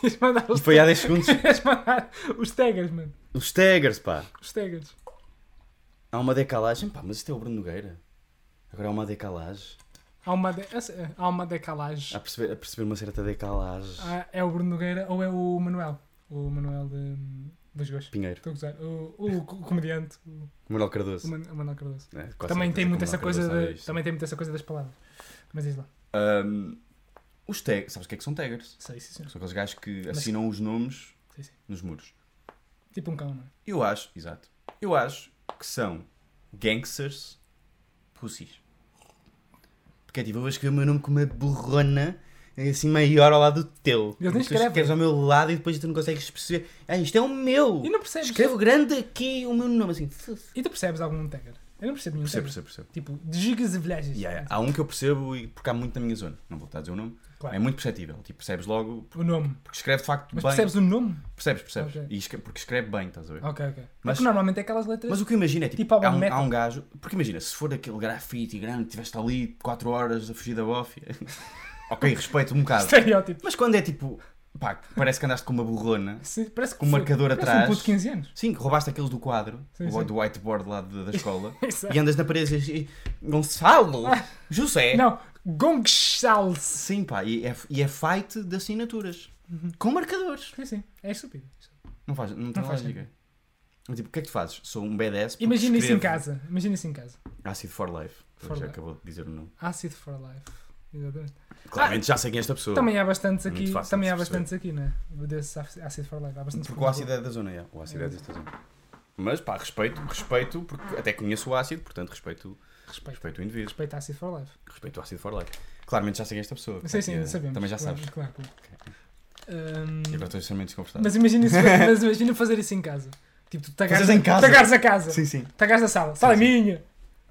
[SPEAKER 1] Queres mandar
[SPEAKER 2] E
[SPEAKER 1] os,
[SPEAKER 2] foi há 10 segundos.
[SPEAKER 1] queres mandar os taggers, mano.
[SPEAKER 2] Os taggers, pá.
[SPEAKER 1] Os taggers.
[SPEAKER 2] Há uma decalagem, pá, mas isto é o Bruno Nogueira. Agora há uma decalagem.
[SPEAKER 1] Há uma, de... essa- eh, Há uma decalagem.
[SPEAKER 2] A perceber, a perceber uma certa decalagem.
[SPEAKER 1] Ah, é o Bruno Nogueira ou é o Manuel? O Manuel de. Dos gajos.
[SPEAKER 2] Pinheiro.
[SPEAKER 1] Estou a gozar. O, o, o comediante, o,
[SPEAKER 2] Manuel
[SPEAKER 1] o
[SPEAKER 2] Cardoso.
[SPEAKER 1] Man- o Manuel Cardoso.
[SPEAKER 2] É,
[SPEAKER 1] Também
[SPEAKER 2] quase
[SPEAKER 1] tem,
[SPEAKER 2] certeza que
[SPEAKER 1] muito
[SPEAKER 2] o
[SPEAKER 1] essa
[SPEAKER 2] Manuel
[SPEAKER 1] coisa
[SPEAKER 2] Cardoso
[SPEAKER 1] de-
[SPEAKER 2] sabe isto.
[SPEAKER 1] também tem muito essa coisa das palavras. Mas diz lá.
[SPEAKER 2] Ahm, os taggers, sabes o que é que são taggers?
[SPEAKER 1] Sei, sim, senhor.
[SPEAKER 2] São aqueles gajos que
[SPEAKER 1] Mas-
[SPEAKER 2] assinam os nomes
[SPEAKER 1] Sim, sim.
[SPEAKER 2] nos muros.
[SPEAKER 1] Tipo um cão, não é?
[SPEAKER 2] Eu acho, exato, eu acho que são gangsters pussies. Porque é tipo, eu vou escrever o meu nome com uma borrona assim maior ao lado do teu.
[SPEAKER 1] Eles nem
[SPEAKER 2] tu
[SPEAKER 1] escrevem.
[SPEAKER 2] escreves ao meu lado e depois tu não consegues perceber. Ah, isto é o meu!
[SPEAKER 1] E não percebes?
[SPEAKER 2] Escrevo grande aqui o meu nome assim.
[SPEAKER 1] E tu percebes algum tagger? Eu não percebo nenhum
[SPEAKER 2] Percebo,
[SPEAKER 1] tagger.
[SPEAKER 2] percebo, percebo.
[SPEAKER 1] Tipo, de gigas e velhagens.
[SPEAKER 2] Yeah, yeah. Há um que eu percebo e porque há muito na minha zona. Não vou estar a dizer o nome.
[SPEAKER 1] Claro.
[SPEAKER 2] É muito perceptível. Tipo, percebes logo.
[SPEAKER 1] O nome.
[SPEAKER 2] Porque escreve de facto
[SPEAKER 1] Mas
[SPEAKER 2] bem.
[SPEAKER 1] percebes o nome?
[SPEAKER 2] Percebes, percebes.
[SPEAKER 1] Ok.
[SPEAKER 2] E escre- porque escreve bem, estás a ver?
[SPEAKER 1] Ok, ok.
[SPEAKER 2] Mas-
[SPEAKER 1] Mas normalmente é aquelas letras.
[SPEAKER 2] Mas o que eu imagino é tipo,
[SPEAKER 1] Tipo, há um
[SPEAKER 2] há, um,
[SPEAKER 1] metal.
[SPEAKER 2] há um gajo. Porque imagina, se for aquele grafite grande, tiveste ali 4 horas a fugir da bófia. ok, respeito um bocado.
[SPEAKER 1] Estereótipo.
[SPEAKER 2] Mas quando é tipo. Pá, parece que andaste com uma borrona.
[SPEAKER 1] Sim, parece que
[SPEAKER 2] Com um
[SPEAKER 1] foi-
[SPEAKER 2] marcador
[SPEAKER 1] parece
[SPEAKER 2] atrás.
[SPEAKER 1] um puto de 15 anos.
[SPEAKER 2] Sim, que roubaste aqueles do quadro,
[SPEAKER 1] Sim,
[SPEAKER 2] ou
[SPEAKER 1] sim.
[SPEAKER 2] do whiteboard lá da, da escola,
[SPEAKER 1] Exato. Ah.
[SPEAKER 2] e andas na parede e dizes, Gonçalo! José!
[SPEAKER 1] Não, Gongsals.
[SPEAKER 2] Sim, pá, e é, e é fight de assinaturas. Com marcadores.
[SPEAKER 1] Sim, sim. É estúpido.
[SPEAKER 2] Não faz, não tem
[SPEAKER 1] Uhum. Não faz
[SPEAKER 2] lógica. Mas, Tipo, o que é que tu fazes? Sou um badass. porque
[SPEAKER 1] Imagina isso em
[SPEAKER 2] escrevo
[SPEAKER 1] casa. Imagina isso em casa.
[SPEAKER 2] Acid for Life.
[SPEAKER 1] For Life.
[SPEAKER 2] já acabou de dizer o nome.
[SPEAKER 1] Acid for Life. Exatamente.
[SPEAKER 2] Claramente já sei quem é esta pessoa.
[SPEAKER 1] Ah. Também há bastantes
[SPEAKER 2] Muito
[SPEAKER 1] aqui,
[SPEAKER 2] fácil
[SPEAKER 1] também
[SPEAKER 2] de
[SPEAKER 1] há
[SPEAKER 2] perceber.
[SPEAKER 1] bastantes aqui, né? Desse ac- Acid for Life. Há bastantes
[SPEAKER 2] Porque o ácido é da zona, é. O
[SPEAKER 1] Uhum.
[SPEAKER 2] ácido é desta zona. Mas pá, respeito, respeito, porque até conheço o ácido, portanto respeito,
[SPEAKER 1] Respeito.
[SPEAKER 2] respeito o indivíduo,
[SPEAKER 1] Respeito a Acid for Life.
[SPEAKER 2] respeito o ácido for life. Claramente já sei quem é esta pessoa.
[SPEAKER 1] Sim,
[SPEAKER 2] portanto,
[SPEAKER 1] sim,
[SPEAKER 2] é,
[SPEAKER 1] sabemos.
[SPEAKER 2] Também já
[SPEAKER 1] claro,
[SPEAKER 2] sabes.
[SPEAKER 1] Claro, claro. Hum,
[SPEAKER 2] E agora estou extremamente desconfortável.
[SPEAKER 1] mas imagina, isso, mas imagina fazer isso em casa. Tipo, tu tagares,
[SPEAKER 2] Fazes em casa?
[SPEAKER 1] tagares a casa.
[SPEAKER 2] Sim, sim.
[SPEAKER 1] Tagares a sala. Sala é minha.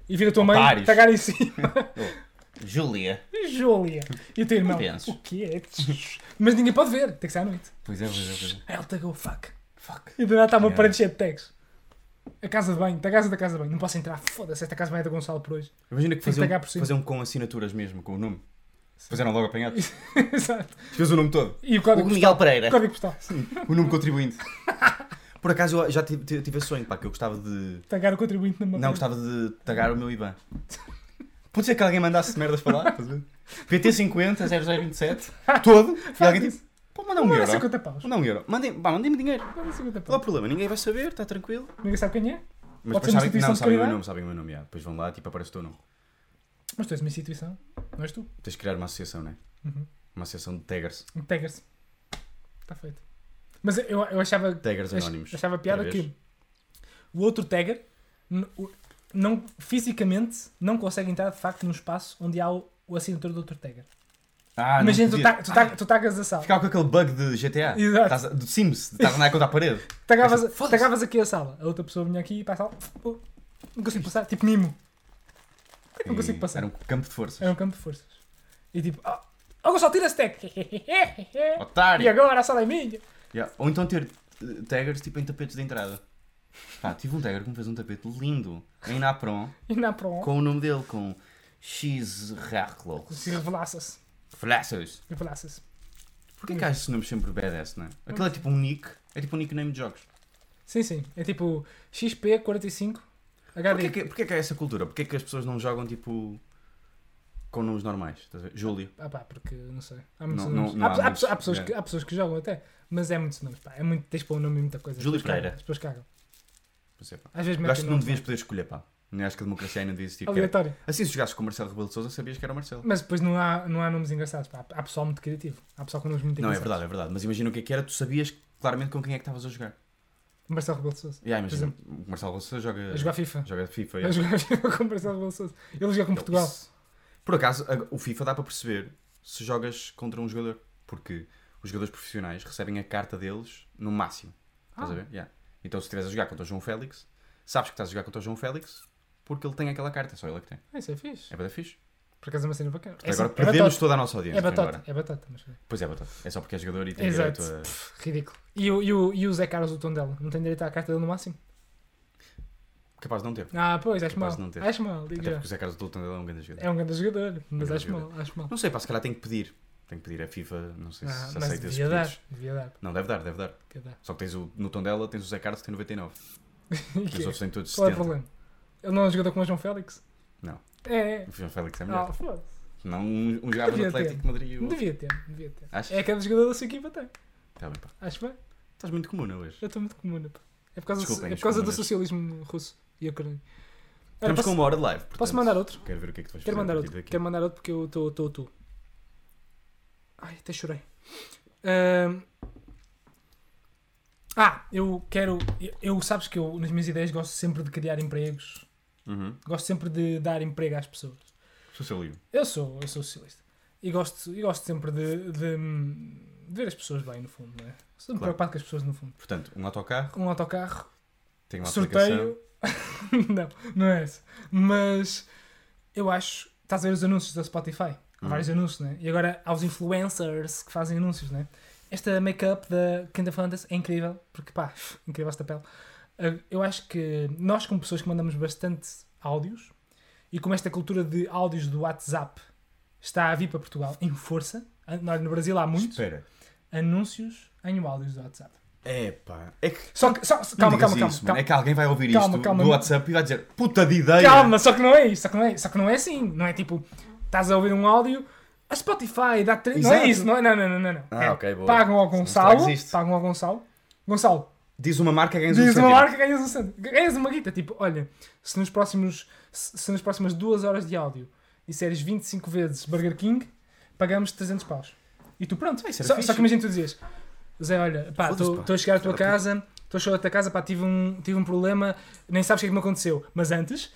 [SPEAKER 1] E vira a tua
[SPEAKER 2] Otários.
[SPEAKER 1] mãe, tagar em cima.
[SPEAKER 2] Júlia.
[SPEAKER 1] Júlia. E o teu irmão.
[SPEAKER 2] Não penses.
[SPEAKER 1] O que é? Mas ninguém pode ver. Tem que ser à noite.
[SPEAKER 2] Pois é, pois é, pois é.
[SPEAKER 1] Ela tagau, fuck.
[SPEAKER 2] Fuck.
[SPEAKER 1] E do nada está uma
[SPEAKER 2] Yeah.
[SPEAKER 1] parede cheia de tags. A casa de banho, da casa da casa de banho. Não posso entrar, foda-se, esta casa vai da Gonçalo por hoje.
[SPEAKER 2] Imagina que
[SPEAKER 1] Tem que
[SPEAKER 2] fazer um,
[SPEAKER 1] tagar por cima.
[SPEAKER 2] fazer um com assinaturas mesmo, com o nome. Fizeram logo apanhado.
[SPEAKER 1] Exato.
[SPEAKER 2] Fez o nome todo.
[SPEAKER 1] E o código, postal,
[SPEAKER 2] Pereira.
[SPEAKER 1] o código postal.
[SPEAKER 2] O nome contribuinte. Por acaso eu já tive, tive- tive esse sonho, pá, que eu gostava de.
[SPEAKER 1] Tagar o contribuinte numa
[SPEAKER 2] Não,
[SPEAKER 1] parede.
[SPEAKER 2] gostava de tagar o meu IBAN. Pode ser que alguém mandasse merdas para lá? estás a ver? PT50 0027 todo. E alguém diz: pô, manda um
[SPEAKER 1] Manda
[SPEAKER 2] euro.
[SPEAKER 1] 50 paus.
[SPEAKER 2] Manda um euro. Mandem- pá, Mandem-me dinheiro.
[SPEAKER 1] Manda 50
[SPEAKER 2] Não há
[SPEAKER 1] paus.
[SPEAKER 2] problema, ninguém vai saber, está tranquilo.
[SPEAKER 1] Ninguém sabe quem é,
[SPEAKER 2] Mas
[SPEAKER 1] Pode
[SPEAKER 2] depois
[SPEAKER 1] ser uma
[SPEAKER 2] sabem,
[SPEAKER 1] instituição
[SPEAKER 2] não,
[SPEAKER 1] de
[SPEAKER 2] sabem o meu
[SPEAKER 1] caridade?
[SPEAKER 2] nome, sabem o meu nome. já. Depois vão lá, tipo, aparece o teu nome.
[SPEAKER 1] mas tu és uma instituição, não és tu.
[SPEAKER 2] Tens de criar uma associação, não é?
[SPEAKER 1] Uhum.
[SPEAKER 2] Uma associação de taggers.
[SPEAKER 1] Taggers. Está Tá feito. Mas eu, eu achava,
[SPEAKER 2] Taggers
[SPEAKER 1] ach-
[SPEAKER 2] anónimos.
[SPEAKER 1] achava piada
[SPEAKER 2] Outra vez.
[SPEAKER 1] que o outro tagger n- o- não, fisicamente não consegue entrar de facto num espaço onde há o, o assinatura do outro tagger.
[SPEAKER 2] Ah, não
[SPEAKER 1] Imagina, tu,
[SPEAKER 2] podia.
[SPEAKER 1] ta, tu, ta, tu tagas a sala.
[SPEAKER 2] Ficava com aquele bug de GTA.
[SPEAKER 1] Exato.
[SPEAKER 2] Estás a- do Sims, de estás a andar contra a parede.
[SPEAKER 1] Tagavas, tagavas aqui a sala, a outra pessoa vinha aqui e pá, a sala. pô, Não consigo passar, tipo mimo. Não consigo
[SPEAKER 2] E
[SPEAKER 1] passar.
[SPEAKER 2] Era um campo de forças.
[SPEAKER 1] Era um campo de forças. E tipo, oh, oh Gonçalo, tira esse tag.
[SPEAKER 2] Otário!
[SPEAKER 1] E agora a sala é minha.
[SPEAKER 2] Yeah. Ou então ter eh, taggers tipo em tapetes de entrada. Pá, tive um tagger que me fez um tapete lindo em Napron
[SPEAKER 1] E não para onde?
[SPEAKER 2] com o nome dele, com X Raclo.
[SPEAKER 1] Se revelasse-se.
[SPEAKER 2] Flassos.
[SPEAKER 1] Revelasse-se.
[SPEAKER 2] Porquê que há esses nomes sempre badass, não é? Aquele é tipo um nick, é tipo um nickname de jogos.
[SPEAKER 1] Sim, sim. É tipo XP45 HD.
[SPEAKER 2] Porquê que, é, porquê que há essa cultura? Porquê que as pessoas não jogam tipo com nomes normais? Estás a ver? Júlio.
[SPEAKER 1] Ah pá, porque não sei. Há muitos
[SPEAKER 2] Não-
[SPEAKER 1] nomes.
[SPEAKER 2] não- não
[SPEAKER 1] há,
[SPEAKER 2] há
[SPEAKER 1] pe- há
[SPEAKER 2] muitos,
[SPEAKER 1] pe- há pessoas
[SPEAKER 2] é.
[SPEAKER 1] que, há pessoas que jogam até, mas é muitos nomes. Pá. É muito, tens para o nome e muita coisa. As
[SPEAKER 2] Júlio
[SPEAKER 1] pessoas cagam,
[SPEAKER 2] Pereira.
[SPEAKER 1] As pessoas cagam.
[SPEAKER 2] Não sei, pá.
[SPEAKER 1] Às vezes
[SPEAKER 2] Eu acho
[SPEAKER 1] metem
[SPEAKER 2] que não
[SPEAKER 1] nomes
[SPEAKER 2] devias poder escolher, pá. Eu acho que a democracia ainda devia existir. que era-
[SPEAKER 1] Aleatório.
[SPEAKER 2] Assim, se jogasses com o Marcelo Rebelo de Souza, sabias que era o Marcelo.
[SPEAKER 1] Mas depois não há, não há nomes engraçados. Pá. Há pessoal muito criativo. Há pessoal com nomes muito
[SPEAKER 2] Não, é
[SPEAKER 1] engraçados.
[SPEAKER 2] verdade, é verdade. Mas imagina o que é que era, tu sabias claramente com quem é que estavas a jogar.
[SPEAKER 1] Marcelo Rebelo de Sousa.
[SPEAKER 2] Yeah, imagina, o Marcelo Rebelo de Souza joga,
[SPEAKER 1] A jogar FIFA.
[SPEAKER 2] joga FIFA.
[SPEAKER 1] A
[SPEAKER 2] yeah.
[SPEAKER 1] jogar FIFA com Marcelo Rebelo de Sousa. Ele joga com Portugal.
[SPEAKER 2] É Isso. Por acaso, a- o FIFA dá para perceber se jogas contra um jogador. Porque os jogadores profissionais recebem a carta deles no máximo. Estás
[SPEAKER 1] Ah.
[SPEAKER 2] a ver? Yeah. Então, se estiveres a jogar contra o João Félix, sabes que estás a jogar contra o João Félix porque ele tem aquela carta, só ele é que tem.
[SPEAKER 1] Ah, isso é fixe.
[SPEAKER 2] É bada fixe.
[SPEAKER 1] Por acaso é uma cena bacana.
[SPEAKER 2] Portanto, agora
[SPEAKER 1] assim,
[SPEAKER 2] perdemos
[SPEAKER 1] batota.
[SPEAKER 2] toda a nossa audiência.
[SPEAKER 1] É batata,
[SPEAKER 2] agora.
[SPEAKER 1] é batata, mas...
[SPEAKER 2] Pois é, batata. É só porque é jogador e tem
[SPEAKER 1] Exato.
[SPEAKER 2] direito a.
[SPEAKER 1] Pff, ridículo. E o, e, o, e o Zé Carlos do Tondela? Não tem direito à carta dele no máximo?
[SPEAKER 2] Capaz de não ter.
[SPEAKER 1] Ah, pois, acho mal.
[SPEAKER 2] Capaz de não ter.
[SPEAKER 1] Acho mal, digo
[SPEAKER 2] Até
[SPEAKER 1] já.
[SPEAKER 2] porque o Zé Carlos do Tondela é um grande jogador.
[SPEAKER 1] É um grande jogador, mas
[SPEAKER 2] grande
[SPEAKER 1] acho mal, acho mal.
[SPEAKER 2] Não sei, pá, se calhar tem que pedir. Tem que pedir a FIFA, não sei se
[SPEAKER 1] Ah,
[SPEAKER 2] se
[SPEAKER 1] mas
[SPEAKER 2] aceita esses
[SPEAKER 1] devia dar,
[SPEAKER 2] pedidos.
[SPEAKER 1] devia dar,
[SPEAKER 2] Não, deve dar, deve dar.
[SPEAKER 1] devia dar.
[SPEAKER 2] Só que tens o, no Tondela tens o Zé Carlos que tem 99.
[SPEAKER 1] E
[SPEAKER 2] E os
[SPEAKER 1] quê?
[SPEAKER 2] outros têm todos
[SPEAKER 1] Qual é o
[SPEAKER 2] 70.
[SPEAKER 1] problema? Ele não é um jogador como o João Félix?
[SPEAKER 2] Não.
[SPEAKER 1] É, é.
[SPEAKER 2] o João Félix é melhor.
[SPEAKER 1] Ah, foda-se.
[SPEAKER 2] Não, um, um jogava no
[SPEAKER 1] Devia ter.
[SPEAKER 2] Atlético de Madrid e o
[SPEAKER 1] Não
[SPEAKER 2] outro.
[SPEAKER 1] devia ter, não devia ter.
[SPEAKER 2] Achas?
[SPEAKER 1] É cada jogador da sua equipa tem.
[SPEAKER 2] Tá bem, pá.
[SPEAKER 1] Acho bem.
[SPEAKER 2] Estás muito comum não é, hoje.
[SPEAKER 1] Eu estou muito comum. pá. É por causa, do,
[SPEAKER 2] Desculpem,
[SPEAKER 1] é por causa do
[SPEAKER 2] desculpem, mas-
[SPEAKER 1] socialismo russo e ucraniano. Olha,
[SPEAKER 2] Estamos
[SPEAKER 1] posso,
[SPEAKER 2] com uma hora de live. Portanto,
[SPEAKER 1] posso mandar outro?
[SPEAKER 2] Quero ver o que é que tu vais
[SPEAKER 1] Quero
[SPEAKER 2] fazer.
[SPEAKER 1] mandar
[SPEAKER 2] a
[SPEAKER 1] outro.
[SPEAKER 2] partir daqui.
[SPEAKER 1] Quero mandar outro porque eu estou estou tu. Ai, até chorei. Ahm. Ah, eu quero. eu- Eu sabes que eu nas minhas ideias gosto sempre de criar empregos.
[SPEAKER 2] Uhum.
[SPEAKER 1] Gosto sempre de dar emprego às pessoas.
[SPEAKER 2] Sou seu livro.
[SPEAKER 1] Eu sou, eu sou socialista. E gosto, e gosto sempre de, de, de ver as pessoas bem, no fundo, não é? Estou
[SPEAKER 2] Claro.
[SPEAKER 1] preocupado com as pessoas, no fundo.
[SPEAKER 2] Portanto, um autocarro,
[SPEAKER 1] Um autocarro,
[SPEAKER 2] tem uma aplicação.
[SPEAKER 1] sorteio. não, não é esse. Mas eu acho. Estás a ver os anúncios da Spotify? Há
[SPEAKER 2] Hum.
[SPEAKER 1] vários anúncios, né? E agora há os influencers que fazem anúncios, né? Esta make-up da Kinda Fantas é incrível, porque pá, incrível esta pele. Ah, Eu acho que nós, como pessoas que mandamos bastante áudios, e como esta cultura de áudios do WhatsApp está a vir para Portugal em força, ah, nós no Brasil há muitos
[SPEAKER 2] Espera.
[SPEAKER 1] anúncios em áudios do WhatsApp.
[SPEAKER 2] É pá. É que.
[SPEAKER 1] Só que, só,
[SPEAKER 2] Não
[SPEAKER 1] calma, calma,
[SPEAKER 2] digas
[SPEAKER 1] calma,
[SPEAKER 2] isso, mano.
[SPEAKER 1] calma.
[SPEAKER 2] É que alguém vai ouvir
[SPEAKER 1] Calma,
[SPEAKER 2] isto
[SPEAKER 1] calma,
[SPEAKER 2] do
[SPEAKER 1] não-
[SPEAKER 2] WhatsApp e vai dizer puta de ideia.
[SPEAKER 1] Calma, só que não é isso, só que não é, só que não é assim, não é tipo, estás a ouvir um áudio, a Spotify dá três, não é
[SPEAKER 2] Exato.
[SPEAKER 1] isso, não é, não, não, não, não, não.
[SPEAKER 2] Ah,
[SPEAKER 1] É,
[SPEAKER 2] ok, boa.
[SPEAKER 1] pagam ao
[SPEAKER 2] Isso não
[SPEAKER 1] Gonçalo,
[SPEAKER 2] existe.
[SPEAKER 1] pagam ao Gonçalo, Gonçalo,
[SPEAKER 2] Diz uma marca, ganhas um
[SPEAKER 1] diz uma
[SPEAKER 2] cêntimo.
[SPEAKER 1] marca, ganhas um cento, ganhas uma guita, tipo, olha, se nos próximos, se se nas próximas duas horas de áudio disseres 25 vezes Burger King, pagamos 300 paus. E tu pronto,
[SPEAKER 2] Ah, Isso era
[SPEAKER 1] só,
[SPEAKER 2] fixe.
[SPEAKER 1] só que imagina tu dizias, Zé, olha, pá,
[SPEAKER 2] Foda-se, pá. Tá
[SPEAKER 1] estou a chegar à tua
[SPEAKER 2] Era
[SPEAKER 1] casa, estou a chegar à tua casa, pá, tive um, tive um problema, nem sabes o que é que me aconteceu, mas antes...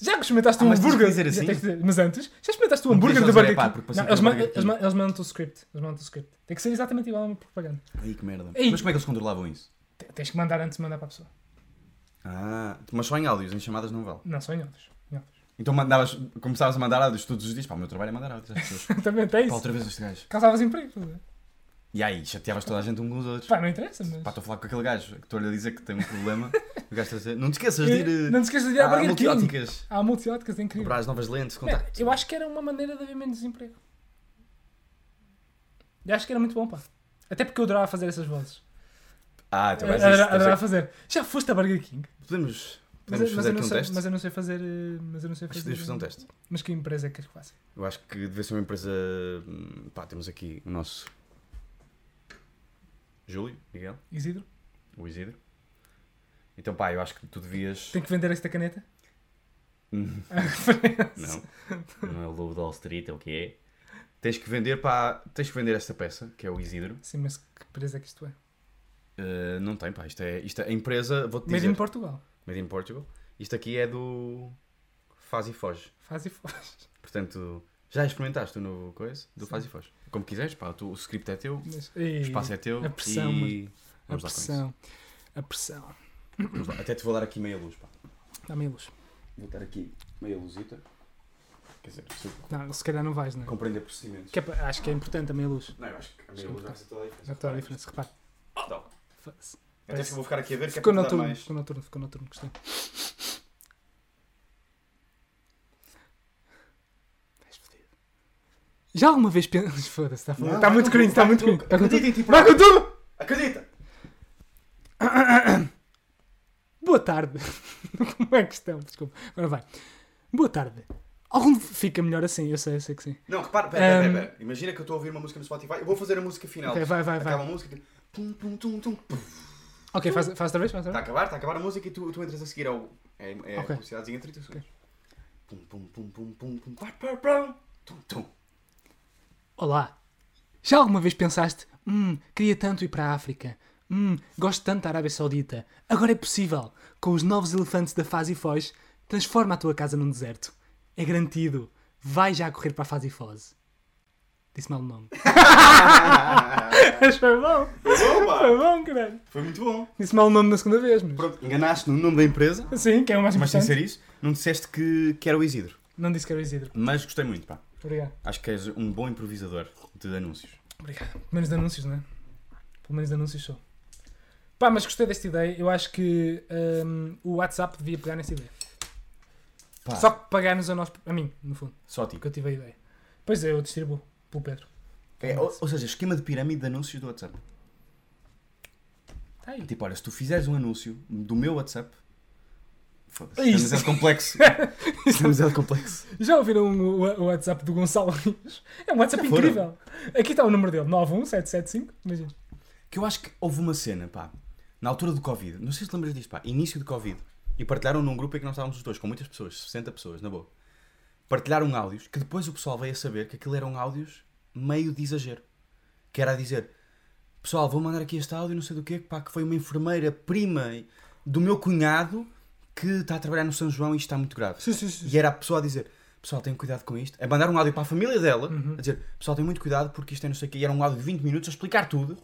[SPEAKER 1] Já experimentaste
[SPEAKER 2] Ah,
[SPEAKER 1] um
[SPEAKER 2] mas tens que
[SPEAKER 1] hambúrguer?
[SPEAKER 2] dizer
[SPEAKER 1] Já
[SPEAKER 2] assim?
[SPEAKER 1] tens que dizer- Mas antes, já experimentaste um
[SPEAKER 2] Não
[SPEAKER 1] hambúrguer
[SPEAKER 2] podias
[SPEAKER 1] de
[SPEAKER 2] só
[SPEAKER 1] Burger
[SPEAKER 2] dizer, "Epá,
[SPEAKER 1] King?
[SPEAKER 2] porque
[SPEAKER 1] Não,
[SPEAKER 2] parecia
[SPEAKER 1] eles,
[SPEAKER 2] que era
[SPEAKER 1] man-
[SPEAKER 2] Burger King.
[SPEAKER 1] eles man- eles mandam-te o script. Eles mandam-te o script. Tem que ser exatamente igual a uma propaganda.
[SPEAKER 2] Ai, que merda.
[SPEAKER 1] Ei.
[SPEAKER 2] Mas como é que eles controlavam isso?
[SPEAKER 1] Te- Tens que mandar antes de mandar para a pessoa.
[SPEAKER 2] Ah, mas só em áudios, em chamadas não vale.
[SPEAKER 1] Não, só em outros. Em outros.
[SPEAKER 2] Então mandavas, começavas a mandar áudios todos os dias. Pá, o meu trabalho é mandar áudios às pessoas.
[SPEAKER 1] Também tem
[SPEAKER 2] Pá,
[SPEAKER 1] isso.
[SPEAKER 2] outra vez este gajo.
[SPEAKER 1] Causavas emprego. estás a ver?
[SPEAKER 2] E aí, chateavas toda a gente um com os outros. Pá,
[SPEAKER 1] Pá, não interessa, mas.
[SPEAKER 2] estou a falar com aquele gajo que estou-lhe a dizer que tem um problema. o gajo está a dizer, não te esqueças de
[SPEAKER 1] Eh,
[SPEAKER 2] ir
[SPEAKER 1] Não te esqueças de ir
[SPEAKER 2] eh,
[SPEAKER 1] à
[SPEAKER 2] à
[SPEAKER 1] Burger King.
[SPEAKER 2] multióticas.
[SPEAKER 1] Há multióticas, é incrível.
[SPEAKER 2] Comprar as novas lentes,
[SPEAKER 1] Man,
[SPEAKER 2] contactos.
[SPEAKER 1] eu acho que era uma maneira de haver menos desemprego. Eu acho que era muito bom, pá. Até porque eu adorava fazer essas vozes.
[SPEAKER 2] Ah, então vais
[SPEAKER 1] Adora-
[SPEAKER 2] isso.
[SPEAKER 1] adorava
[SPEAKER 2] estás
[SPEAKER 1] fazer. Já foste a Burger King?
[SPEAKER 2] a- Podemos,
[SPEAKER 1] Mas,
[SPEAKER 2] podemos
[SPEAKER 1] mas
[SPEAKER 2] fazer
[SPEAKER 1] eu
[SPEAKER 2] aqui
[SPEAKER 1] não
[SPEAKER 2] um
[SPEAKER 1] sei,
[SPEAKER 2] teste?
[SPEAKER 1] mas eu não sei fazer. eh, Mas eu não sei
[SPEAKER 2] Acho que
[SPEAKER 1] fazer. eh,
[SPEAKER 2] devias fazer um teste.
[SPEAKER 1] Mas que empresa é que queres que faça?
[SPEAKER 2] Eu acho que deve ser uma empresa. hum, Pá, temos aqui o nosso. Júlio, Miguel,
[SPEAKER 1] Isidro?
[SPEAKER 2] o Isidro. Então, pá, eu acho que tu devias.
[SPEAKER 1] Tem que vender esta caneta?
[SPEAKER 2] Não. Não é o Lobo de Wall Street, é o que é. Tens que vender pá, tens que vender esta peça, que é o Isidro.
[SPEAKER 1] Sim, mas que empresa é que isto é?
[SPEAKER 2] Uh, não tem, pá, isto é, isto é a empresa, vou-te
[SPEAKER 1] Made
[SPEAKER 2] dizer,
[SPEAKER 1] in Portugal.
[SPEAKER 2] Made in Portugal. Isto aqui é do Faz e Foge.
[SPEAKER 1] Faz e faz.
[SPEAKER 2] Portanto, já experimentaste o novo coisa do Faz e Foge. Como quiseres, pá, tu- o script é teu,
[SPEAKER 1] Mas,
[SPEAKER 2] o
[SPEAKER 1] Ei,
[SPEAKER 2] espaço é teu
[SPEAKER 1] a pressão,
[SPEAKER 2] e
[SPEAKER 1] a
[SPEAKER 2] vamos lá com isso.
[SPEAKER 1] pressão. A pressão.
[SPEAKER 2] Vamos lá. Até te vou dar aqui meia luz, pá.
[SPEAKER 1] Dá-me a luz.
[SPEAKER 2] Vou dar aqui meia luzita. Quer dizer, se eu
[SPEAKER 1] Não, se calhar não vais, não é?
[SPEAKER 2] compreender procedimentos.
[SPEAKER 1] Que é tá. pa- acho que é importante a meia luz.
[SPEAKER 2] Não, eu acho que a meia luz vai fazer toda a diferença. Então.
[SPEAKER 1] Já está a diferença, repare. tá.
[SPEAKER 2] Dá.
[SPEAKER 1] Faz.
[SPEAKER 2] Até se eu vou ficar aqui a ver, que é
[SPEAKER 1] Ficou
[SPEAKER 2] para te dar
[SPEAKER 1] noturno,
[SPEAKER 2] mais...
[SPEAKER 1] ficou noturno, ficou noturno, gostei. Vais foder. Já alguma vez pensas. Foda-se, está
[SPEAKER 2] Não,
[SPEAKER 1] tá
[SPEAKER 2] vai
[SPEAKER 1] muito
[SPEAKER 2] com
[SPEAKER 1] cringe,
[SPEAKER 2] tudo,
[SPEAKER 1] está
[SPEAKER 2] vai
[SPEAKER 1] muito cringe.
[SPEAKER 2] com
[SPEAKER 1] Vai
[SPEAKER 2] tudo.
[SPEAKER 1] com
[SPEAKER 2] Acredita em ti
[SPEAKER 1] tudo. Vai com tudo!
[SPEAKER 2] Acredita!
[SPEAKER 1] Boa tarde. Como é que estão? Desculpa. Agora vai. Boa tarde. Algum fica melhor assim, eu sei, eu sei que sim.
[SPEAKER 2] Não, repara, pera, pera,
[SPEAKER 1] Um,
[SPEAKER 2] pera, pera. Imagina que eu estou a ouvir uma música no Spotify. Eu vou fazer a música final.
[SPEAKER 1] Ok, vai, vai,
[SPEAKER 2] Acaba
[SPEAKER 1] vai.
[SPEAKER 2] a música. tipo, Pum, pum, tum, tum.
[SPEAKER 1] Ok, faz, faz outra vez, faz
[SPEAKER 2] Está
[SPEAKER 1] outra
[SPEAKER 2] a
[SPEAKER 1] vez.
[SPEAKER 2] acabar, está a acabar a música e tu, tu entras a seguir ao. É, é
[SPEAKER 1] Ok.
[SPEAKER 2] a publicidadezinha em 30 segundos. Pum, pum, pum, pum, pum, pum, pá, pá, pá, tum, tum.
[SPEAKER 1] Olá. Já alguma vez pensaste, hum, queria tanto ir para a África? Hum, gosto tanto da Arábia Saudita. Agora é possível. Com os novos elefantes da Faz e Foz, transforma a tua casa num deserto. É garantido. Vai já correr para a Faz e Foz. Disse mal o nome. Mas foi bom. Foi
[SPEAKER 2] Opa!
[SPEAKER 1] bom, caralho.
[SPEAKER 2] Foi muito bom.
[SPEAKER 1] Disse mal o nome na segunda vez, mas...
[SPEAKER 2] Pronto, enganaste no nome da empresa,
[SPEAKER 1] Sim, que é o mais
[SPEAKER 2] mas sem
[SPEAKER 1] importante.
[SPEAKER 2] ser isso, não disseste que, que era o Isidro.
[SPEAKER 1] Não disse que era o Isidro.
[SPEAKER 2] Mas gostei muito, pá.
[SPEAKER 1] Obrigado.
[SPEAKER 2] Acho que és um bom improvisador de anúncios.
[SPEAKER 1] Obrigado. Pelo menos de anúncios, não é? Pelo menos de anúncios sou. Pá, mas gostei desta ideia. Eu acho que hum, o WhatsApp devia pegar nessa ideia.
[SPEAKER 2] Pá,
[SPEAKER 1] Só que pagar-nos a nós, a mim, no fundo,
[SPEAKER 2] só a ti.
[SPEAKER 1] porque eu tive a ideia. Pois é, eu distribuo pelo Pedro.
[SPEAKER 2] É, ou, ou seja, esquema de pirâmide de anúncios do WhatsApp.
[SPEAKER 1] Tá aí.
[SPEAKER 2] Tipo, olha, se tu fizeres um anúncio do meu WhatsApp. Foda-se.
[SPEAKER 1] É isso.
[SPEAKER 2] Estamos a complexo. Estamos a complexo.
[SPEAKER 1] Já ouviram o, o- o WhatsApp do Gonçalo Rios? É um WhatsApp
[SPEAKER 2] Já foram?
[SPEAKER 1] um incrível. Aqui está o número dele, 91775. Imagina.
[SPEAKER 2] Que eu acho que houve uma cena, pá, na altura do Covid, não sei se te lembras disto, pá, início do Covid, e partilharam num grupo em que nós estávamos os dois, com muitas pessoas, 60 pessoas, na boa. Partilharam áudios que depois o pessoal veio a saber que aquilo eram áudios meio de exagero. Que era a dizer, pessoal, vou mandar aqui este áudio, não sei do quê, pá, que foi uma enfermeira prima do meu cunhado que está a trabalhar no São João e isto está muito grave.
[SPEAKER 1] Sim, sim, sim.
[SPEAKER 2] E era a pessoa a dizer: Pessoal, tenham cuidado com isto. A mandar um áudio para a família dela,
[SPEAKER 1] Uhum.
[SPEAKER 2] a dizer: Pessoal, tenham muito cuidado porque isto é não sei o quê. E era um áudio de 20 minutos a explicar tudo.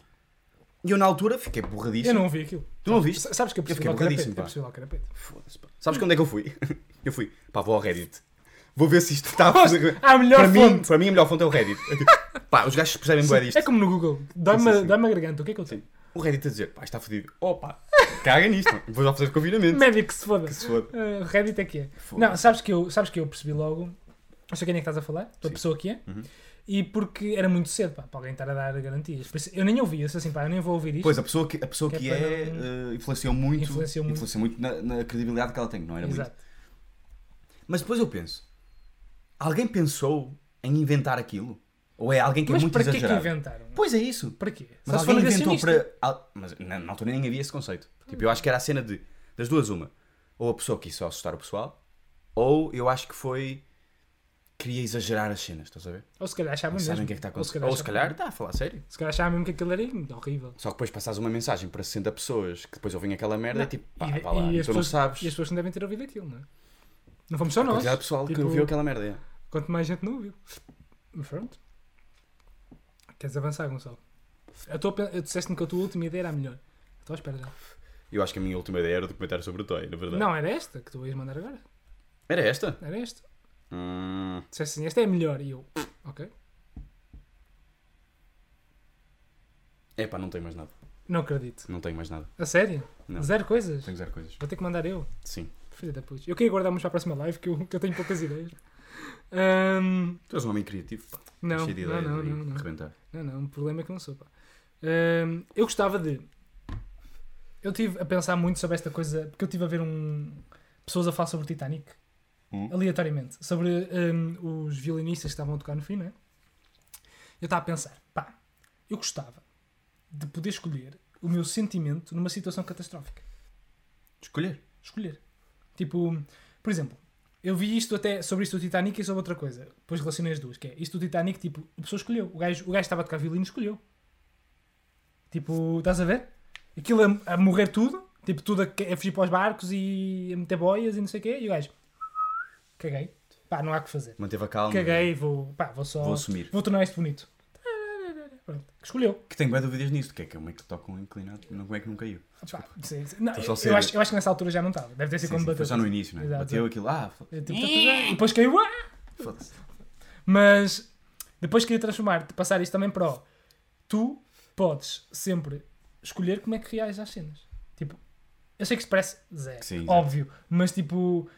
[SPEAKER 2] E eu, na altura, fiquei
[SPEAKER 1] Eu
[SPEAKER 2] borradíssimo.
[SPEAKER 1] não ouvi aquilo.
[SPEAKER 2] Tu não ouviste?
[SPEAKER 1] Sa- Sabes que é
[SPEAKER 2] fiquei
[SPEAKER 1] possível ao
[SPEAKER 2] borradíssimo,
[SPEAKER 1] carapete. É
[SPEAKER 2] pá.
[SPEAKER 1] possível ao carapete.
[SPEAKER 2] Foda-se, pá. Sabes quando é que eu fui? Eu fui, pá, vou ao Reddit. Vou ver se isto está a fazer.
[SPEAKER 1] Ah, a melhor
[SPEAKER 2] para Mim,
[SPEAKER 1] fonte.
[SPEAKER 2] para mim, a melhor fonte é o Reddit. Eu digo, pá, os gajos percebem bem disto.
[SPEAKER 1] É como no Google. Dá-me
[SPEAKER 2] Sim, sim, sim.
[SPEAKER 1] dá-me a garganta. O que é que eu tenho?
[SPEAKER 2] O Reddit a dizer, pá, isto está fodido. Opa, caga nisto. mano. Vou já fazer confinamento.
[SPEAKER 1] Médico que se foda.
[SPEAKER 2] Que se foda.
[SPEAKER 1] Ah, Reddit é que é.
[SPEAKER 2] Foda-se.
[SPEAKER 1] Não, sabes que, eu, sabes que eu percebi logo. Não sei quem é que estás a falar, da
[SPEAKER 2] Sim. Uhum.
[SPEAKER 1] pessoa que é. E porque era muito cedo pá, para alguém estar a dar garantias. Por isso, Eu nem ouvi isso assim, pá, eu nem vou ouvir isto.
[SPEAKER 2] Pois, a pessoa que, a pessoa
[SPEAKER 1] Que é
[SPEAKER 2] que,
[SPEAKER 1] para
[SPEAKER 2] é, eh, influenciou muito,
[SPEAKER 1] Influenciou
[SPEAKER 2] influenciou
[SPEAKER 1] muito.
[SPEAKER 2] muito, na, na credibilidade que ela tem, não era muito. é
[SPEAKER 1] Exato.
[SPEAKER 2] Mas depois eu penso, alguém pensou em inventar aquilo? Ou é alguém que
[SPEAKER 1] Mas
[SPEAKER 2] é muito
[SPEAKER 1] para que é que
[SPEAKER 2] exagerado?
[SPEAKER 1] inventaram?
[SPEAKER 2] Pois é isso.
[SPEAKER 1] Para quê? Só
[SPEAKER 2] Mas
[SPEAKER 1] se for
[SPEAKER 2] alguém inventou
[SPEAKER 1] negacionista.
[SPEAKER 2] para. al- Mas na, na altura nem havia esse conceito. Tipo, eu acho que era a cena de. Das duas, uma. Ou a pessoa quis só assustar o pessoal, ou eu acho que foi. Queria exagerar as cenas, estás a ver?
[SPEAKER 1] Ou se calhar achavam
[SPEAKER 2] Não sabem
[SPEAKER 1] mesmo.
[SPEAKER 2] o que é que está a
[SPEAKER 1] Ou se
[SPEAKER 2] acontecer.
[SPEAKER 1] calhar
[SPEAKER 2] Ou se
[SPEAKER 1] achavam-
[SPEAKER 2] calhar está a falar sério.
[SPEAKER 1] se calhar achavam mesmo que aquilo era horrível.
[SPEAKER 2] Só que depois passas uma mensagem para 60 pessoas que depois ouvem aquela merda e tipo, pá,
[SPEAKER 1] e,
[SPEAKER 2] vá lá,
[SPEAKER 1] e
[SPEAKER 2] tu
[SPEAKER 1] as
[SPEAKER 2] não
[SPEAKER 1] pessoas,
[SPEAKER 2] sabes.
[SPEAKER 1] E as pessoas não devem ter ouvido aquilo, não é? Não fomos só
[SPEAKER 2] A
[SPEAKER 1] nós.
[SPEAKER 2] quantidade de pessoal que
[SPEAKER 1] Tipo,
[SPEAKER 2] ouviu aquela merda. é.
[SPEAKER 1] Quanto mais gente não ouviu. Mas Pronto. Queres avançar, Gonçalo? Eu estou a pen- eu disseste-me que a tua última ideia era a melhor. Estou à espera já.
[SPEAKER 2] Eu acho que a minha última ideia era o documentário sobre o Toy, na verdade.
[SPEAKER 1] Não, era esta que tu ias mandar agora.
[SPEAKER 2] Era esta?
[SPEAKER 1] Era esta.
[SPEAKER 2] Hum,
[SPEAKER 1] Disseste assim, esta é a melhor. E eu, ok.
[SPEAKER 2] É pá, não tenho mais nada.
[SPEAKER 1] Não acredito.
[SPEAKER 2] Não tenho mais nada.
[SPEAKER 1] A sério?
[SPEAKER 2] Não.
[SPEAKER 1] Zero coisas?
[SPEAKER 2] Tenho zero coisas.
[SPEAKER 1] Vou ter que mandar eu.
[SPEAKER 2] Sim.
[SPEAKER 1] Filha da puta. Eu queria guardar muito para a próxima live, que eu, que eu tenho poucas ideias. Ahm,
[SPEAKER 2] Tu és um homem criativo, pá.
[SPEAKER 1] não,
[SPEAKER 2] Cheio de ideias
[SPEAKER 1] Então, não, não,
[SPEAKER 2] e
[SPEAKER 1] não, não.
[SPEAKER 2] rebentar.
[SPEAKER 1] Não, não, o problema é que não sou. Pá. Hum, eu gostava de. Eu estive a pensar muito sobre esta coisa, porque eu estive a ver um. pessoas a falar sobre o Titanic,
[SPEAKER 2] Hum.
[SPEAKER 1] aleatoriamente, sobre hum, os violinistas que estavam a tocar no fim, né? Eu estava a pensar, pá, eu gostava de poder escolher o meu sentimento numa situação catastrófica.
[SPEAKER 2] Escolher.
[SPEAKER 1] Escolher. Tipo, por exemplo, eu vi isto até sobre isto do Titanic e sobre outra coisa. Depois relacionei as duas, que é isto do Titanic, tipo, a pessoa escolheu. O gajo, o gajo estava a tocar violino e escolheu. Tipo, estás a ver? Aquilo a, a morrer tudo, tipo, tudo a, a fugir para os barcos e a meter boias e não sei o quê, e o gajo. Caguei. Pá, não há o que fazer.
[SPEAKER 2] Manteve a calma.
[SPEAKER 1] Caguei, vou. Pá, vou só.
[SPEAKER 2] Vou assumir.
[SPEAKER 1] Vou tornar isto bonito. Pronto, escolheu.
[SPEAKER 2] Que tenho bem dúvidas nisto. Que é que como é que toca um inclinado? Não, como é que não caiu?
[SPEAKER 1] Pá, sim, sim. Não, eu,
[SPEAKER 2] Estou Então só a ser-
[SPEAKER 1] eu acho, eu acho que nessa altura já não estava. Deve ter sido
[SPEAKER 2] Sim,
[SPEAKER 1] quando
[SPEAKER 2] sim,
[SPEAKER 1] bateu.
[SPEAKER 2] foi só no início, não é?
[SPEAKER 1] Exato,
[SPEAKER 2] Bateu aquilo. Ah, foda-
[SPEAKER 1] É, tipo, tá tudo bem. Depois caiu. ah!
[SPEAKER 2] foda-se.
[SPEAKER 1] Mas depois queria transformar, de passar isto também para o tu podes sempre escolher como é que reages às cenas. Tipo, eu sei que isto parece zero,
[SPEAKER 2] Sim, zero.
[SPEAKER 1] óbvio, mas tipo,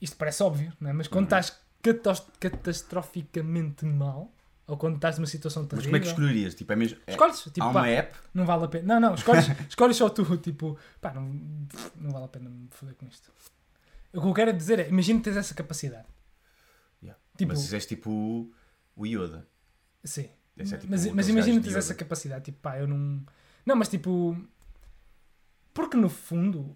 [SPEAKER 1] isto parece óbvio, não é? Mas quando
[SPEAKER 2] Uhum.
[SPEAKER 1] estás catos- catastroficamente mal, ou quando estás numa situação
[SPEAKER 2] Mas
[SPEAKER 1] terrível,
[SPEAKER 2] como é que escolherias? Tipo, é mesmo. é-
[SPEAKER 1] escolhes, tipo,
[SPEAKER 2] Há
[SPEAKER 1] pá,
[SPEAKER 2] uma app.
[SPEAKER 1] não vale a pena. Não, não, escolhes, escolhes só tu, tipo, pá, não, não vale a pena me foder com isto. O que eu quero dizer é, imagina que tens essa capacidade.
[SPEAKER 2] Yeah.
[SPEAKER 1] Tipo-
[SPEAKER 2] Mas és tipo o- o Yoda.
[SPEAKER 1] Sim.
[SPEAKER 2] Esse é tipo
[SPEAKER 1] mas mas
[SPEAKER 2] o- aqueles
[SPEAKER 1] imagina
[SPEAKER 2] gajos
[SPEAKER 1] teres
[SPEAKER 2] de
[SPEAKER 1] essa
[SPEAKER 2] yoga.
[SPEAKER 1] capacidade, tipo, pá, eu não. Não, mas tipo. Porque no fundo,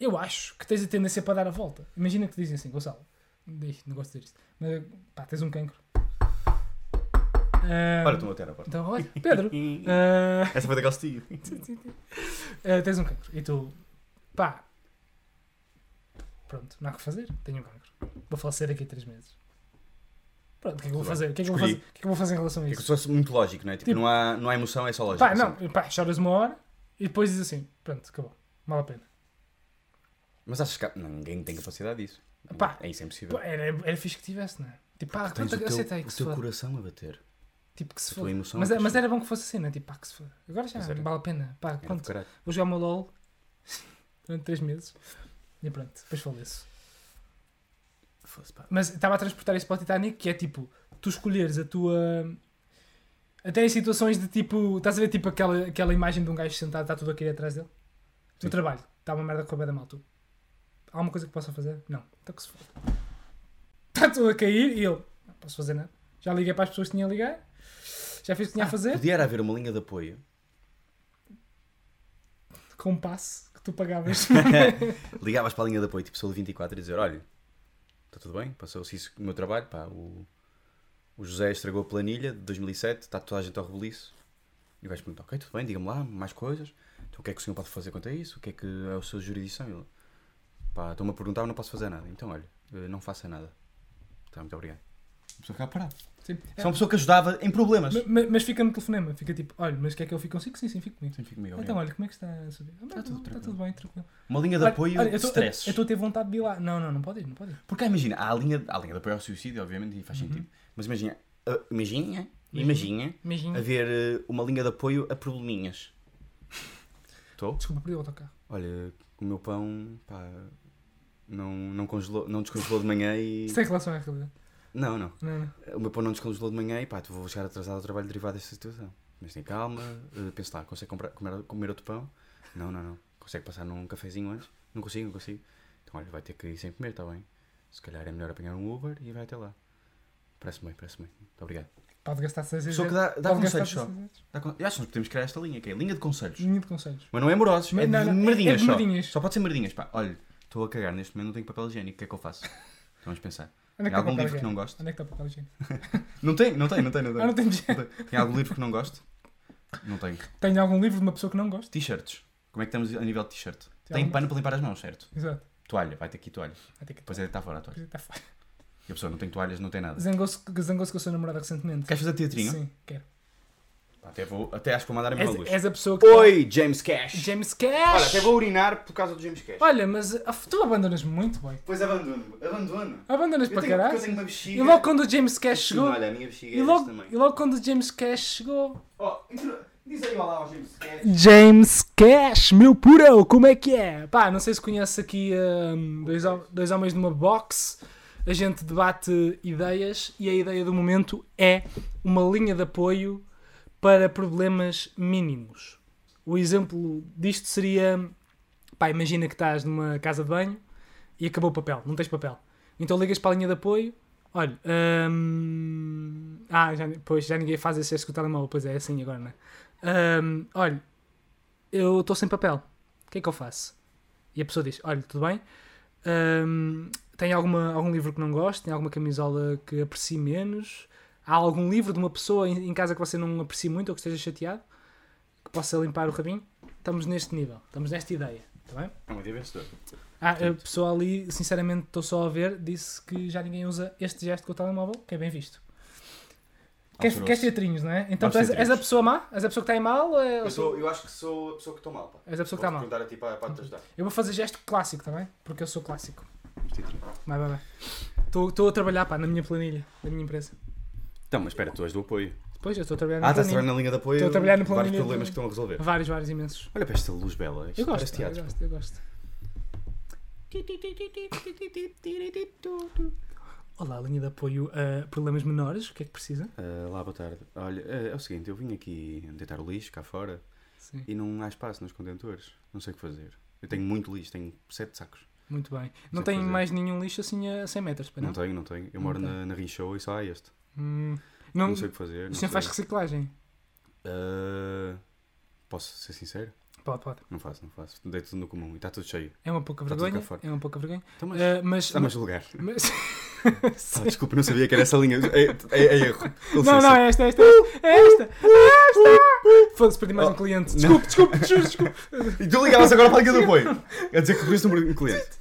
[SPEAKER 1] eu acho que tens a tendência para dar a volta. Imagina que dizem assim, Gonçalo, Ih, não gosto de dizer isto, mas pá, tens um cancro. Ah,
[SPEAKER 2] Olha, estou a ter a porta.
[SPEAKER 1] então, olha, Pedro, ah,
[SPEAKER 2] Essa foi daquele estilo.
[SPEAKER 1] ah, tens um cancro e tu, pá, pronto, não há o que fazer, tenho um cancro. Vou falecer daqui a 3 meses. Pronto, o que é que eu vou
[SPEAKER 2] Tudo bem,
[SPEAKER 1] fazer? O que é que eu vou
[SPEAKER 2] escolhi.
[SPEAKER 1] fazer? O que é que eu vou fazer em relação a
[SPEAKER 2] É
[SPEAKER 1] isso?
[SPEAKER 2] que se fosse muito lógico, não é? Tipo,
[SPEAKER 1] Tipo-
[SPEAKER 2] não, há, não há emoção, é só lógico.
[SPEAKER 1] Pá, não, pá, choras uma hora e depois diz assim: pronto, acabou, vale a pena.
[SPEAKER 2] Mas achas que há- não, ninguém tem capacidade disso.
[SPEAKER 1] Pá.
[SPEAKER 2] é isso, é impossível.
[SPEAKER 1] Pô, era, era fixe que tivesse, não é? Tipo, pá,
[SPEAKER 2] Tens
[SPEAKER 1] pronto,
[SPEAKER 2] o teu,
[SPEAKER 1] aceitei que
[SPEAKER 2] o
[SPEAKER 1] se
[SPEAKER 2] teu
[SPEAKER 1] foda.
[SPEAKER 2] coração a bater.
[SPEAKER 1] Tipo, que se
[SPEAKER 2] a tua
[SPEAKER 1] foda.
[SPEAKER 2] emoção
[SPEAKER 1] Mas,
[SPEAKER 2] a
[SPEAKER 1] mas
[SPEAKER 2] crescer.
[SPEAKER 1] era bom que fosse assim, não é? Tipo, pá, que se foda. Agora já,
[SPEAKER 2] Mas era.
[SPEAKER 1] vale a pena. Pá,
[SPEAKER 2] Era do
[SPEAKER 1] pronto,
[SPEAKER 2] caralho.
[SPEAKER 1] vou jogar o meu LOL durante 3 meses e pronto, depois faleço.
[SPEAKER 2] Fosse, pá.
[SPEAKER 1] Mas estava a transportar isso para o Titanic, que é tipo, tu escolheres a tua. Até em situações de tipo. Estás a ver tipo aquela, aquela imagem de um gajo sentado, está tudo a cair atrás dele?
[SPEAKER 2] Sim.
[SPEAKER 1] No trabalho, está uma merda com a beda mal, tu. Há alguma coisa que possa fazer? Não, então que se foda. Está tudo a cair e eu. Não posso fazer
[SPEAKER 2] Ah.
[SPEAKER 1] nada. Já liguei para as pessoas que tinha a ligar, já fiz o que tinha a fazer.
[SPEAKER 2] Podia era haver uma linha de apoio
[SPEAKER 1] com um passe que tu pagavas.
[SPEAKER 2] Ligavas para a linha de apoio, tipo, sou de 24 e dizer: Olha, está tudo bem? Passou-se isso o meu trabalho. Pá, o, o José estragou a planilha de 2007, está tá toda a gente ao reboliço. E o gajo pergunta: Ok, tudo bem, diga-me lá mais coisas. Então, o que é que o senhor pode fazer quanto a isso? O que é que é a sua jurisdição? E ele, Pá, estão-me a perguntar, eu não posso fazer nada. Então, olha, eh, não faça nada. Tá, muito obrigado. A pessoa ficava parada.
[SPEAKER 1] Sim.
[SPEAKER 2] Só uma pessoa que ajudava em problemas.
[SPEAKER 1] Ma- ma- Mas, fica no telefonema, fica tipo, olha, mas quer que eu fique consigo? Sim, sim, fico comigo.
[SPEAKER 2] Sim, fico meio
[SPEAKER 1] Então,
[SPEAKER 2] obrigado.
[SPEAKER 1] olha, como é que está a subir? Ah,
[SPEAKER 2] Está tudo
[SPEAKER 1] não, está
[SPEAKER 2] tranquilo.
[SPEAKER 1] tudo bem, tranquilo.
[SPEAKER 2] Uma linha de
[SPEAKER 1] Olha,
[SPEAKER 2] apoio
[SPEAKER 1] olha, eu
[SPEAKER 2] de
[SPEAKER 1] tô-
[SPEAKER 2] stresses.
[SPEAKER 1] Eu estou a ter vontade de ir lá. Não, não, não pode ir, não pode ir.
[SPEAKER 2] Porque imagina, há a linha, há a linha de apoio ao suicídio, obviamente, e
[SPEAKER 1] Uhum.
[SPEAKER 2] faz sentido. Mas imagina, ah, imagina, imagina
[SPEAKER 1] Imagina.
[SPEAKER 2] haver ah, uma linha de apoio a probleminhas. Estou?
[SPEAKER 1] Desculpa, perdi o autocarro.
[SPEAKER 2] Olha, o meu pão, pá, não, não, congelou, não descongelou de manhã e...
[SPEAKER 1] Isso tem relação à realidade.
[SPEAKER 2] Não, não.
[SPEAKER 1] Não, não.
[SPEAKER 2] O meu pão não descongelou de manhã e pá, tu vou chegar atrasado ao trabalho derivado desta situação. Mas tem calma, ah, pensa lá, consegue comprar, comer, comer outro pão? Não, não, não. Consegue passar num cafezinho antes? Não consigo, não consigo. Então olha, vai ter que ir sem comer, está bem? Se calhar é melhor apanhar um Uber e vai até lá. Parece-me bem, parece-me bem. Muito obrigado.
[SPEAKER 1] Pode gastar 6 euros.
[SPEAKER 2] Só que dá, dá
[SPEAKER 1] Pode
[SPEAKER 2] conselhos
[SPEAKER 1] gastar
[SPEAKER 2] só.
[SPEAKER 1] 6 euros.
[SPEAKER 2] Dá con- Eu acho que nós podemos criar esta linha, que é a linha de conselhos.
[SPEAKER 1] Ninho de conselhos.
[SPEAKER 2] Mas não é morosos,
[SPEAKER 1] Mas-
[SPEAKER 2] é de
[SPEAKER 1] não, não, é- é
[SPEAKER 2] merdinhas
[SPEAKER 1] de
[SPEAKER 2] só.
[SPEAKER 1] merdinhas.
[SPEAKER 2] Só pode ser merdinhas, pá. Olha, estou a cagar neste momento, não tenho papel higiênico, o que é que eu faço? Vamos pensar.
[SPEAKER 1] Onde é
[SPEAKER 2] Tem
[SPEAKER 1] que está o
[SPEAKER 2] algum
[SPEAKER 1] papel
[SPEAKER 2] livro que
[SPEAKER 1] higiênico?
[SPEAKER 2] não gosto?
[SPEAKER 1] Onde é que está o papel higiênico?
[SPEAKER 2] Não tem, não tem, não tem, não tem.
[SPEAKER 1] Ah, não tenho dinheiro.
[SPEAKER 2] Não tem. Tem algum livro que não gosto? Não tenho.
[SPEAKER 1] Tenho algum livro de uma pessoa que não gosta?
[SPEAKER 2] T-shirts. Como é que estamos a nível de t-shirt?
[SPEAKER 1] Tem
[SPEAKER 2] Tem
[SPEAKER 1] algum-
[SPEAKER 2] pano para limpar as mãos, certo?
[SPEAKER 1] Exato.
[SPEAKER 2] Toalha, vai ter aqui toalha.
[SPEAKER 1] Vai ter que-
[SPEAKER 2] Depois é deitar fora a toalha.
[SPEAKER 1] Está fora.
[SPEAKER 2] E a pessoa não tem toalhas, não tem nada.
[SPEAKER 1] Zangou-se zangou-se com a sua namorada recentemente.
[SPEAKER 2] Queres um fazer teatrinho?
[SPEAKER 1] Sim, quero.
[SPEAKER 2] Pá, Até, vou, até acho que vou mandar a minha
[SPEAKER 1] És,
[SPEAKER 2] luz.
[SPEAKER 1] és a pessoa que. tá-
[SPEAKER 2] Oi, James Cash!
[SPEAKER 1] James
[SPEAKER 2] Olha, até
[SPEAKER 1] Cash!
[SPEAKER 2] vou urinar por causa do James Cash.
[SPEAKER 1] Olha, mas ah, tu abandonas-me muito, bem.
[SPEAKER 2] Pois abandono, abandono.
[SPEAKER 1] Abandonas
[SPEAKER 2] Eu
[SPEAKER 1] Ah, para
[SPEAKER 2] tenho, porque eu
[SPEAKER 1] caralho.
[SPEAKER 2] tenho uma bexiga.
[SPEAKER 1] E logo quando o James Cash
[SPEAKER 2] Sim,
[SPEAKER 1] chegou.
[SPEAKER 2] Olha, a minha bexiga
[SPEAKER 1] E
[SPEAKER 2] é
[SPEAKER 1] logo,
[SPEAKER 2] esta também.
[SPEAKER 1] e logo quando o James Cash chegou.
[SPEAKER 2] Oh, intro- diz aí olá ao James Cash.
[SPEAKER 1] James Cash, meu puro, como é que é? Pá, não sei se conhece aqui hum, dois, hom- dois homens numa box. A gente debate ideias e a ideia do momento é uma linha de apoio para problemas mínimos. O exemplo disto seria: pá, imagina que estás numa casa de banho e acabou o papel, não tens papel. Então ligas para a linha de apoio. Olha, hum, ah, já, pois já ninguém faz esse gesto com o telemóvel, pois é, é assim agora, não é? Hum, olha, eu estou sem papel, o que é que eu faço? E a pessoa diz: Olha, tudo bem, Hum, tem alguma, algum livro que não goste? Tem alguma camisola que aprecie menos? Há algum livro de uma pessoa em, em casa que você não aprecie muito ou que esteja chateado? Que possa limpar o rabinho? Estamos neste nível, estamos nesta ideia, está bem?
[SPEAKER 2] É muito vencedor.
[SPEAKER 1] Ah, a pessoa ali, sinceramente, estou só a ver, disse que já ninguém usa este gesto com o telemóvel, que é bem visto. Queres,
[SPEAKER 2] Alterou-se.
[SPEAKER 1] queres teatrinhos, não é? Então
[SPEAKER 2] Vamos
[SPEAKER 1] tu és,
[SPEAKER 2] teatrinhos.
[SPEAKER 1] és a pessoa má? És a pessoa que está em mal? ou é-
[SPEAKER 2] Eu, sou, eu acho que sou a pessoa que estou mal, pá.
[SPEAKER 1] És a pessoa que está mal.
[SPEAKER 2] perguntar a ti para, para te ajudar.
[SPEAKER 1] Eu vou fazer gesto clássico, tá bem? Porque eu sou clássico. Vai, vai, vai. Estou a trabalhar, pá, na minha planilha, da minha empresa.
[SPEAKER 2] Então, mas espera, tu és do apoio.
[SPEAKER 1] Depois eu estou a trabalhar na
[SPEAKER 2] Ah, estás a
[SPEAKER 1] planilha.
[SPEAKER 2] trabalhar na linha de apoio.
[SPEAKER 1] Estou É a trabalhar na
[SPEAKER 2] Vários
[SPEAKER 1] planilha
[SPEAKER 2] problemas
[SPEAKER 1] de-
[SPEAKER 2] que estão a resolver.
[SPEAKER 1] Vários, vários imensos.
[SPEAKER 2] Olha para esta luz bela. Isto
[SPEAKER 1] Eu gosto,
[SPEAKER 2] parece
[SPEAKER 1] pá, eu
[SPEAKER 2] teatro.
[SPEAKER 1] gosto, eu gosto. Olá, linha de apoio a problemas menores, o que é que precisa?
[SPEAKER 2] Ah, Olá, boa tarde. Olha, ah, é o seguinte, eu vim aqui deitar o lixo cá fora
[SPEAKER 1] Sim.
[SPEAKER 2] e não há espaço nos contentores. Não sei o que fazer. Eu tenho muito lixo, tenho sete sacos.
[SPEAKER 1] Muito bem. Não
[SPEAKER 2] Sei
[SPEAKER 1] tem
[SPEAKER 2] fazer.
[SPEAKER 1] mais nenhum lixo assim a 100 metros, para
[SPEAKER 2] Não,
[SPEAKER 1] não?
[SPEAKER 2] tenho, não tenho. Eu
[SPEAKER 1] Não
[SPEAKER 2] moro
[SPEAKER 1] tem.
[SPEAKER 2] na, na Rinchoa e só há este.
[SPEAKER 1] Hum,
[SPEAKER 2] Não,
[SPEAKER 1] não,
[SPEAKER 2] sei o que fazer.
[SPEAKER 1] o
[SPEAKER 2] não
[SPEAKER 1] senhor faz
[SPEAKER 2] sei.
[SPEAKER 1] reciclagem?
[SPEAKER 2] Ah, Posso ser sincero?
[SPEAKER 1] Pode, pode.
[SPEAKER 2] Não faço, não faço. Deito tudo no comum e está tudo cheio.
[SPEAKER 1] É uma pouca
[SPEAKER 2] Está tudo cá
[SPEAKER 1] vergonha.
[SPEAKER 2] fora.
[SPEAKER 1] É uma pouca vergonha.
[SPEAKER 2] Então, mas...
[SPEAKER 1] Ah, mas,
[SPEAKER 2] Está mais lugar.
[SPEAKER 1] mas-
[SPEAKER 2] Ah, desculpa, não sabia que era essa linha. É, é- é erro. Com
[SPEAKER 1] Não,
[SPEAKER 2] licença.
[SPEAKER 1] não, é esta, é esta, é esta, é esta! Foda-se, perdi mais um
[SPEAKER 2] Oh,
[SPEAKER 1] cliente.
[SPEAKER 2] não.
[SPEAKER 1] Desculpe, desculpe, juro, desculpe.
[SPEAKER 2] E tu ligavas agora para a linha de apoio. A dizer que perdeste um cliente.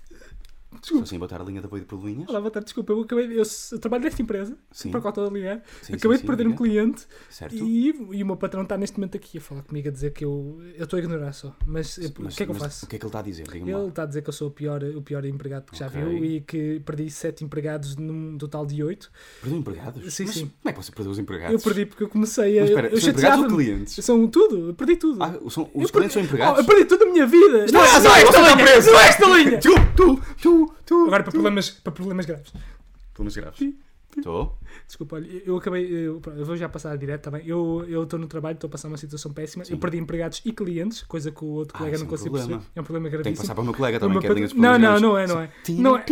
[SPEAKER 2] Estou assim a botar a linha de apoio de probleminhas.
[SPEAKER 1] Olá, boa tarde, desculpa, eu acabei de- eu, s- eu trabalho nesta empresa,
[SPEAKER 2] Sim.
[SPEAKER 1] para a qual estou a ligar,
[SPEAKER 2] Sim,
[SPEAKER 1] acabei
[SPEAKER 2] sim,
[SPEAKER 1] de
[SPEAKER 2] sim,
[SPEAKER 1] perder um
[SPEAKER 2] diga.
[SPEAKER 1] cliente
[SPEAKER 2] Certo.
[SPEAKER 1] e, e o meu patrão está neste momento aqui a falar comigo a dizer que eu eu estou a ignorar só, mas, eu-
[SPEAKER 2] Mas-
[SPEAKER 1] o que é que eu
[SPEAKER 2] mas
[SPEAKER 1] faço?
[SPEAKER 2] O que é que ele está a dizer? Diga-me
[SPEAKER 1] Ele
[SPEAKER 2] lá.
[SPEAKER 1] está a dizer que eu sou o pior, o pior empregado que já
[SPEAKER 2] Ok.
[SPEAKER 1] viu e que perdi sete empregados num total de oito.
[SPEAKER 2] Perdeu empregados?
[SPEAKER 1] Sim,
[SPEAKER 2] Mas
[SPEAKER 1] sim.
[SPEAKER 2] Como é que você perdeu os empregados?
[SPEAKER 1] Eu perdi porque eu comecei a.
[SPEAKER 2] Mas espera,
[SPEAKER 1] eu
[SPEAKER 2] são empregados ou
[SPEAKER 1] chateava-me.
[SPEAKER 2] clientes?
[SPEAKER 1] São tudo, eu perdi tudo.
[SPEAKER 2] Ah, são, os
[SPEAKER 1] Eu
[SPEAKER 2] clientes
[SPEAKER 1] perdi-
[SPEAKER 2] são
[SPEAKER 1] Oh, eu
[SPEAKER 2] empregados?
[SPEAKER 1] perdi tudo a minha vida! Não,
[SPEAKER 2] Ah,
[SPEAKER 1] não,
[SPEAKER 2] sim,
[SPEAKER 1] é esta
[SPEAKER 2] você está
[SPEAKER 1] linha!
[SPEAKER 2] preso.
[SPEAKER 1] Não é esta linha! é
[SPEAKER 2] Tu, tu, tu, tu.
[SPEAKER 1] Agora para problemas, para problemas graves.
[SPEAKER 2] Problemas graves. Estou?
[SPEAKER 1] Desculpa, olha, eu- eu acabei. Eu, pronto, eu vou já passar direto, tá bem? Eu eu estou no trabalho, estou a passar uma situação péssima. Eu perdi empregados e clientes, coisa que o outro
[SPEAKER 2] Ah,
[SPEAKER 1] colega não
[SPEAKER 2] isso é um
[SPEAKER 1] conseguiu
[SPEAKER 2] problema.
[SPEAKER 1] perceber. É um problema
[SPEAKER 2] Tenho que
[SPEAKER 1] gravíssimo.
[SPEAKER 2] passar para o meu colega
[SPEAKER 1] É uma
[SPEAKER 2] também, que é
[SPEAKER 1] coisa-
[SPEAKER 2] línguas
[SPEAKER 1] Não, não,
[SPEAKER 2] portuguesas.
[SPEAKER 1] não é, não é. Não é.
[SPEAKER 2] Ah,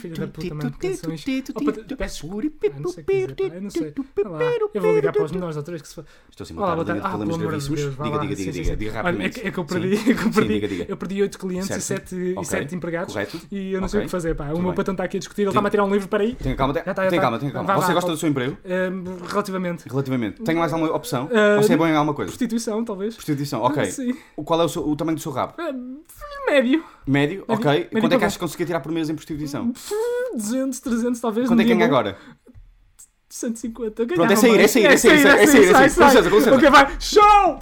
[SPEAKER 1] filho da puta, mano, canções. peço Ah, não sei o que dizer, pá, eu não sei. Vá lá, Eu vou ligar para os menores ou três que se fa-
[SPEAKER 2] Estou sem
[SPEAKER 1] Olá, boa tarde.
[SPEAKER 2] de
[SPEAKER 1] Ah, pelo
[SPEAKER 2] problemas
[SPEAKER 1] amor de
[SPEAKER 2] gravíssimos.
[SPEAKER 1] Deus, vá
[SPEAKER 2] Diga,
[SPEAKER 1] lá.
[SPEAKER 2] diga, diga,
[SPEAKER 1] Sim, sim,
[SPEAKER 2] diga,
[SPEAKER 1] sim.
[SPEAKER 2] diga
[SPEAKER 1] Olha,
[SPEAKER 2] rapidamente.
[SPEAKER 1] é que- é que eu
[SPEAKER 2] Sim.
[SPEAKER 1] perdi, é que eu
[SPEAKER 2] Sim,
[SPEAKER 1] perdi-
[SPEAKER 2] diga, diga.
[SPEAKER 1] eu perdi oito clientes e
[SPEAKER 2] Certo.
[SPEAKER 1] sete e
[SPEAKER 2] Ok.
[SPEAKER 1] sete empregados.
[SPEAKER 2] Correto.
[SPEAKER 1] E eu não sei o
[SPEAKER 2] Ok.
[SPEAKER 1] que fazer, pá. O
[SPEAKER 2] Tudo
[SPEAKER 1] meu
[SPEAKER 2] bem.
[SPEAKER 1] patrão está aqui a discutir, ele
[SPEAKER 2] Tem-
[SPEAKER 1] está-me a tirar um livro, peraí.
[SPEAKER 2] Tenha calma,
[SPEAKER 1] Já tá, já tá.
[SPEAKER 2] tenha calma, tenha calma.
[SPEAKER 1] Vá,
[SPEAKER 2] Você
[SPEAKER 1] vá,
[SPEAKER 2] gosta
[SPEAKER 1] vá.
[SPEAKER 2] do seu emprego?
[SPEAKER 1] Ahm, Hum, relativamente.
[SPEAKER 2] Relativamente. Tem mais alguma opção?
[SPEAKER 1] Ah,
[SPEAKER 2] Você é
[SPEAKER 1] não-
[SPEAKER 2] bom em alguma coisa?
[SPEAKER 1] Prostituição, talvez.
[SPEAKER 2] Prostituição, ok.
[SPEAKER 1] Sim.
[SPEAKER 2] O- Qual é o, seu- o tamanho do seu rabo?
[SPEAKER 1] Ahm, Médio.
[SPEAKER 2] Médio? Ok.
[SPEAKER 1] médio tá
[SPEAKER 2] Quanto é que
[SPEAKER 1] bom.
[SPEAKER 2] achas que conseguia tirar por mês em prostituição?
[SPEAKER 1] 200, 300, talvez.
[SPEAKER 2] Quanto é que
[SPEAKER 1] no dia
[SPEAKER 2] ganha
[SPEAKER 1] bom.
[SPEAKER 2] agora?
[SPEAKER 1] 150. eu
[SPEAKER 2] Pronto, é
[SPEAKER 1] ganhava
[SPEAKER 2] sair, é
[SPEAKER 1] mais.
[SPEAKER 2] sair, é sair, é sair, é sair, é sair. Com licença, com licença.
[SPEAKER 1] Ok, vai. Show!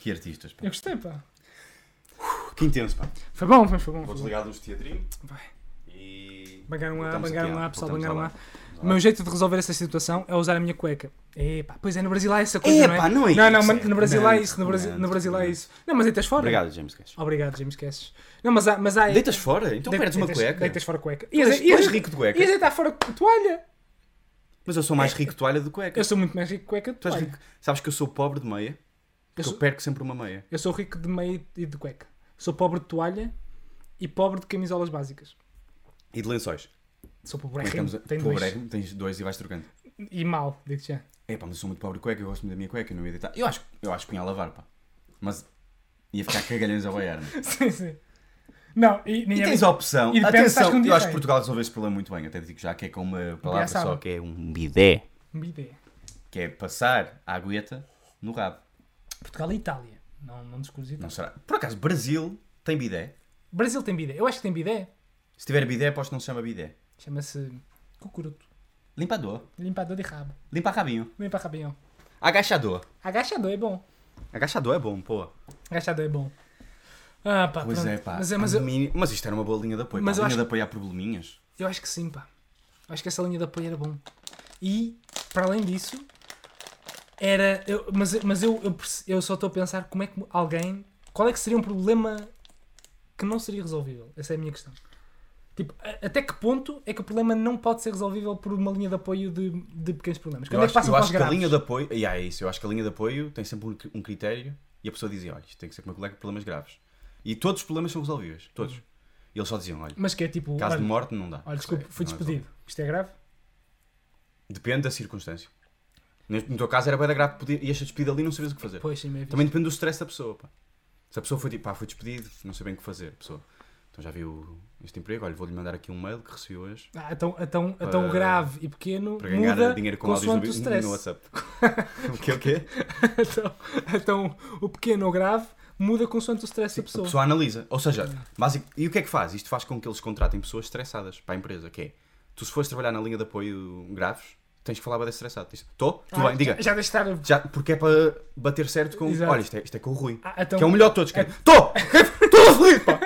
[SPEAKER 2] Que artistas, pá.
[SPEAKER 1] Eu gostei, pá.
[SPEAKER 2] Que intenso, pá.
[SPEAKER 1] Foi bom, foi, foi bom.
[SPEAKER 2] Vou
[SPEAKER 1] Foi bom.
[SPEAKER 2] desligar dos teatrinho
[SPEAKER 1] Vai.
[SPEAKER 2] e.
[SPEAKER 1] Bangaram lá,
[SPEAKER 2] Voltamos a
[SPEAKER 1] bangaram
[SPEAKER 2] piar,
[SPEAKER 1] lá, pessoal,
[SPEAKER 2] voltamos
[SPEAKER 1] bangaram
[SPEAKER 2] a
[SPEAKER 1] lá.
[SPEAKER 2] lá.
[SPEAKER 1] O meu jeito de resolver essa situação é usar a minha cueca. Epá, pois é, no Brasil há essa coisa, não é?
[SPEAKER 2] Epá, não é
[SPEAKER 1] Não, não,
[SPEAKER 2] isso,
[SPEAKER 1] mas
[SPEAKER 2] é
[SPEAKER 1] no Brasil há
[SPEAKER 2] repugnante,
[SPEAKER 1] isso, no Brasil, no
[SPEAKER 2] repugnante,
[SPEAKER 1] Brasil há
[SPEAKER 2] repugnante.
[SPEAKER 1] isso. Não, mas deitas fora.
[SPEAKER 2] Obrigado, James Cash.
[SPEAKER 1] Obrigado, James Cash. Não, mas há, mas há...
[SPEAKER 2] Deitas fora? Então
[SPEAKER 1] Deitas-
[SPEAKER 2] perdes uma
[SPEAKER 1] deitas-
[SPEAKER 2] cueca.
[SPEAKER 1] Deitas fora cueca.
[SPEAKER 2] Tu és-
[SPEAKER 1] Ias-
[SPEAKER 2] tu
[SPEAKER 1] ias-
[SPEAKER 2] és rico de cueca.
[SPEAKER 1] Ias deitar fora toalha.
[SPEAKER 2] Mas eu sou mais rico de toalha do que cueca.
[SPEAKER 1] Eu sou muito mais rico de cueca de
[SPEAKER 2] Tu és
[SPEAKER 1] toalha.
[SPEAKER 2] rico. Sabes que eu sou pobre de meia? Porque eu,
[SPEAKER 1] sou-
[SPEAKER 2] perco sempre uma meia.
[SPEAKER 1] Eu sou rico de meia e de cueca. Sou pobre de toalha e pobre de camisolas básicas.
[SPEAKER 2] E de lençóis.
[SPEAKER 1] Sou
[SPEAKER 2] Mas
[SPEAKER 1] pobre
[SPEAKER 2] é estamos a-
[SPEAKER 1] tenho
[SPEAKER 2] pobre
[SPEAKER 1] dois.
[SPEAKER 2] é, tens dois e vais trocando.
[SPEAKER 1] E mal, digo já.
[SPEAKER 2] É pá, mas eu sou muito pobre de cueca, eu gosto muito da minha cueca, não ia deitar. Eu acho, eu acho que punha a lavar, pá. Mas ia ficar cagalhões a boiar, não é?
[SPEAKER 1] sim, sim. Não, e é
[SPEAKER 2] E
[SPEAKER 1] ninguém...
[SPEAKER 2] tens a opção.
[SPEAKER 1] E depende se estás com
[SPEAKER 2] Atenção,
[SPEAKER 1] um
[SPEAKER 2] eu acho
[SPEAKER 1] diarreia.
[SPEAKER 2] que Portugal resolveu esse problema muito bem. Até digo já que é com uma palavra
[SPEAKER 1] piaçaba.
[SPEAKER 2] só, que é um bidé.
[SPEAKER 1] Uma ideia.
[SPEAKER 2] Que é passar a agueta no rabo.
[SPEAKER 1] Portugal e Itália. Não, não descobri
[SPEAKER 2] Não
[SPEAKER 1] Itália.
[SPEAKER 2] será. Por acaso, Brasil tem bidé.
[SPEAKER 1] Brasil tem bidé. Eu acho que tem bidé.
[SPEAKER 2] Se tiver bidé, aposto que não se chama bidé.
[SPEAKER 1] Chama-se cucuruto.
[SPEAKER 2] Limpador.
[SPEAKER 1] Limpador de rabo.
[SPEAKER 2] Limpa rabinho.
[SPEAKER 1] Limpa rabinho.
[SPEAKER 2] Agachador.
[SPEAKER 1] Agachador é bom.
[SPEAKER 2] Agachador é bom, pô.
[SPEAKER 1] Agachador é bom. Ah, pá,
[SPEAKER 2] Pois
[SPEAKER 1] pronto.
[SPEAKER 2] é, pá.
[SPEAKER 1] Mas, é, mas eu,
[SPEAKER 2] Alumínio- mas isto era uma boa linha de apoio.
[SPEAKER 1] Mas
[SPEAKER 2] Mas
[SPEAKER 1] eu
[SPEAKER 2] pá. A linha
[SPEAKER 1] acho-
[SPEAKER 2] de apoio há probleminhas.
[SPEAKER 1] eu acho que sim, pá. Acho que essa linha de apoio era bom. E, para além disso, era... Eu, mas mas eu, eu, perce- eu só estou a pensar como é que alguém... Qual é que seria um problema que não seria resolvível? Essa é a minha questão. Tipo, a- até que ponto é que o problema não pode ser resolvível por uma linha de apoio de, de pequenos problemas? Quando é que
[SPEAKER 2] Eu acho,
[SPEAKER 1] passa
[SPEAKER 2] eu
[SPEAKER 1] para
[SPEAKER 2] acho
[SPEAKER 1] os
[SPEAKER 2] que a
[SPEAKER 1] graves?
[SPEAKER 2] linha de apoio. E é isso. Eu acho que a linha de apoio tem sempre um, um critério e a pessoa dizia: olha, isto tem que ser com uma colega de problemas graves. E todos os problemas são resolvíveis. Todos. E eles só diziam: olha,
[SPEAKER 1] Mas que é tipo...
[SPEAKER 2] caso de
[SPEAKER 1] Uhum. olha-
[SPEAKER 2] morte não dá.
[SPEAKER 1] Olha, desculpe,
[SPEAKER 2] Não
[SPEAKER 1] fui
[SPEAKER 2] é
[SPEAKER 1] despedido. Isto é grave?
[SPEAKER 2] resolvível. Depende da circunstância. Neste- No teu caso era bem grave, podia- ias ser despedido ali e não sabias o que fazer.
[SPEAKER 1] Pois, sim, mesmo.
[SPEAKER 2] Também depende do stress da pessoa, pá. Se a pessoa foi tipo, pá, fui despedido, não sei bem o que fazer, a pessoa. Então já viu este emprego, olha, vou-lhe mandar aqui um mail que recebi hoje
[SPEAKER 1] Ah, então, então, então
[SPEAKER 2] Para-
[SPEAKER 1] grave e pequeno
[SPEAKER 2] para ganhar
[SPEAKER 1] muda
[SPEAKER 2] dinheiro com áudios no,
[SPEAKER 1] consoante o
[SPEAKER 2] no,
[SPEAKER 1] stress.
[SPEAKER 2] no WhatsApp. o que o quê?
[SPEAKER 1] então, então, o pequeno ou grave muda consoante o stress da
[SPEAKER 2] A
[SPEAKER 1] pessoa.
[SPEAKER 2] pessoa analisa. Ou seja, basic... e o que é que faz? Isto faz com que eles contratem pessoas estressadas para a empresa, que é, tu se fores trabalhar na linha de apoio graves, tens que falar bem estressado. Estou? Tudo
[SPEAKER 1] Ah,
[SPEAKER 2] Tá bem, diga.
[SPEAKER 1] Já, já deixa estar... a-
[SPEAKER 2] Já, porque é para bater certo com.
[SPEAKER 1] Exato.
[SPEAKER 2] Olha, isto é, isto é com o Rui.
[SPEAKER 1] Ah, então,
[SPEAKER 2] Que é o melhor de todos. Estou! Estou fodido, pá!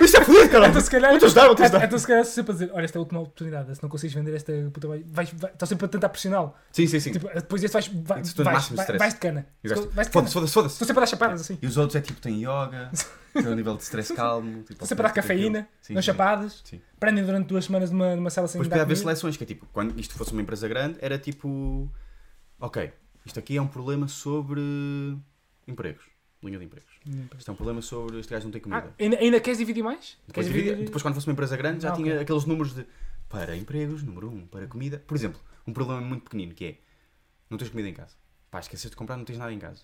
[SPEAKER 2] Isto é fodido, caralho!
[SPEAKER 1] então, se calhar,
[SPEAKER 2] Vou-te ajudar, vou-te
[SPEAKER 1] Ah,
[SPEAKER 2] ajudar.
[SPEAKER 1] então, se calhar, se sempre a dizer, olha, esta é a última oportunidade, se não consegues vender esta puta, vai, vais, vai, estás sempre a tentar pressioná-lo.
[SPEAKER 2] Sim, sim, sim.
[SPEAKER 1] Tipo, depois deste vais, vai,
[SPEAKER 2] Isso tudo
[SPEAKER 1] vais,
[SPEAKER 2] máximo
[SPEAKER 1] vai-
[SPEAKER 2] stress.
[SPEAKER 1] vais de cana.
[SPEAKER 2] E o gajo,
[SPEAKER 1] Vais de cana.
[SPEAKER 2] foda-se,
[SPEAKER 1] Estou
[SPEAKER 2] foda-se, foda-se.
[SPEAKER 1] sempre a dar chapadas, assim.
[SPEAKER 2] E os outros é tipo, tem yoga, tem um nível de stress calmo. Tipo,
[SPEAKER 1] Estou sempre a dar
[SPEAKER 2] ok, tem
[SPEAKER 1] cafeína,
[SPEAKER 2] aquilo. Sim,
[SPEAKER 1] não
[SPEAKER 2] sim.
[SPEAKER 1] chapadas,
[SPEAKER 2] Sim.
[SPEAKER 1] prendem durante duas semanas numa, numa cela sem
[SPEAKER 2] Depois
[SPEAKER 1] dar
[SPEAKER 2] podia haver
[SPEAKER 1] comida.
[SPEAKER 2] seleções, que é tipo, quando isto fosse uma empresa grande, era tipo, ok, isto aqui é um problema sobre empregos, linha de empregos.
[SPEAKER 1] Hum, pois.
[SPEAKER 2] Isto é um problema sobre este gajo não tem comida.
[SPEAKER 1] Ah, ainda, ainda queres dividir mais?
[SPEAKER 2] Hum. Depois,
[SPEAKER 1] queres
[SPEAKER 2] dividi- depois, quando fosse uma empresa grande, já
[SPEAKER 1] Ah,
[SPEAKER 2] tinha
[SPEAKER 1] ok.
[SPEAKER 2] aqueles números de para empregos, número 1, um, para comida. Por exemplo, um problema muito pequenino que é não tens comida em casa. Pá, esqueceste de comprar, não tens nada em casa.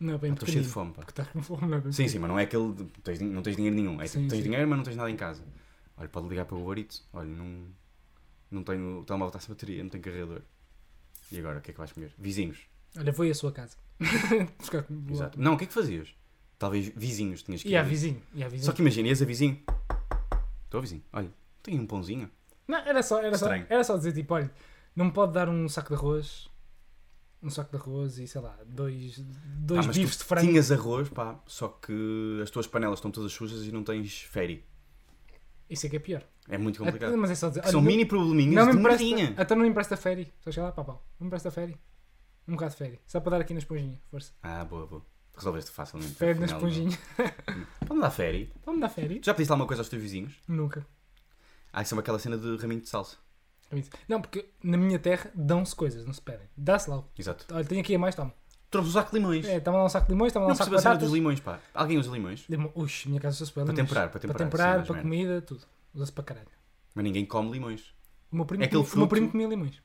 [SPEAKER 1] Não é bem
[SPEAKER 2] Pá, Estou cheio de
[SPEAKER 1] pequenino,
[SPEAKER 2] fome, pá.
[SPEAKER 1] Porque estás com fome, não é bem
[SPEAKER 2] Sim, sim, mas não é aquele. de- tens din- não tens dinheiro nenhum. É tipo,
[SPEAKER 1] Sim,
[SPEAKER 2] tens
[SPEAKER 1] sim.
[SPEAKER 2] dinheiro, mas não tens nada em casa. Olha, pode ligar para o barito. Olha, não, não tenho. O telemóvel está sem bateria, não tenho carregador. E agora, o que é que vais comer? Vizinhos.
[SPEAKER 1] Olha, vou aí à sua casa. Buscar comida.
[SPEAKER 2] Exato. Não, o que é que fazias? Talvez vizinhos tinhas que
[SPEAKER 1] E há
[SPEAKER 2] ir.
[SPEAKER 1] vizinho. E há vizinho.
[SPEAKER 2] Só que imagina, ias a vizinho. Estou a vizinho. Olha, tenho um pãozinho.
[SPEAKER 1] Não, era só, era, só,
[SPEAKER 2] Estranho.
[SPEAKER 1] era só dizer tipo, olha, não me pode dar um saco de arroz, um saco de arroz e sei lá, dois, dois
[SPEAKER 2] Ah, mas
[SPEAKER 1] bifes
[SPEAKER 2] tu
[SPEAKER 1] de frango.
[SPEAKER 2] Tinhas arroz, pá, só que as tuas panelas estão todas sujas e não tens ferry.
[SPEAKER 1] Isso é que é pior.
[SPEAKER 2] É muito complicado.
[SPEAKER 1] Até- mas é só dizer,
[SPEAKER 2] Que São
[SPEAKER 1] olha,
[SPEAKER 2] mini probleminhas
[SPEAKER 1] não, não
[SPEAKER 2] de
[SPEAKER 1] me
[SPEAKER 2] merdinha.
[SPEAKER 1] empresta, até não me empresta ferry. Só chegar lá, pá, pau. Não me empresta ferry. Um bocado de ferry. Só para dar aqui na esponjinha, força.
[SPEAKER 2] Ah, boa, boa. Resolveste facilmente.
[SPEAKER 1] Pede na
[SPEAKER 2] afinal, não. é?
[SPEAKER 1] esponjinha.
[SPEAKER 2] Vamos dar férias.
[SPEAKER 1] Vamos dar férias?
[SPEAKER 2] Tu já pediste alguma coisa aos teus vizinhos?
[SPEAKER 1] Nunca.
[SPEAKER 2] Ah, isso é aquela cena de raminho de salsa.
[SPEAKER 1] Não, porque na minha terra dão-se coisas, não se pedem. Dá-se lá.
[SPEAKER 2] Exato.
[SPEAKER 1] Olha, tenho aqui a mais, toma.
[SPEAKER 2] Trouxe um saco de limões.
[SPEAKER 1] É, toma lá um saco de limões, toma lá
[SPEAKER 2] não
[SPEAKER 1] um saco de
[SPEAKER 2] percebo a cena
[SPEAKER 1] batatas.
[SPEAKER 2] dos limões, pá. Alguém usa limões,
[SPEAKER 1] Limão. Ux, minha casa usa-se para
[SPEAKER 2] Para
[SPEAKER 1] limões.
[SPEAKER 2] temperar, para
[SPEAKER 1] Para
[SPEAKER 2] temperar, sim,
[SPEAKER 1] temperar,
[SPEAKER 2] mas
[SPEAKER 1] para
[SPEAKER 2] merda.
[SPEAKER 1] comida, tudo. Usa-se para caralho.
[SPEAKER 2] mas ninguém come limões.
[SPEAKER 1] O meu primo,
[SPEAKER 2] É aquele
[SPEAKER 1] comia- o meu
[SPEAKER 2] fruto-
[SPEAKER 1] primo comia limões.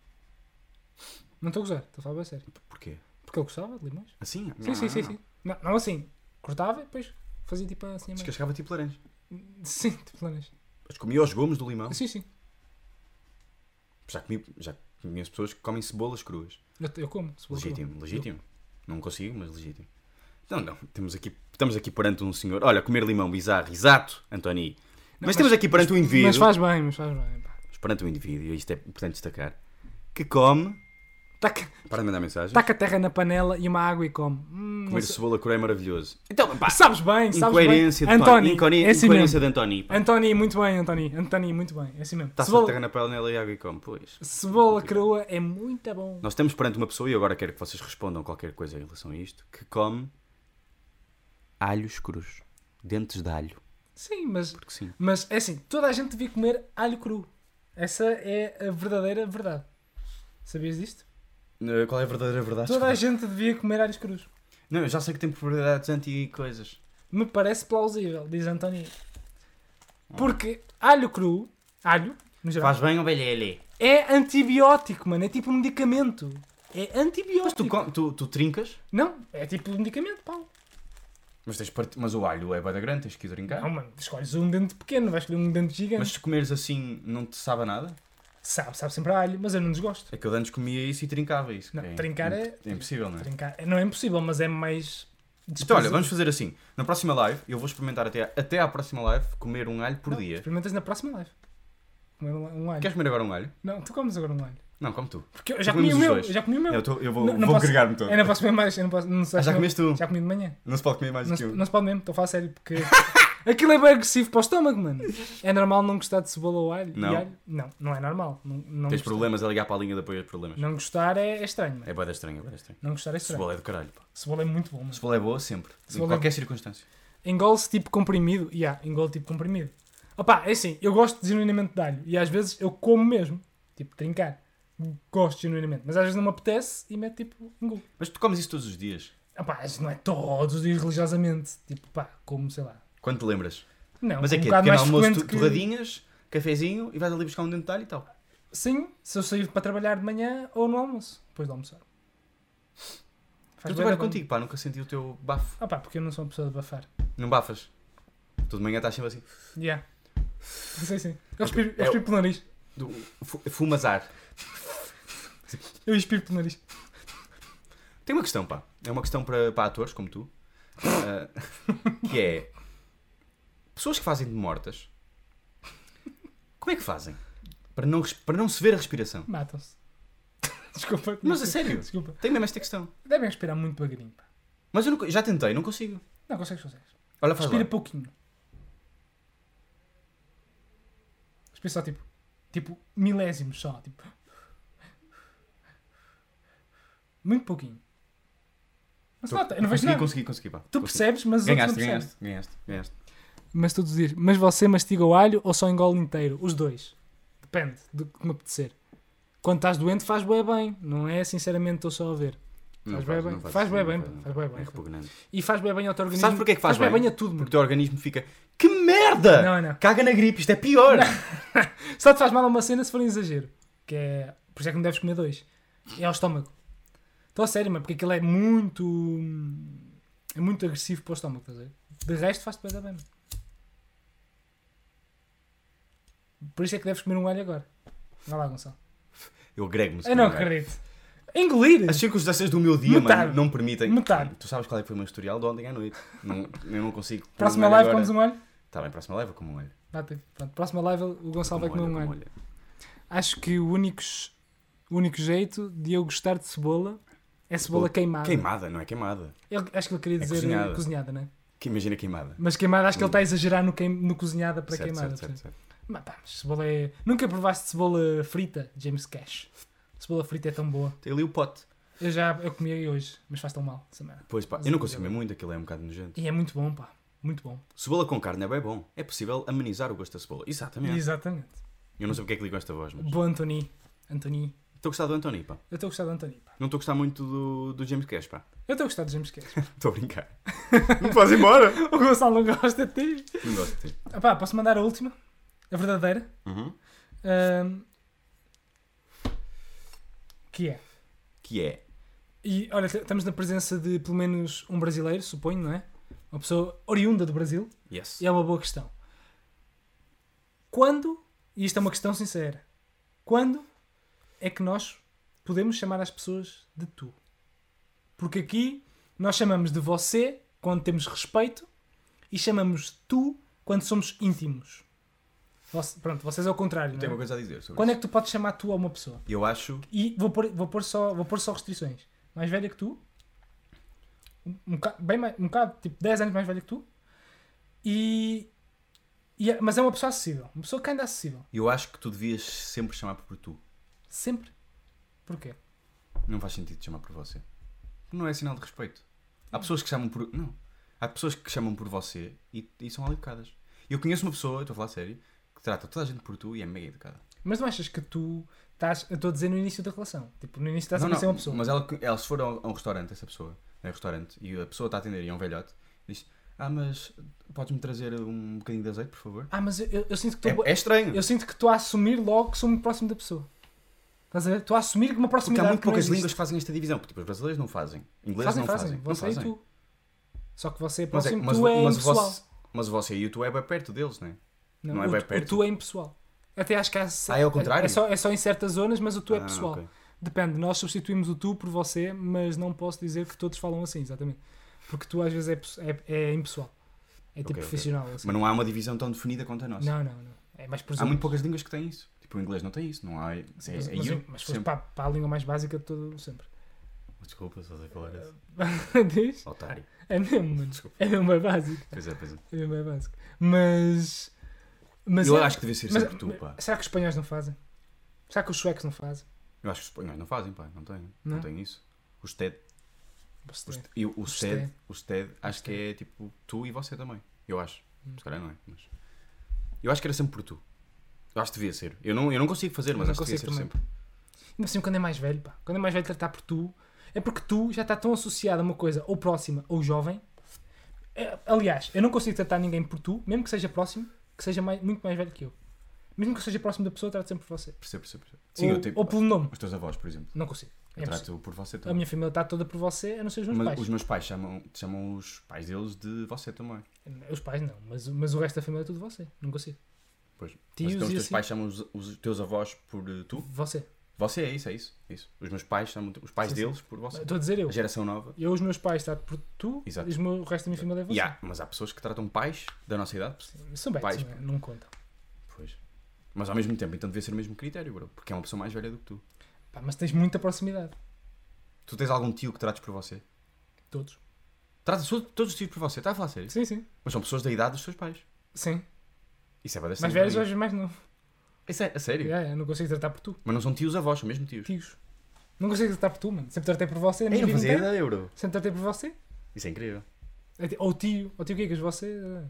[SPEAKER 1] Não estou a gozar, estou a falar bem a sério.
[SPEAKER 2] P- Porquê?
[SPEAKER 1] Porque ele gostava de limões.
[SPEAKER 2] Assim?
[SPEAKER 1] Sim, sim, sim. sim. Não, não assim. Cortava e depois fazia tipo assim. a meio.
[SPEAKER 2] Descascava tipo laranja.
[SPEAKER 1] Sim, tipo planas.
[SPEAKER 2] Mas comia os gomos do limão.
[SPEAKER 1] Sim, sim.
[SPEAKER 2] Já comi, já conheço pessoas que comem cebolas cruas.
[SPEAKER 1] Eu, eu como. se for
[SPEAKER 2] Legítimo,
[SPEAKER 1] bom.
[SPEAKER 2] legítimo. Não consigo, mas legítimo. Não, não. Temos aqui, estamos aqui perante um senhor. Olha, comer limão bizarro, exato, Antoni. Mas,
[SPEAKER 1] mas-
[SPEAKER 2] temos aqui perante um indivíduo.
[SPEAKER 1] Mas faz bem, mas faz bem. pá.
[SPEAKER 2] Perante um indivíduo, e isto é importante destacar, que come.
[SPEAKER 1] Taca,
[SPEAKER 2] Para de mandar mensagem.
[SPEAKER 1] taca a terra na panela e uma água e come. Hum,
[SPEAKER 2] Comer
[SPEAKER 1] não sei-
[SPEAKER 2] cebola crua é maravilhoso. Então, pá,
[SPEAKER 1] Sabes bem, sabes
[SPEAKER 2] incoerência de
[SPEAKER 1] bem.
[SPEAKER 2] Antoni.
[SPEAKER 1] António,
[SPEAKER 2] Incoerência
[SPEAKER 1] é assim mesmo.
[SPEAKER 2] de Antoni. pá.
[SPEAKER 1] António, muito bem, António. António, muito bem. É assim mesmo.
[SPEAKER 2] Taça de
[SPEAKER 1] Cebola,
[SPEAKER 2] terra na pele nela e água e come. Pois.
[SPEAKER 1] cebola crua é muito bom.
[SPEAKER 2] Nós estamos perante uma pessoa, e agora quero que vocês respondam qualquer coisa em relação a isto, que come alhos crus. Dentes de alho.
[SPEAKER 1] Sim, mas
[SPEAKER 2] Porque sim.
[SPEAKER 1] Mas é assim, toda a gente devia comer alho cru. Essa é a verdadeira verdade. Sabias disto?
[SPEAKER 2] Eh, Qual é a verdadeira verdade?
[SPEAKER 1] Toda a gente devia comer alhos crus.
[SPEAKER 2] Não, eu já sei que tem propriedades anti-coisas.
[SPEAKER 1] Me parece plausível, diz António.
[SPEAKER 2] Ah.
[SPEAKER 1] Porque alho cru, alho, no geral,
[SPEAKER 2] Faz bem ou belhele?
[SPEAKER 1] é antibiótico, mano. É tipo um medicamento. É
[SPEAKER 2] Mas
[SPEAKER 1] antibiótico.
[SPEAKER 2] tu, com- tu, tu trincas,
[SPEAKER 1] Não, é tipo um medicamento, pau.
[SPEAKER 2] mas, tens part... mas o alho é bada grande, tens que ir trincar.
[SPEAKER 1] Não, mano, escolhes um dente pequeno, vais escolher um dente gigante.
[SPEAKER 2] Mas se comeres assim, não te sabe a nada?
[SPEAKER 1] Sabe, sabe sempre a alho, mas eu não desgosto.
[SPEAKER 2] É que eu antes comia isso e trincava isso.
[SPEAKER 1] Não,
[SPEAKER 2] que é
[SPEAKER 1] trincar
[SPEAKER 2] imp-
[SPEAKER 1] é-
[SPEAKER 2] é impossível, não é?
[SPEAKER 1] Trincar- Não é impossível, mas é mais.
[SPEAKER 2] Então, olha,
[SPEAKER 1] desprezível.
[SPEAKER 2] vamos fazer assim. Na próxima live, eu vou experimentar até, até à próxima live comer um alho por
[SPEAKER 1] Não,
[SPEAKER 2] dia.
[SPEAKER 1] Experimentas na próxima live. Comer um, um alho.
[SPEAKER 2] Queres comer agora um alho?
[SPEAKER 1] Não, tu comes agora um alho.
[SPEAKER 2] Não, come tu.
[SPEAKER 1] Porque eu já comi
[SPEAKER 2] Comemos
[SPEAKER 1] o
[SPEAKER 2] os
[SPEAKER 1] meu,
[SPEAKER 2] dois.
[SPEAKER 1] eu já comi o meu. É,
[SPEAKER 2] Eu, tô- eu vou,
[SPEAKER 1] Não- não
[SPEAKER 2] vou
[SPEAKER 1] posso-
[SPEAKER 2] gregar-me todo.
[SPEAKER 1] Eu não posso comer mais, eu não posso. Não sei,
[SPEAKER 2] Ah, já
[SPEAKER 1] não-
[SPEAKER 2] comeste tu?
[SPEAKER 1] Já comi de manhã.
[SPEAKER 2] Não se pode comer mais
[SPEAKER 1] Não
[SPEAKER 2] do que
[SPEAKER 1] se,
[SPEAKER 2] um.
[SPEAKER 1] não se pode mesmo, estou a falar sério, porque aquilo é bem agressivo para o estômago, mano. É normal não gostar de cebola ou alho? e
[SPEAKER 2] Não.
[SPEAKER 1] alho? Não, não é normal. Não, não
[SPEAKER 2] Tens
[SPEAKER 1] gostar.
[SPEAKER 2] problemas a ligar para a linha de apoio a problemas.
[SPEAKER 1] Não gostar é, é estranho, mano.
[SPEAKER 2] É boa estranha, é boa estranha.
[SPEAKER 1] Não gostar é estranho. Cebola,
[SPEAKER 2] Cebola é do caralho. Pá.
[SPEAKER 1] é muito bom, mano.
[SPEAKER 2] Cebola é boa sempre.
[SPEAKER 1] Cebola
[SPEAKER 2] em
[SPEAKER 1] é-
[SPEAKER 2] qualquer circunstância.
[SPEAKER 1] Engole-se tipo comprimido. Ya, engole tipo comprimido. Opá, é assim, eu gosto genuinamente de alho e às vezes eu como mesmo, tipo trincar. Gosto genuinamente, mas às vezes não me apetece e meto tipo engulo.
[SPEAKER 2] Mas tu comes isso todos os dias.
[SPEAKER 1] Opá, isso não é todos os dias religiosamente, tipo pá, como sei lá.
[SPEAKER 2] Quando te lembras.
[SPEAKER 1] Não,
[SPEAKER 2] Mas é
[SPEAKER 1] um
[SPEAKER 2] que é
[SPEAKER 1] bocado
[SPEAKER 2] pequeno
[SPEAKER 1] mais
[SPEAKER 2] almoço,
[SPEAKER 1] frequente
[SPEAKER 2] tu-
[SPEAKER 1] que-
[SPEAKER 2] torradinhas, cafezinho e vais ali buscar um dente de alho e tal.
[SPEAKER 1] Sim, se eu sair para trabalhar de manhã ou no almoço, depois de almoçar.
[SPEAKER 2] Eu
[SPEAKER 1] Faz bem,
[SPEAKER 2] trabalho
[SPEAKER 1] não?
[SPEAKER 2] contigo, pá. Nunca senti o teu bafo.
[SPEAKER 1] Opá, porque eu não sou uma pessoa de bafar.
[SPEAKER 2] Não bafas. Tu de manhã estás sempre assim.
[SPEAKER 1] Yeah. Sim, sim. Eu respiro, eu
[SPEAKER 2] É o-
[SPEAKER 1] respiro pelo nariz.
[SPEAKER 2] Tu fu- Fumas ar.
[SPEAKER 1] Eu respiro pelo nariz.
[SPEAKER 2] Tem uma questão, pá. É uma questão para, para atores como tu. Ah, que é. Pessoas que fazem de mortas. Como é que fazem? Para não, res- para não se ver a respiração.
[SPEAKER 1] Matam-se. Desculpa.
[SPEAKER 2] Mas a sério?
[SPEAKER 1] Desculpa.
[SPEAKER 2] Tem mesmo esta questão.
[SPEAKER 1] Devem respirar muito devagarinho. Pá.
[SPEAKER 2] Mas eu não co- já tentei, não consigo.
[SPEAKER 1] Não consegues fazer.
[SPEAKER 2] Olha, faz
[SPEAKER 1] Respira
[SPEAKER 2] lá.
[SPEAKER 1] pouquinho. Respira só tipo. Tipo, milésimos só. Tipo. Muito pouquinho. Mas
[SPEAKER 2] Tô-
[SPEAKER 1] nota, eu não vejo
[SPEAKER 2] consegui,
[SPEAKER 1] nada.
[SPEAKER 2] consegui, consegui, pá.
[SPEAKER 1] Tu
[SPEAKER 2] Consegui.
[SPEAKER 1] percebes, mas os outros não
[SPEAKER 2] Ganhaste,
[SPEAKER 1] percebem.
[SPEAKER 2] ganhaste, ganhaste, ganhaste.
[SPEAKER 1] Mas todos os dias. Mas você mastiga o alho ou só engole inteiro? Os dois. Depende do que me apetecer. Quando estás doente, faz bué bem. Não é sinceramente, estou só a ver.
[SPEAKER 2] Não
[SPEAKER 1] bem
[SPEAKER 2] não
[SPEAKER 1] bem. Faz bem
[SPEAKER 2] não
[SPEAKER 1] bem,
[SPEAKER 2] não.
[SPEAKER 1] faz bem bem.
[SPEAKER 2] É repugnante.
[SPEAKER 1] E faz bué bem ao teu organismo.
[SPEAKER 2] Sabes porquê que faz
[SPEAKER 1] bué
[SPEAKER 2] bem?
[SPEAKER 1] a tudo,
[SPEAKER 2] Porque o
[SPEAKER 1] mano.
[SPEAKER 2] teu organismo fica. Que merda!
[SPEAKER 1] Não, não.
[SPEAKER 2] Caga na gripe, isto é pior!
[SPEAKER 1] Só te faz mal uma cena se for um exagero. Que é. Por isso é que não deves comer dois. É ao estômago. Estou a sério, mano, porque aquilo é muito. É muito agressivo para o estômago, estás a ver? De resto faz-te bué da bem. mano. Por isso é que deves comer um alho agora. Vai lá, Gonçalo.
[SPEAKER 2] Eu agrego-me. se
[SPEAKER 1] Eu não
[SPEAKER 2] calhar.
[SPEAKER 1] acredito. Engolir?
[SPEAKER 2] As circunstâncias do meu dia,
[SPEAKER 1] Metade.
[SPEAKER 2] mano, não permitem.
[SPEAKER 1] Metade.
[SPEAKER 2] Tu sabes qual é que foi o meu historial de ontem à noite. Não, eu não consigo.
[SPEAKER 1] Próxima live comes um olho?
[SPEAKER 2] Tá bem, próxima live eu como um olho.
[SPEAKER 1] Bate. Pronto, próxima live o Gonçalo vai
[SPEAKER 2] Como
[SPEAKER 1] comer um
[SPEAKER 2] como
[SPEAKER 1] olho. Acho que o único, o único jeito de eu gostar de cebola é cebola
[SPEAKER 2] Cebola
[SPEAKER 1] queimada.
[SPEAKER 2] Queimada, não é queimada.
[SPEAKER 1] Ele- acho que ele queria
[SPEAKER 2] É
[SPEAKER 1] dizer eh, cozinhada,
[SPEAKER 2] cozinhada.
[SPEAKER 1] né?
[SPEAKER 2] Que imagina queimada.
[SPEAKER 1] Mas queimada, acho que ele está a exagerar no, queim, no cozinhada para
[SPEAKER 2] certo,
[SPEAKER 1] queimada.
[SPEAKER 2] certo, certo,
[SPEAKER 1] percebes?
[SPEAKER 2] certo.
[SPEAKER 1] Mas pá, mas cebola é. Nunca provaste cebola frita, James Cash. Cebola frita é tão boa.
[SPEAKER 2] Tem ali o pote.
[SPEAKER 1] Eu já eu comi hoje, mas faz tão mal. essa merda.
[SPEAKER 2] Pois pá, eu não consigo comer muito, aquilo é um bocado nojento.
[SPEAKER 1] E é muito bom, pá. Muito bom.
[SPEAKER 2] Cebola com carne é bem bom. É possível amenizar o gosto da cebola. Exatamente.
[SPEAKER 1] Exatamente.
[SPEAKER 2] Eu não sei porque é que lhe gosto da voz, mas.
[SPEAKER 1] Bom Anthony. Anthony.
[SPEAKER 2] Estou a gostar do Anthony, pá.
[SPEAKER 1] Eu estou a gostar do Anthony, pá.
[SPEAKER 2] Não estou a gostar muito do, do James Cash, pá.
[SPEAKER 1] Eu estou a gostar do James Cash.
[SPEAKER 2] Estou a brincar. não te vais embora.
[SPEAKER 1] o Gonçalo não gosta de ti.
[SPEAKER 2] Não gosto de ti.
[SPEAKER 1] Ah, pá, posso mandar a última? A verdadeira?
[SPEAKER 2] Uhum.
[SPEAKER 1] Ahm, Que é.
[SPEAKER 2] Que é.
[SPEAKER 1] E olha, t- estamos na presença de pelo menos um brasileiro, suponho, não é? Uma pessoa oriunda do Brasil.
[SPEAKER 2] Yes.
[SPEAKER 1] E é uma boa questão. Quando, e isto é uma questão sincera, quando é que nós podemos chamar as pessoas de tu? Porque aqui nós chamamos de você quando temos respeito e chamamos de tu quando somos íntimos. Voc- pronto, vocês é o contrário,
[SPEAKER 2] Tenho uma
[SPEAKER 1] não é?
[SPEAKER 2] coisa a dizer sobre
[SPEAKER 1] Quando é
[SPEAKER 2] isso.
[SPEAKER 1] que tu podes chamar tu a uma pessoa?
[SPEAKER 2] Eu acho.
[SPEAKER 1] E vou pôr, vou pôr, só, vou pôr só restrições. Mais velha que tu. Um, um, boca- bem, mais- um bocado, tipo 10 anos mais velha que tu. E, e é- mas é uma pessoa acessível. Uma pessoa que ainda é acessível.
[SPEAKER 2] Eu acho que tu devias sempre chamar por tu.
[SPEAKER 1] Sempre. Porquê?
[SPEAKER 2] Não faz sentido chamar por você. Não é sinal de respeito. Há pessoas que chamam por. Não. Há pessoas que chamam por você e, e são mal educadas. Eu conheço uma pessoa, eu estou a falar sério, que trata toda a gente por tu e é mega educada.
[SPEAKER 1] Mas não achas que tu estás. Eu estou a dizer no início da relação. Tipo, no início estás a
[SPEAKER 2] Não,
[SPEAKER 1] conhecer
[SPEAKER 2] não,
[SPEAKER 1] uma pessoa.
[SPEAKER 2] Mas ela, ela se for a um, a um restaurante, essa pessoa, é um restaurante, e a pessoa está a atender e é um velhote, diz: Ah, mas podes-me trazer um bocadinho de azeite, por favor?
[SPEAKER 1] Ah, mas eu, eu- eu sinto que estou.
[SPEAKER 2] É, é estranho.
[SPEAKER 1] Eu sinto que estou a assumir logo que sou muito próximo da pessoa. Estás a ver? Estou a assumir que uma
[SPEAKER 2] Porque há
[SPEAKER 1] proximidade.
[SPEAKER 2] muito
[SPEAKER 1] que não
[SPEAKER 2] poucas
[SPEAKER 1] existe.
[SPEAKER 2] línguas que fazem esta divisão, porque tipo, os brasileiros não fazem, ingleses
[SPEAKER 1] Fazem,
[SPEAKER 2] não
[SPEAKER 1] fazem.
[SPEAKER 2] fazem. não
[SPEAKER 1] Você e
[SPEAKER 2] fazem.
[SPEAKER 1] tu. Só que você é
[SPEAKER 2] Mas, é,
[SPEAKER 1] próximo,
[SPEAKER 2] mas,
[SPEAKER 1] tu é
[SPEAKER 2] mas,
[SPEAKER 1] impessoal.
[SPEAKER 2] você, mas você e o tu é bem perto deles, não é?
[SPEAKER 1] Não,
[SPEAKER 2] Não é
[SPEAKER 1] o,
[SPEAKER 2] bem
[SPEAKER 1] tu-
[SPEAKER 2] perto?
[SPEAKER 1] O tu é impessoal. Até acho que há,
[SPEAKER 2] Ah, é ao contrário?
[SPEAKER 1] É só, é só em certas zonas, mas o tu é
[SPEAKER 2] Ah,
[SPEAKER 1] pessoal.
[SPEAKER 2] ok.
[SPEAKER 1] Depende, nós substituímos o tu por você, mas não posso dizer que todos falam assim, exatamente. Porque tu às vezes é, pes- é, é impessoal. É tipo
[SPEAKER 2] Ok, ok.
[SPEAKER 1] profissional. Assim.
[SPEAKER 2] Mas não há uma divisão tão definida quanto a nossa.
[SPEAKER 1] Não, não, não. É mais
[SPEAKER 2] há
[SPEAKER 1] presunto.
[SPEAKER 2] muito poucas línguas que têm isso. Tipo, o inglês não tem isso. Não há. É, é
[SPEAKER 1] Mas, mas,
[SPEAKER 2] you.
[SPEAKER 1] mas se fosse
[SPEAKER 2] sempre.
[SPEAKER 1] para, para a língua mais básica de todo sempre.
[SPEAKER 2] Desculpa, estás a falar isso.
[SPEAKER 1] Diz?
[SPEAKER 2] Otário.
[SPEAKER 1] É mesmo, mano.
[SPEAKER 2] Desculpa.
[SPEAKER 1] É mesmo, é básico.
[SPEAKER 2] Pois é, pois é.
[SPEAKER 1] É mesmo, é básico. Mas. mas
[SPEAKER 2] Eu
[SPEAKER 1] é-
[SPEAKER 2] acho que devia ser
[SPEAKER 1] mas-
[SPEAKER 2] sempre tu, pá.
[SPEAKER 1] Será que os espanhóis não fazem? Será que os suecos não fazem?
[SPEAKER 2] Eu acho que os espanhóis não fazem, pá. Não têm. Não,
[SPEAKER 1] Não?
[SPEAKER 2] têm isso. Os TED.
[SPEAKER 1] Bastante.
[SPEAKER 2] E o- o
[SPEAKER 1] Os
[SPEAKER 2] TED.
[SPEAKER 1] TED.
[SPEAKER 2] Os TED. Acho que é tipo tu e você também. Eu acho.
[SPEAKER 1] Hum.
[SPEAKER 2] Se calhar não é. Mas. Eu acho que era sempre por tu. Eu acho que devia ser. Eu não, eu não consigo fazer, mas
[SPEAKER 1] não
[SPEAKER 2] acho que devia ser
[SPEAKER 1] consigo
[SPEAKER 2] sempre.
[SPEAKER 1] Ainda assim, quando é mais velho, pá. Quando é mais velho tratar por tu, é porque tu já está tão associado a uma coisa ou próxima ou jovem. É, Aliás, eu não consigo tratar ninguém por tu, mesmo que seja próximo, que seja mai- muito mais velho que eu. Mesmo que eu seja próximo da pessoa, eu trato sempre por você.
[SPEAKER 2] Percebo, percebo. percebo. Sim,
[SPEAKER 1] ou,
[SPEAKER 2] eu tipo.
[SPEAKER 1] ou pelo nome.
[SPEAKER 2] Os teus avós, por exemplo.
[SPEAKER 1] Não consigo. É
[SPEAKER 2] Eu
[SPEAKER 1] impossível.
[SPEAKER 2] trato por você
[SPEAKER 1] a
[SPEAKER 2] também.
[SPEAKER 1] minha família está toda por você, a não ser os meus
[SPEAKER 2] Mas
[SPEAKER 1] pais.
[SPEAKER 2] os meus pais chamam, chamam os pais deles de você também.
[SPEAKER 1] Os pais não, mas, mas o resto da família é tudo você. Não consigo.
[SPEAKER 2] Pois.
[SPEAKER 1] Tios
[SPEAKER 2] Mas então os
[SPEAKER 1] e
[SPEAKER 2] teus
[SPEAKER 1] assim.
[SPEAKER 2] pais chamam os, os teus avós por eh, tu?
[SPEAKER 1] Você.
[SPEAKER 2] Você é isso, é isso. é isso. Os meus pais chamam os pais
[SPEAKER 1] Sim, então- sim.
[SPEAKER 2] deles por você.
[SPEAKER 1] Estou a dizer eu.
[SPEAKER 2] A geração nova.
[SPEAKER 1] Eu, os meus pais, trato por tu,
[SPEAKER 2] Exato.
[SPEAKER 1] e os meus- o resto da minha família é você.
[SPEAKER 2] E há- mas há pessoas que tratam pais da nossa idade. por-
[SPEAKER 1] São bem,
[SPEAKER 2] Pais,
[SPEAKER 1] são bem, não contam.
[SPEAKER 2] Pois. Mas ao mesmo tempo, então devia ser o mesmo critério, bro. Porque é uma pessoa mais velha do que tu.
[SPEAKER 1] Pá, mas tens muita proximidade.
[SPEAKER 2] Tu tens algum tio que trates por você?
[SPEAKER 1] Todos.
[SPEAKER 2] Tratas todos todos os tios por você, está a falar sério?
[SPEAKER 1] Sim, sim.
[SPEAKER 2] Mas são pessoas da idade dos teus pais.
[SPEAKER 1] Sim.
[SPEAKER 2] Isso é badass.
[SPEAKER 1] Mais velhos, hoje mais novo.
[SPEAKER 2] Isso é, a sério?
[SPEAKER 1] Yeah, eu não consigo tratar por tu.
[SPEAKER 2] Mas não são tios avós, são mesmo tios.
[SPEAKER 1] Tios. Não consigo tratar por tu, mano. Sempre tratei por você. a
[SPEAKER 2] Ei,
[SPEAKER 1] minha
[SPEAKER 2] não
[SPEAKER 1] vida
[SPEAKER 2] fazia
[SPEAKER 1] inteira.
[SPEAKER 2] ideia, bro.
[SPEAKER 1] Sempre tratei por você.
[SPEAKER 2] Isso é incrível.
[SPEAKER 1] É ti- Ou tio. Ou tio Kikas, você. eh,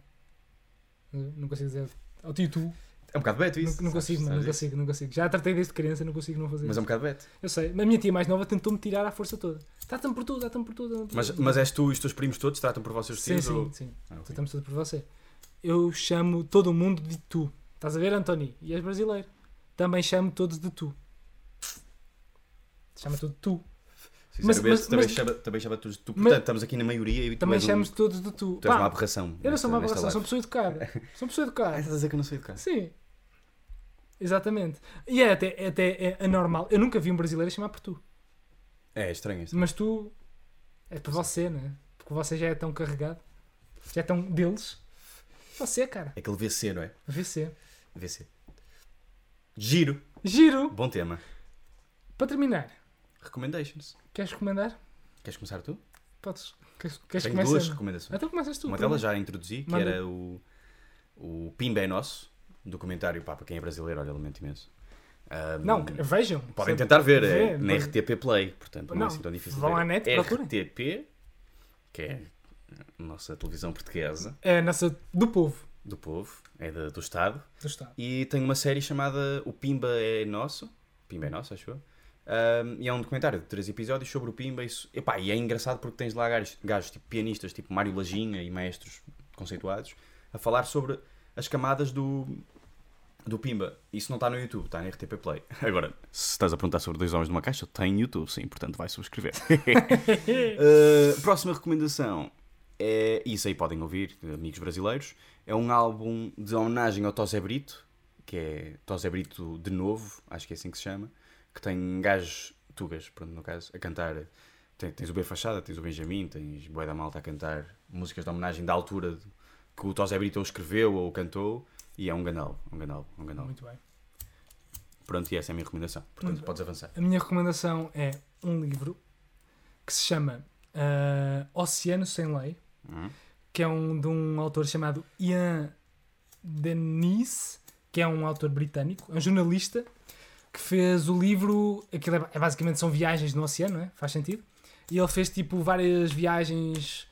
[SPEAKER 1] Não consigo dizer. Ou tio tu.
[SPEAKER 2] É um bocado beto isso.
[SPEAKER 1] Não, não
[SPEAKER 2] sabes-
[SPEAKER 1] consigo, mano.
[SPEAKER 2] sabes
[SPEAKER 1] Não
[SPEAKER 2] isso?
[SPEAKER 1] consigo, não consigo. Já tratei desde criança, não consigo não fazer
[SPEAKER 2] Mas é um
[SPEAKER 1] isso.
[SPEAKER 2] bocado beto.
[SPEAKER 1] Eu sei. Mas a minha tia mais nova tentou-me tirar à força toda. Trata-me por tudo, trata-me por tudo. trata-me por
[SPEAKER 2] Mas,
[SPEAKER 1] tudo.
[SPEAKER 2] mas é és tu e os teus primos todos tratam por vocês os
[SPEAKER 1] Sim,
[SPEAKER 2] tios?
[SPEAKER 1] sim,
[SPEAKER 2] ou-
[SPEAKER 1] sim.
[SPEAKER 2] Ah, ok.
[SPEAKER 1] Tratamos tudo por você. Eu chamo todo mundo de tu. Estás a ver, António? E és brasileiro. Também chamo todos de tu. Chama tudo de tu.
[SPEAKER 2] Sincero,
[SPEAKER 1] Mas-
[SPEAKER 2] Beto,
[SPEAKER 1] mas-
[SPEAKER 2] também,
[SPEAKER 1] mas-
[SPEAKER 2] chama, também chama tu, tu
[SPEAKER 1] Mas-
[SPEAKER 2] portanto, estamos aqui na maioria e tu
[SPEAKER 1] Também
[SPEAKER 2] és, um-
[SPEAKER 1] chamas todos de tu.
[SPEAKER 2] tu és
[SPEAKER 1] Pá,
[SPEAKER 2] uma aberração.
[SPEAKER 1] eu não sou uma
[SPEAKER 2] nesta-
[SPEAKER 1] aberração, sou
[SPEAKER 2] nesta live.
[SPEAKER 1] pessoa educada. Sou pessoa
[SPEAKER 2] Ah,
[SPEAKER 1] educada.
[SPEAKER 2] estás a dizer que eu não sou educado?
[SPEAKER 1] Sim. Exatamente. E é até, é até é anormal. Eu nunca vi um brasileiro chamar por tu.
[SPEAKER 2] É, é estranho isso.
[SPEAKER 1] Mas tu. É por você, né? Porque você já é tão carregado. Já é tão deles. Você, cara.
[SPEAKER 2] É aquele VC, não é?
[SPEAKER 1] VC.
[SPEAKER 2] VC. Giro.
[SPEAKER 1] Giro.
[SPEAKER 2] Bom tema.
[SPEAKER 1] Para terminar.
[SPEAKER 2] Recommendations.
[SPEAKER 1] Queres recomendar?
[SPEAKER 2] Queres começar tu?
[SPEAKER 1] Podes. Queres, queres
[SPEAKER 2] Tenho
[SPEAKER 1] começar?
[SPEAKER 2] duas recomendações.
[SPEAKER 1] Então começas tu.
[SPEAKER 2] Uma
[SPEAKER 1] primeiro.
[SPEAKER 2] delas já a introduzi, que
[SPEAKER 1] Manda.
[SPEAKER 2] era o, o Pimba é Nosso, documentário, pá, para quem é brasileiro, olha, lamento imenso. Ahm,
[SPEAKER 1] Não, vejam.
[SPEAKER 2] Podem
[SPEAKER 1] Sempre.
[SPEAKER 2] tentar ver,
[SPEAKER 1] Vê,
[SPEAKER 2] é, na
[SPEAKER 1] pois.
[SPEAKER 2] RTP Play, portanto não, é
[SPEAKER 1] Não,
[SPEAKER 2] assim tão difícil.
[SPEAKER 1] vão
[SPEAKER 2] de ver.
[SPEAKER 1] à net, procurem.
[SPEAKER 2] RTP, que é a nossa televisão portuguesa
[SPEAKER 1] É a nossa do povo
[SPEAKER 2] do povo, é da- do Estado,
[SPEAKER 1] do Estado.
[SPEAKER 2] e tem uma série chamada O Pimba é Nosso, Pimba é Nosso, acho eu. Ahm, e é um documentário de três episódios sobre o Pimba e, so- epá, e é engraçado porque tens lá gajos, gajos tipo pianistas, tipo Mário Lajinha e maestros conceituados, a falar sobre as camadas do, do Pimba. Isso não está no YouTube, está na RTP Play. Agora, se estás a perguntar sobre dois homens numa caixa, tem YouTube, sim, portanto vai subscrever. Uh, próxima recomendação é, isso aí podem ouvir, amigos brasileiros, é um álbum de homenagem ao Tosé Brito, que é Tosé Brito de novo, acho que é assim que se chama, que tem gajos, tugas, pronto, no caso, a cantar. Tem- tens o B Fachada, tens o Benjamin, tens Boé da Malta a cantar músicas de homenagem da altura de- que o Tosé Brito ou escreveu ou cantou, e é um ganal, um ganal, um ganal.
[SPEAKER 1] Muito bem.
[SPEAKER 2] Pronto, e essa é a minha recomendação. Portanto, podes avançar.
[SPEAKER 1] A minha recomendação é um livro que se chama ah, Oceano Sem Lei,
[SPEAKER 2] Hum?
[SPEAKER 1] que é um de um autor chamado Ian Denise, que é um autor britânico, é um jornalista que fez o livro. Aquilo é, é basicamente são viagens no oceano, não é? Faz sentido. E ele fez tipo várias viagens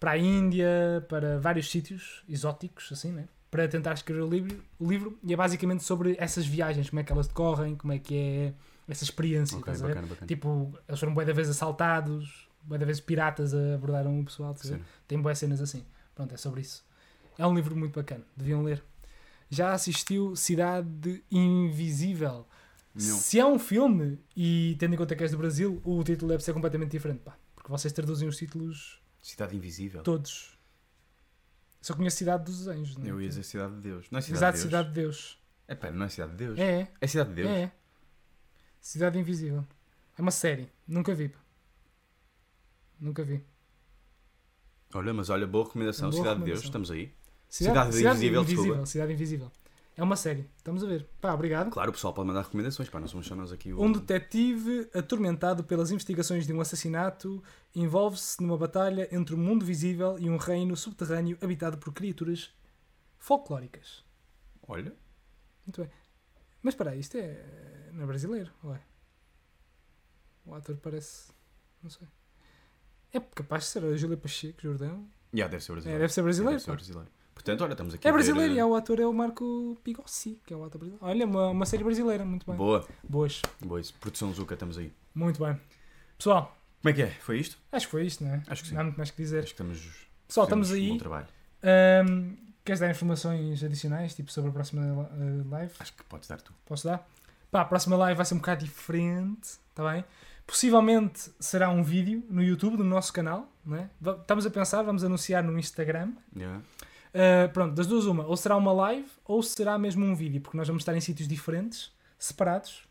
[SPEAKER 1] para a Índia, para vários sítios exóticos, assim, né? Para tentar escrever o livro, o livro. E é basicamente sobre essas viagens, como é que elas decorrem, como é que é essa experiência.
[SPEAKER 2] Ok,
[SPEAKER 1] estás a ver?
[SPEAKER 2] bacana, bacana.
[SPEAKER 1] Tipo, eles foram bué da vez assaltados, bué da vez piratas abordaram o pessoal, estás a ver?
[SPEAKER 2] Sim.
[SPEAKER 1] tem boas cenas assim. Pronto, é sobre isso. É um livro muito bacana, deviam ler. Já assistiu Cidade Invisível?
[SPEAKER 2] Não.
[SPEAKER 1] Se é um filme, e tendo em conta que és do Brasil, o título deve ser completamente diferente, pá. Porque vocês traduzem os títulos
[SPEAKER 2] Cidade Invisível.
[SPEAKER 1] todos. Só conheço Cidade dos Anjos, não é?
[SPEAKER 2] Eu ia dizer Cidade de Deus. Não é Cidade
[SPEAKER 1] Exato,
[SPEAKER 2] de Deus.
[SPEAKER 1] Cidade de Deus.
[SPEAKER 2] É pá, não é Cidade de Deus. É,
[SPEAKER 1] É, é,
[SPEAKER 2] Cidade de Deus.
[SPEAKER 1] é. Cidade Invisível. É uma série, nunca vi. pá. Nunca vi.
[SPEAKER 2] Olha, mas olha, boa recomendação.
[SPEAKER 1] É. Boa
[SPEAKER 2] Cidade de Deus,
[SPEAKER 1] recomendação.
[SPEAKER 2] estamos aí. Cidade Invisível, desculpa.
[SPEAKER 1] Invisível, Cidade Invisível. É uma série, estamos a ver. Pá, obrigado.
[SPEAKER 2] Claro, o pessoal pode mandar recomendações, pá, não somos só nós aqui. O...
[SPEAKER 1] Um detetive atormentado pelas investigações de um assassinato envolve-se numa batalha entre o mundo visível e um reino subterrâneo habitado por criaturas folclóricas.
[SPEAKER 2] Olha,
[SPEAKER 1] Muito bem. Mas espera aí, isto é. não é brasileiro? Ou é? O ator parece. não sei. É capaz de ser a Júlia Pacheco, Jordão.
[SPEAKER 2] já deve ser
[SPEAKER 1] É,
[SPEAKER 2] brasileiro.
[SPEAKER 1] deve ser brasileiro.
[SPEAKER 2] Deve ser
[SPEAKER 1] pá.
[SPEAKER 2] brasileiro. Portanto, olha, estamos aqui.
[SPEAKER 1] É
[SPEAKER 2] a ver,
[SPEAKER 1] brasileiro
[SPEAKER 2] eh,
[SPEAKER 1] e é o ator é o Marco Pigossi, que é o ator brasileiro. Olha, uma, uma série brasileira, muito bem.
[SPEAKER 2] Boa,
[SPEAKER 1] Boas.
[SPEAKER 2] boa isso. Produção Zuka, estamos aí.
[SPEAKER 1] Muito bem. Pessoal,
[SPEAKER 2] Como é que é? Foi isto?
[SPEAKER 1] acho que foi isto, não é?
[SPEAKER 2] Acho que sim.
[SPEAKER 1] Não há muito mais que dizer.
[SPEAKER 2] Acho que estamos.
[SPEAKER 1] Pessoal, estamos
[SPEAKER 2] fizemos Um bom
[SPEAKER 1] aí.
[SPEAKER 2] trabalho.
[SPEAKER 1] Ahm, queres dar informações adicionais, tipo sobre a próxima eh, live?
[SPEAKER 2] Acho que podes dar tu.
[SPEAKER 1] Posso dar? Pá, a próxima live vai ser um bocado diferente, tá bem? Possivelmente será um vídeo no YouTube do nosso canal, não é? Va- Estamos a pensar, vamos anunciar no Instagram.
[SPEAKER 2] Yeah.
[SPEAKER 1] Ah, pronto, das duas uma, ou será uma live ou será mesmo um vídeo, porque nós vamos estar em sítios diferentes, separados.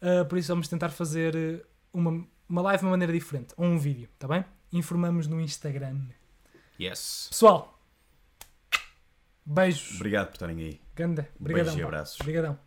[SPEAKER 1] Ah, por isso vamos tentar fazer eh, uma, uma live de uma maneira diferente, ou um vídeo, tá bem? Informamos no Instagram.
[SPEAKER 2] Yes.
[SPEAKER 1] Pessoal, beijos.
[SPEAKER 2] Obrigado por estarem aí.
[SPEAKER 1] Ganda.
[SPEAKER 2] Beijos
[SPEAKER 1] Obrigadão.
[SPEAKER 2] e
[SPEAKER 1] pá.
[SPEAKER 2] abraços.
[SPEAKER 1] Obrigadão.